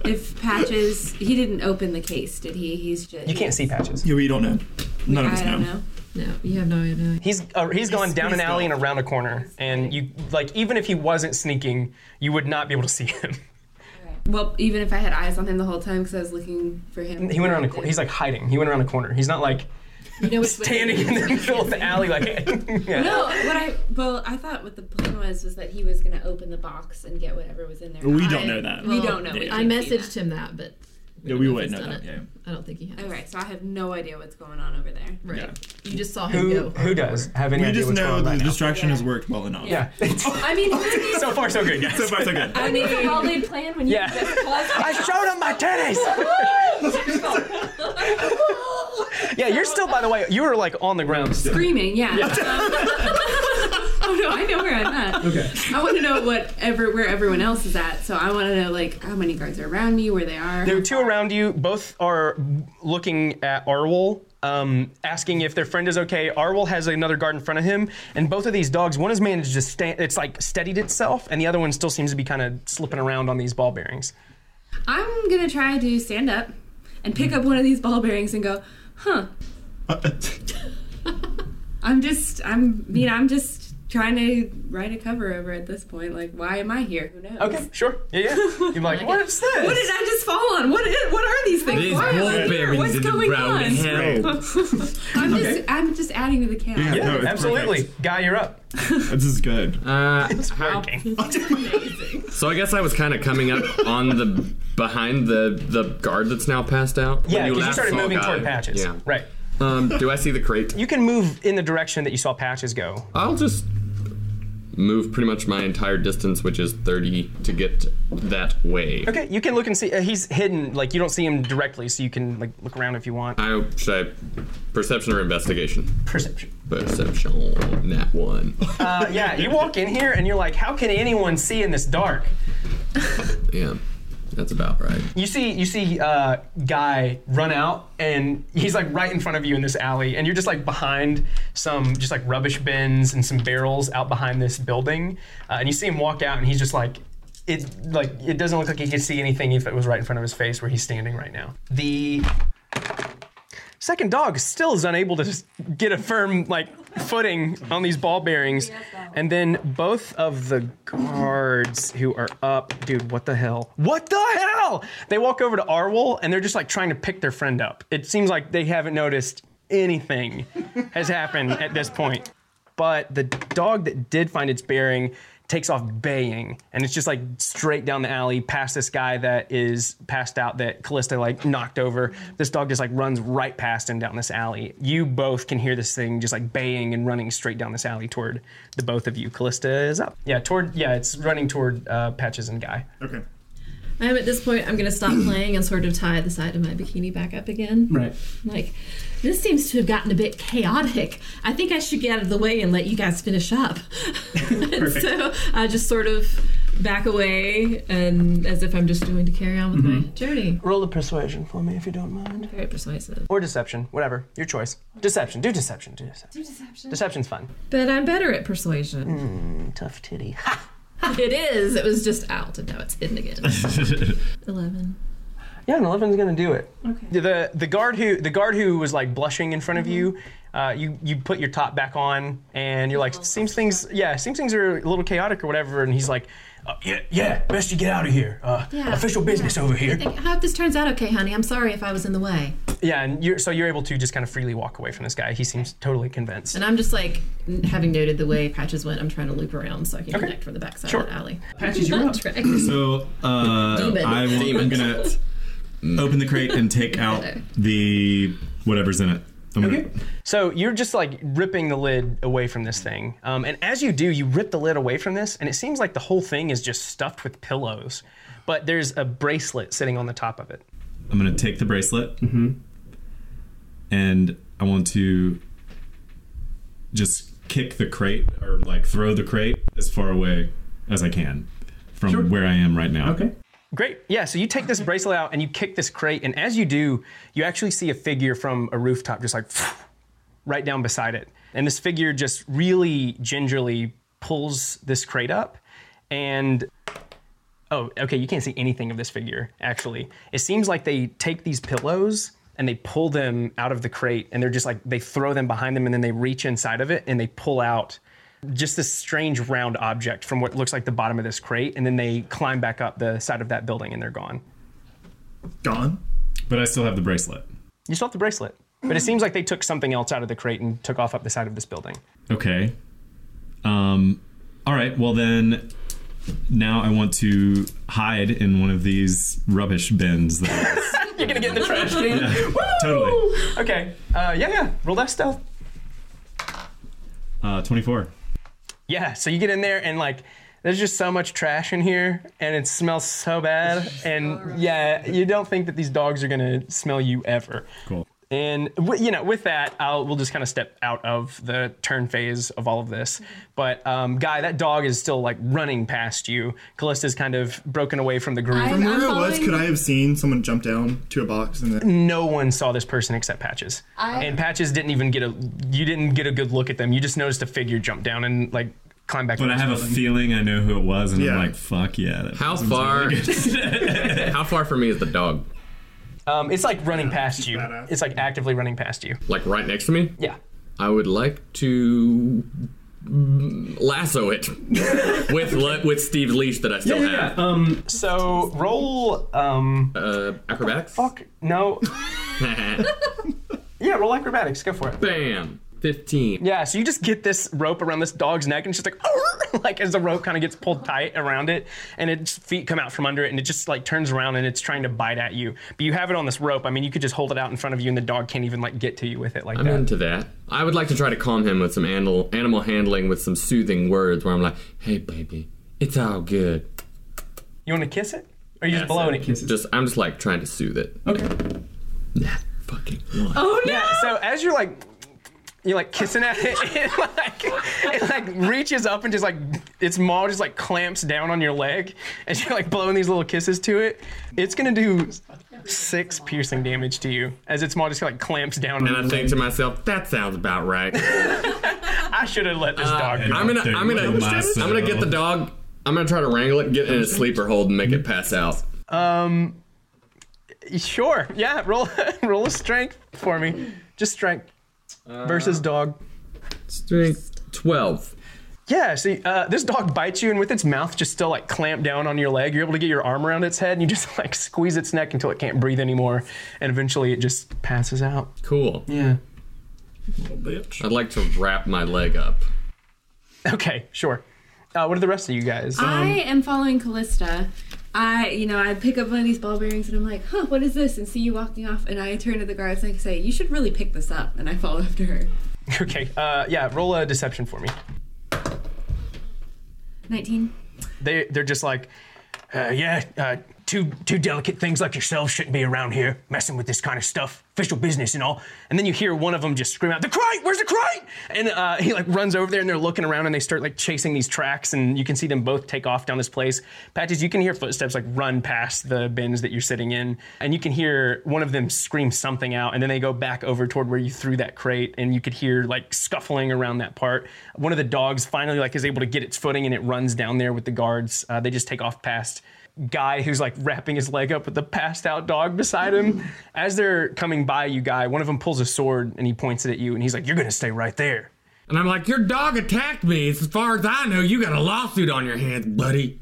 Speaker 7: if Patches? He didn't open the case, did he? He's just.
Speaker 1: You can't see patches.
Speaker 5: Yeah, we don't know. None of us
Speaker 7: I don't know.
Speaker 3: no, you have no idea.
Speaker 1: He's uh, he's gone down an
Speaker 5: he's
Speaker 1: alley
Speaker 5: gone.
Speaker 1: and around a corner, and you like even if he wasn't sneaking, you would not be able to see him.
Speaker 7: Well, even if I had eyes on him the whole time because I was looking for him.
Speaker 1: He went around a corner. He's like hiding. He went around a corner. He's not like
Speaker 3: You know what's
Speaker 1: standing in the middle of the alley like. yeah.
Speaker 7: No, what I well, I thought what the plan was was that he was gonna open the box and get whatever was in there.
Speaker 5: We
Speaker 7: I-
Speaker 5: don't know that.
Speaker 7: We don't know. We
Speaker 3: I
Speaker 7: didn't see
Speaker 3: messaged him that, but
Speaker 5: Yeah, we
Speaker 3: if
Speaker 5: wouldn't
Speaker 3: he's
Speaker 5: know
Speaker 3: done
Speaker 5: that.
Speaker 3: it.
Speaker 5: Yeah.
Speaker 3: I don't think he has.
Speaker 7: that. Okay, so I have no idea what's going on over there.
Speaker 3: Right.
Speaker 5: Yeah.
Speaker 3: You just saw him
Speaker 1: Who
Speaker 3: go.
Speaker 1: who does have any
Speaker 5: We
Speaker 1: idea
Speaker 5: just
Speaker 1: what's going
Speaker 5: know
Speaker 1: on
Speaker 5: the
Speaker 1: right now?
Speaker 5: distraction has worked well enough.
Speaker 1: Yeah.
Speaker 7: I mean, I
Speaker 1: so far so good. Guys.
Speaker 5: So far, so good.
Speaker 7: mean, it's a well-laid plan when you
Speaker 1: Yeah.
Speaker 7: just plus
Speaker 1: I showed him my titties. yeah, you're still, by the way, you were like on the ground.
Speaker 7: screaming. Yeah. Um, oh no, I know where I'm at. Okay. I want to know what ever where everyone else is at. So I want to know like how many guards are around me, where they are.
Speaker 1: There are two around you. Both are looking at Arwol, um, asking if their friend is okay. Arwol has another guard in front of him, and both of these dogs, one has managed to stand, it's like steadied itself, and the other one still seems to be kind of slipping around on these ball bearings.
Speaker 7: I'm gonna try to stand up and pick up one of these ball bearings and go, huh? I'm just, I'm, you know, I'm just trying to write a cover over at this point. Like, why am I here? Who knows?
Speaker 1: Okay, sure. Yeah, yeah. You're like, what is this?
Speaker 7: What did I just fall on? What is, what are these things?
Speaker 8: These
Speaker 7: Why am I
Speaker 8: ball
Speaker 7: here?
Speaker 8: bearings
Speaker 7: What's
Speaker 8: in the
Speaker 7: going
Speaker 8: brown
Speaker 7: on?
Speaker 8: hell.
Speaker 7: I'm just, I'm just adding to the chaos.
Speaker 5: Yeah. No, it's
Speaker 1: Absolutely. Guy, you're up.
Speaker 5: This is good.
Speaker 8: Uh,
Speaker 1: Hurricane.
Speaker 8: so I guess I was kind of coming up on the behind the the guard that's now passed out. When
Speaker 1: Yeah, because you
Speaker 8: last
Speaker 1: started
Speaker 8: saw
Speaker 1: moving
Speaker 8: Guy.
Speaker 1: toward patches.
Speaker 8: Yeah.
Speaker 1: Right.
Speaker 8: Um, do I see the crate?
Speaker 1: You can move in the direction that you saw patches go.
Speaker 8: I'll just move pretty much my entire distance, which is 30, to get that way.
Speaker 1: Okay, you can look and see. Uh, he's hidden. Like you don't see him directly, so you can like look around if you want.
Speaker 8: I should I perception or investigation?
Speaker 1: Perception.
Speaker 8: Perception, that one.
Speaker 1: Uh, yeah, you walk in here and you're like, how can anyone see in this dark?
Speaker 8: yeah, that's about right.
Speaker 1: You see, you see, uh, guy run out and he's like right in front of you in this alley, and you're just like behind some just like rubbish bins and some barrels out behind this building, uh, and you see him walk out, and he's just like. It like it doesn't look like he could see anything if it was right in front of his face where he's standing right now. The second dog still is unable to s- get a firm like footing on these ball bearings. And then both of the guards who are up, dude, what the hell? What the hell? They walk over to Arwol and they're just like trying to pick their friend up. It seems like they haven't noticed anything has happened at this point. But the dog that did find its bearing takes off baying and it's just like straight down the alley past this guy that is passed out that Callista like knocked over. This dog just like runs right past him down this alley. You both can hear this thing just like baying and running straight down this alley toward the both of you. Callista is up. Yeah, toward yeah, it's running toward uh, Patches and Guy.
Speaker 5: Okay.
Speaker 3: I'm at this point. I'm gonna stop playing and sort of tie the side of my bikini back up again.
Speaker 1: Right.
Speaker 3: Like, this seems to have gotten a bit chaotic. I think I should get out of the way and let you guys finish up. and so I just sort of back away and as if I'm just going to carry on with my journey.
Speaker 1: Roll a persuasion for me if you don't mind.
Speaker 3: Very persuasive.
Speaker 1: Or deception, whatever. Your choice. Deception. Do deception. Do deception.
Speaker 6: Deception.
Speaker 1: Deception's fun.
Speaker 3: But I'm better at persuasion.
Speaker 1: Tough titty.
Speaker 3: it is. It was just out and now it's hidden again. Eleven.
Speaker 1: Yeah, an eleven's gonna do it. Okay. The the guard who the guard who was like blushing in front of you,
Speaker 3: Mm-hmm.
Speaker 1: uh, you you put your top back on and you're like, seems things yeah, seems things are a little chaotic or whatever, and he's like, uh, yeah yeah, best you get out of here. Uh,
Speaker 3: Yeah,
Speaker 1: official
Speaker 3: yeah.
Speaker 1: business over here.
Speaker 3: I hope this turns out okay, honey. I'm sorry if I was in the way.
Speaker 1: Yeah, and you're so you're able to just kind of freely walk away from this guy. He seems totally convinced.
Speaker 3: And I'm just like, n- having noted the way Patches went, I'm trying to loop around so I can
Speaker 1: Okay.
Speaker 3: connect from the backside
Speaker 1: Sure.
Speaker 3: of the alley.
Speaker 1: Patches, you're up.
Speaker 3: Track.
Speaker 4: So uh,
Speaker 3: Demon.
Speaker 4: I will, I'm gonna open the crate and take out the whatever's in it. I'm gonna-
Speaker 1: So you're just like ripping the lid away from this thing. Um, and as you do, you rip the lid away from this, and it seems like the whole thing is just stuffed with pillows. But there's a bracelet sitting on the top of it.
Speaker 4: I'm gonna take the bracelet, and I want to just kick the crate or like throw the crate as far away as I can from where I am right now.
Speaker 5: Okay.
Speaker 1: Great. Yeah, so you take this bracelet out and you kick this crate, and as you do, you actually see a figure from a rooftop just like right down beside it. And this figure just really gingerly pulls this crate up and oh, okay, you can't see anything of this figure actually. It seems like they take these pillows and they pull them out of the crate and they're just like they throw them behind them and then they reach inside of it and they pull out just this strange round object from what looks like the bottom of this crate, and then they climb back up the side of that building and they're gone.
Speaker 5: Gone.
Speaker 4: But I still have the bracelet.
Speaker 1: You still have the bracelet, but it seems like they took something else out of the crate and took off up the side of this building.
Speaker 4: Okay. Um. All right. Well then, now I want to hide in one of these rubbish bins. That
Speaker 1: You're gonna get in the trash can.
Speaker 4: totally.
Speaker 1: Okay. Uh, yeah, yeah. Roll that stealth.
Speaker 4: Uh, Twenty-four.
Speaker 1: Yeah. So you get in there and like. There's just so much trash in here, and it smells so bad. And yeah, you don't think that these dogs are gonna smell you ever.
Speaker 4: Cool.
Speaker 1: And w- you know, with that, I'll, we'll just kind of step out of the turn phase of all of this. But um, guy, that dog is still like running past you. Callista's kind of broken away from the group.
Speaker 5: From
Speaker 6: I'm
Speaker 5: where I was,
Speaker 6: following-
Speaker 5: could I have seen someone jump down to a box and then
Speaker 1: No one saw this person except Patches.
Speaker 6: I-
Speaker 1: and Patches didn't even get a. You didn't get a good look at them. You just noticed a figure jump down and like climb back.
Speaker 4: But I have a feeling I know who it was, and
Speaker 5: Yeah.
Speaker 4: I'm like, fuck yeah. That
Speaker 2: How far? how far from me is the dog?
Speaker 1: Um, it's like running past you.
Speaker 5: badass.
Speaker 1: It's like actively running past you.
Speaker 2: Like right next to me?
Speaker 1: Yeah.
Speaker 2: I would like to mm, lasso it with le- with Steve's leash that I still have.
Speaker 1: Um. So roll. Um.
Speaker 2: Uh, acrobatics.
Speaker 1: Fuck. No. yeah. Roll acrobatics. Go for it.
Speaker 2: Bam. Fifteen.
Speaker 1: Yeah, so you just get this rope around this dog's neck, and it's just like, "Arr!" like as the rope kind of gets pulled tight around it, and its feet come out from under it, and it just like turns around and it's trying to bite at you. But you have it on this rope. I mean, you could just hold it out in front of you, and the dog can't even like get to you with it like
Speaker 2: I'm
Speaker 1: that.
Speaker 2: into that. I would like to try to calm him with some animal animal handling with some soothing words where I'm like, "Hey, baby, it's all good."
Speaker 1: You want to kiss it, or you just blowing it?
Speaker 2: It's just I'm just like trying to soothe it.
Speaker 1: Okay.
Speaker 2: Nah, fucking. one.
Speaker 1: Yeah. So as you're like. You're like kissing at it, it like it like reaches up and just like its maw just like clamps down on your leg, and you're like blowing these little kisses to it. It's gonna do six piercing damage to you as its maw just like clamps down.
Speaker 2: And I
Speaker 1: on
Speaker 2: think to myself, that sounds about right.
Speaker 1: I should have let this dog. go.
Speaker 2: Uh, I'm gonna, I'm gonna,
Speaker 4: There you go, my
Speaker 2: I'm gonna get the
Speaker 4: soul.
Speaker 2: dog. I'm gonna try to wrangle it, get it in a sleeper hold, and make it pass out.
Speaker 1: Sure.
Speaker 2: Uh,
Speaker 1: Yeah. Roll roll a strength for me. Just strength versus dog.
Speaker 2: Strength 12.
Speaker 1: Yeah, see, uh, this dog bites you, and with its mouth just still like clamped down on your leg, you're able to get your arm around its head, and you just like squeeze its neck until it can't breathe anymore, and eventually it just passes out.
Speaker 2: Cool.
Speaker 1: Yeah.
Speaker 5: Bitch.
Speaker 2: I'd like to wrap my leg up.
Speaker 1: Okay, sure. Uh, what are the rest of you guys?
Speaker 7: I am following Callista. I, you know, I pick up one of these ball bearings and I'm like, huh, what is this? And see you walking off, and I turn to the guards and I say, you should really pick this up. And I follow after her.
Speaker 1: okay, uh, yeah, roll a deception for me.
Speaker 7: 19.
Speaker 1: They they're just like, uh, yeah, uh, two two delicate things like yourselves shouldn't be around here messing with this kind of stuff, official business and all. And then you hear one of them just scream out, "The crate! Where's the crate?" And uh, he like runs over there, and they're looking around, and they start like chasing these tracks, and you can see them both take off down this place. Patches, you can hear footsteps like run past the bins that you're sitting in, and you can hear one of them scream something out, and then they go back over toward where you threw that crate, and you could hear like scuffling around that part. One of the dogs finally like is able to get its footing, and it runs down there with the guards. Uh, they just take off past guy who's like wrapping his leg up with the passed out dog beside him. As they're coming by you, guy, one of them pulls a sword and he points it at you and he's like, You're gonna stay right there.
Speaker 11: And I'm like, your dog attacked me. As far as I know, you got a lawsuit on your hands, buddy.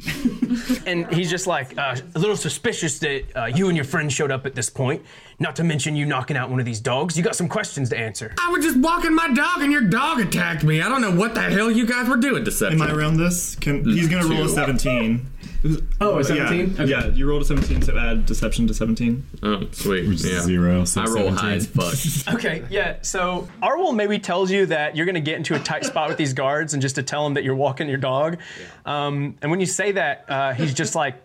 Speaker 1: And he's just like, uh, A little suspicious that uh, you and your friend showed up at this point, not to mention you knocking out one of these dogs. You got some questions to answer.
Speaker 11: I was just walking my dog and your dog attacked me. I don't know what the hell you guys were doing, Deception.
Speaker 5: Am I around this? Can he's gonna roll a seventeen.
Speaker 1: Oh,
Speaker 5: Yeah, yeah. You rolled a seventeen, so add deception to seventeen.
Speaker 2: Oh, sweet.
Speaker 4: Which is
Speaker 2: yeah.
Speaker 4: zero. So
Speaker 2: I roll
Speaker 4: 17.
Speaker 2: high as fuck.
Speaker 1: Okay, yeah. So Arwol maybe tells you that you're going to get into a tight spot with these guards, and just to tell them that you're walking your dog. Um, and when you say that, uh, he's just like,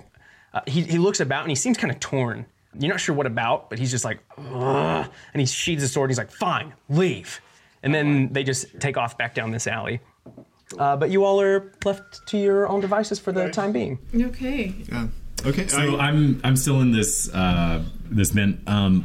Speaker 1: uh, he, he looks about and he seems kind of torn. You're not sure what about, but he's just like, Ugh, and he sheathes his sword. and He's like, fine, leave. And then they just take off back down this alley. Uh, but you all are left to your own devices for the time being.
Speaker 3: Okay.
Speaker 5: Yeah. Okay.
Speaker 4: So I'm I'm still in this uh, this bin. Um,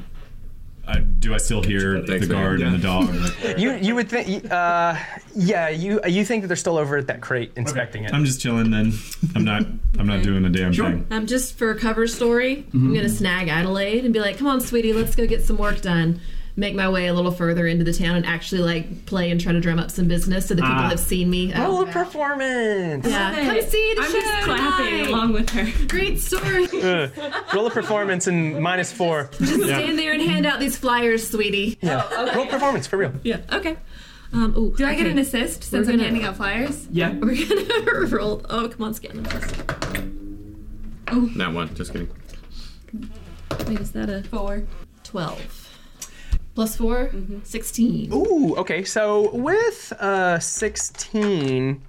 Speaker 4: I, do I still hear
Speaker 2: Thanks,
Speaker 4: the
Speaker 2: man.
Speaker 4: guard and the dog?
Speaker 1: You you would think, uh, yeah, you you think that they're still over at that crate inspecting it.
Speaker 4: I'm just chilling. Then I'm not I'm not doing a damn thing.
Speaker 3: Um, just for a cover story, I'm gonna snag Adelaide and be like, "Come on, sweetie, let's go get some work done." Make my way a little further into the town and actually like play and try to drum up some business so that people have seen me. out
Speaker 1: Roll a
Speaker 3: and about.
Speaker 1: performance.
Speaker 3: Yeah. Come see the
Speaker 7: I'm
Speaker 3: show
Speaker 7: just clapping
Speaker 3: tonight.
Speaker 7: along with her.
Speaker 3: Great story.
Speaker 1: Roll a performance and minus four.
Speaker 3: Just stand there and hand out these flyers, sweetie.
Speaker 1: Yeah. Roll performance for real.
Speaker 3: Yeah. Okay. Um, ooh,
Speaker 7: Do I get an assist since
Speaker 3: We're
Speaker 7: I'm
Speaker 3: gonna-
Speaker 7: handing out flyers?
Speaker 1: Yeah.
Speaker 3: We're gonna roll. Oh, come on, Scanlan. Wait,
Speaker 2: Not one. Just kidding.
Speaker 3: is that a
Speaker 7: Four.
Speaker 3: 12? Plus 4? 16.
Speaker 1: Ooh, okay. So with uh, 16,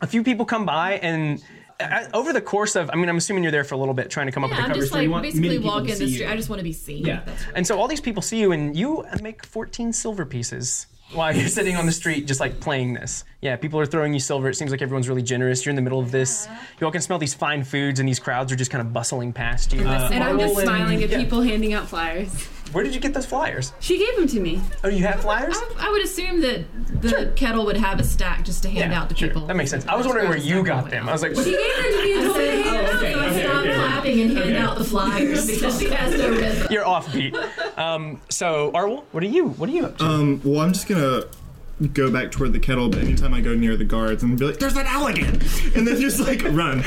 Speaker 1: a few people come by and uh, over the course of, I mean, I'm assuming you're there for a little bit trying to come up
Speaker 3: Yeah,
Speaker 1: with a
Speaker 3: I'm
Speaker 1: cover
Speaker 3: just
Speaker 1: story.
Speaker 3: like
Speaker 1: You want
Speaker 3: basically
Speaker 1: many people
Speaker 3: walking
Speaker 1: to
Speaker 3: the
Speaker 1: see you.
Speaker 3: street. I just want to be seen.
Speaker 1: Yeah. Uh, And so all these people see you and you make 14 silver pieces while you're sitting on the street just like playing this. Yeah, people are throwing you silver. It seems like everyone's really generous. You're in the middle of this. You all can smell these fine foods and these crowds are just kind of bustling past you. Uh,
Speaker 7: And I'm just
Speaker 1: Arwell and-
Speaker 7: smiling at
Speaker 1: yeah.
Speaker 7: people handing out flyers.
Speaker 1: Where did you get those flyers?
Speaker 7: She gave them to me.
Speaker 1: Oh, you have flyers?
Speaker 3: I, I would assume that the kettle would have a stack just to hand out to
Speaker 1: sure.
Speaker 3: people.
Speaker 1: That makes sense. I was wondering where you got them. I was like,
Speaker 3: She gave them to me and told me to hand out, so I stopped clapping and hand out the flyers because she has no rhythm.
Speaker 1: you're offbeat. Um, so, Arwol, what are you? What are you up to?
Speaker 5: Um, well, I'm just gonna go back toward the kettle, but anytime I go near the guards, and be like, "There's that owl again," and then just like run.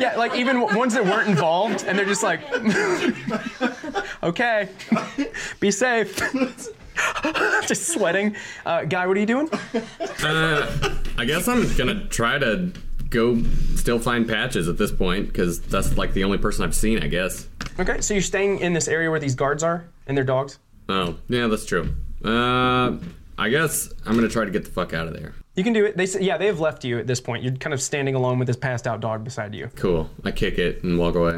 Speaker 1: yeah, like even w- ones that weren't involved, and they're just like, okay, be safe. just sweating. Uh, guy, what are you doing?
Speaker 2: Uh, I guess I'm gonna try to go still find patches at this point because that's like the only person I've seen, I guess.
Speaker 1: Okay, so you're staying in this area where these guards are and their dogs.
Speaker 2: Oh, yeah, that's true. Uh, I guess I'm gonna try to get the fuck out of there.
Speaker 1: You can do it. They s- yeah, they have left you at this point. You're kind of standing alone with this passed out dog beside you.
Speaker 2: Cool. I kick it and walk away.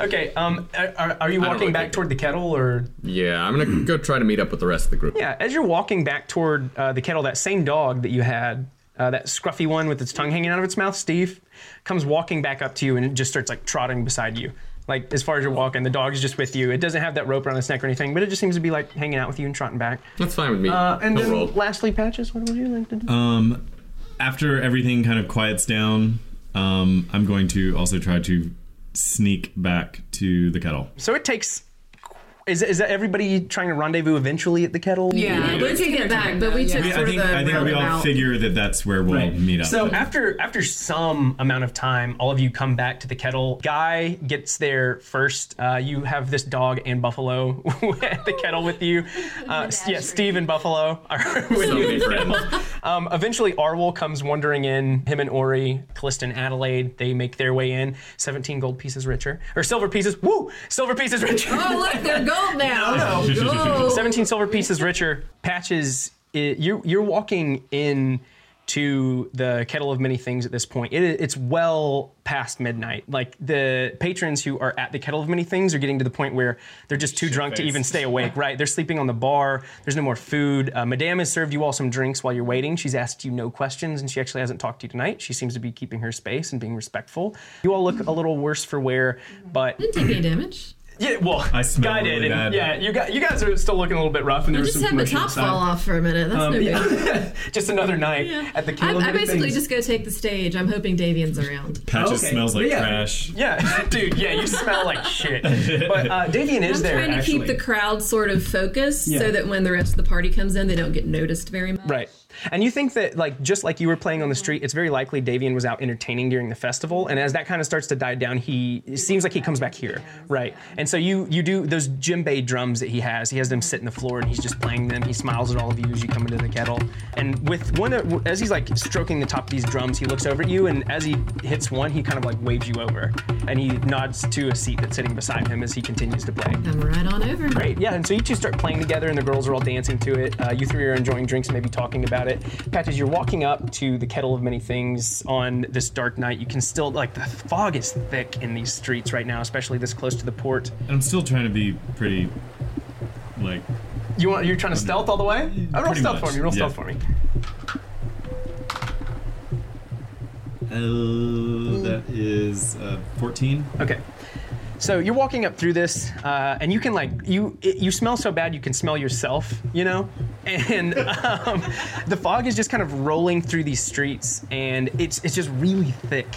Speaker 1: Okay, um, are- are, are you
Speaker 2: don't
Speaker 1: walking
Speaker 2: like
Speaker 1: back
Speaker 2: it.
Speaker 1: toward the kettle or
Speaker 2: yeah, I'm gonna go try to meet up with the rest of the group.
Speaker 1: Yeah, as you're walking back toward uh, the kettle, that same dog that you had, uh, that scruffy one with its tongue hanging out of its mouth, Steve, comes walking back up to you and it just starts like trotting beside you. Like as far as you're walking, the dog is just with you. It doesn't have that rope around its neck or anything, but it just seems to be like hanging out with you and trotting back.
Speaker 2: That's fine with me.
Speaker 1: Uh, and
Speaker 2: No
Speaker 1: then
Speaker 2: roll.
Speaker 1: lastly, patches. What would you like to do?
Speaker 4: Um, after everything kind of quiets down, um, I'm going to also try to sneak back to the kettle.
Speaker 1: so it takes Is, is that everybody trying to rendezvous eventually at the kettle?
Speaker 12: Yeah, we're taking it back, but we took
Speaker 4: I
Speaker 12: sort
Speaker 4: think,
Speaker 12: of the
Speaker 4: I think we all
Speaker 12: roundabout.
Speaker 4: figure that that's where we'll meet up.
Speaker 1: So after after some amount of time, all of you come back to the kettle. Guy gets there first. Uh, you have this dog and Buffalo at the kettle with you. Uh, yeah, Steve and Buffalo are with you. at the kettle. Um, eventually, Arwol comes wandering in. Him and Ori, Callista and Adelaide, they make their way in. Seventeen gold pieces richer, or silver pieces. Woo! Silver pieces richer.
Speaker 12: Oh, look, they're gold now. Gold.
Speaker 1: 17 silver pieces richer. Patches, it, you're, you're walking in to the kettle of many things at this point. It, it's well past midnight. Like the patrons who are at the kettle of many things are getting to the point where they're just too drunk to even stay awake, right? They're sleeping on the bar. There's no more food. Uh, Madame has served you all some drinks while you're waiting. She's asked you no questions and she actually hasn't talked to you tonight. She seems to be keeping her space and being respectful. You all look a little worse for wear, but
Speaker 3: Didn't take any damage.
Speaker 1: yeah, well,
Speaker 4: I smell
Speaker 1: guy
Speaker 4: really
Speaker 1: did, and
Speaker 4: bad.
Speaker 1: yeah, you guys, you guys are still looking a little bit rough, and there
Speaker 12: I
Speaker 1: was
Speaker 12: just
Speaker 1: some
Speaker 12: had the
Speaker 1: commotion
Speaker 12: top
Speaker 1: Um, outside.
Speaker 12: fall off for a minute. That's no big deal.
Speaker 1: Just another night at the Kingdom
Speaker 12: I, I
Speaker 1: of
Speaker 12: basically
Speaker 1: Things.
Speaker 12: just go take the stage. I'm hoping Davian's around.
Speaker 4: Patches
Speaker 1: Okay.
Speaker 4: smells like
Speaker 1: Yeah.
Speaker 4: trash.
Speaker 1: yeah, dude, yeah, you smell like shit. But uh, Davian is
Speaker 12: I'm
Speaker 1: there
Speaker 12: trying to
Speaker 1: actually.
Speaker 12: keep the crowd sort of focused
Speaker 1: Yeah.
Speaker 12: so that when the rest of the party comes in, they don't get noticed very much.
Speaker 1: Right. And you think that, like, just like you were playing on the street, it's very likely Davian was out entertaining during the festival. And as that kind of starts to die down, he it seems like he comes back here. Right. And so you you do those djembe drums that he has. He has them sit in the floor and he's just playing them. He smiles at all of you as you come into the kettle. And with one, of- as he's like stroking the top of these drums, he looks over at you. And as he hits one, he kind of like waves you over. And he nods to a seat that's sitting beside him as he continues to play.
Speaker 12: Come right on over.
Speaker 1: Great. Yeah, and so you two start playing together, and the girls are all dancing to it. Uh, you three are enjoying drinks, maybe talking about it. Patches, you're walking up to the kettle of many things on this dark night. You can still like the fog is thick in these streets right now, especially this close to the port.
Speaker 4: And I'm still trying to be pretty, like,
Speaker 1: You want you're trying to stealth all the way? I roll
Speaker 4: Pretty
Speaker 1: stealth
Speaker 4: much,
Speaker 1: for me. Roll
Speaker 4: yeah.
Speaker 1: stealth for me.
Speaker 4: oh, that is uh, 14.
Speaker 1: Okay. So you're walking up through this, uh, and you can like you it, you smell so bad you can smell yourself, you know. And um, the fog is just kind of rolling through these streets, and it's it's just really thick.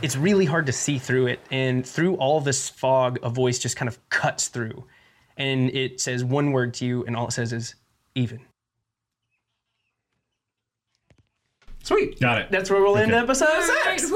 Speaker 1: It's really hard to see through it, and through all this fog, a voice just kind of cuts through, and it says one word to you, and all it says is even. Sweet.
Speaker 4: Got it.
Speaker 1: That's where we'll end
Speaker 4: Okay.
Speaker 1: episode six.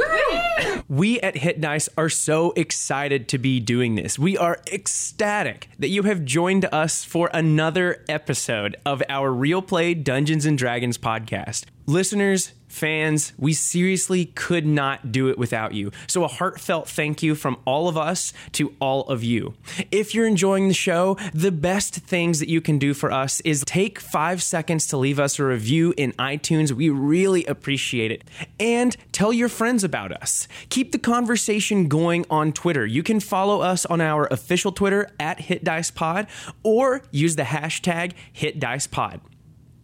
Speaker 1: We at Hit Dice are so excited to be doing this. We are ecstatic that you have joined us for another episode of our Real Play Dungeons and Dragons podcast. Listeners, fans, we seriously could not do it without you. So, a heartfelt thank you from all of us to all of you. If you're enjoying the show, the best things that you can do for us is take five seconds to leave us a review in iTunes. We really appreciate it. And tell your friends about us. Keep the conversation going on Twitter. You can follow us on our official Twitter at HitDicePod or use the hashtag HitDicePod.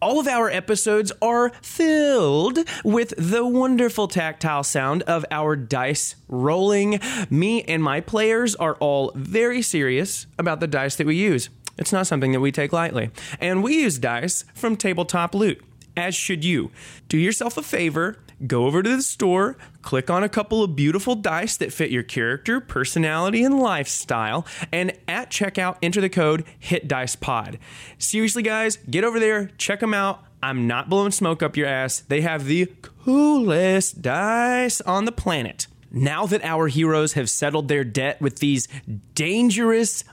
Speaker 1: All of our episodes are filled with the wonderful tactile sound of our dice rolling. Me and my players are all very serious about the dice that we use. It's not something that we take lightly. And we use dice from Tabletop Loot, as should you. Do yourself a favor, go over to the store, click on a couple of beautiful dice that fit your character, personality, and lifestyle, and at checkout, enter the code HITDICEPOD. Seriously, guys, get over there, check them out. I'm not blowing smoke up your ass. They have the coolest dice on the planet. Now that our heroes have settled their debt with these dangerous,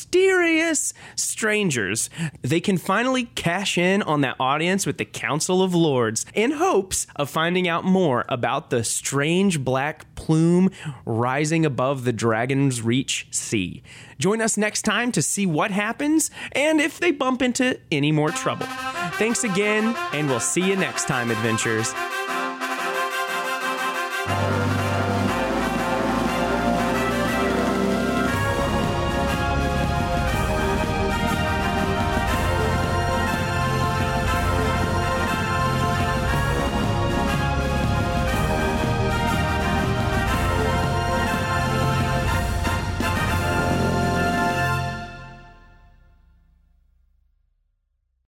Speaker 1: mysterious strangers, they can finally cash in on that audience with the Council of Lords in hopes of finding out more about the strange black plume rising above the Dragon's Reach Sea. Join us next time to see what happens and if they bump into any more trouble. Thanks again, and we'll see you next time, adventures.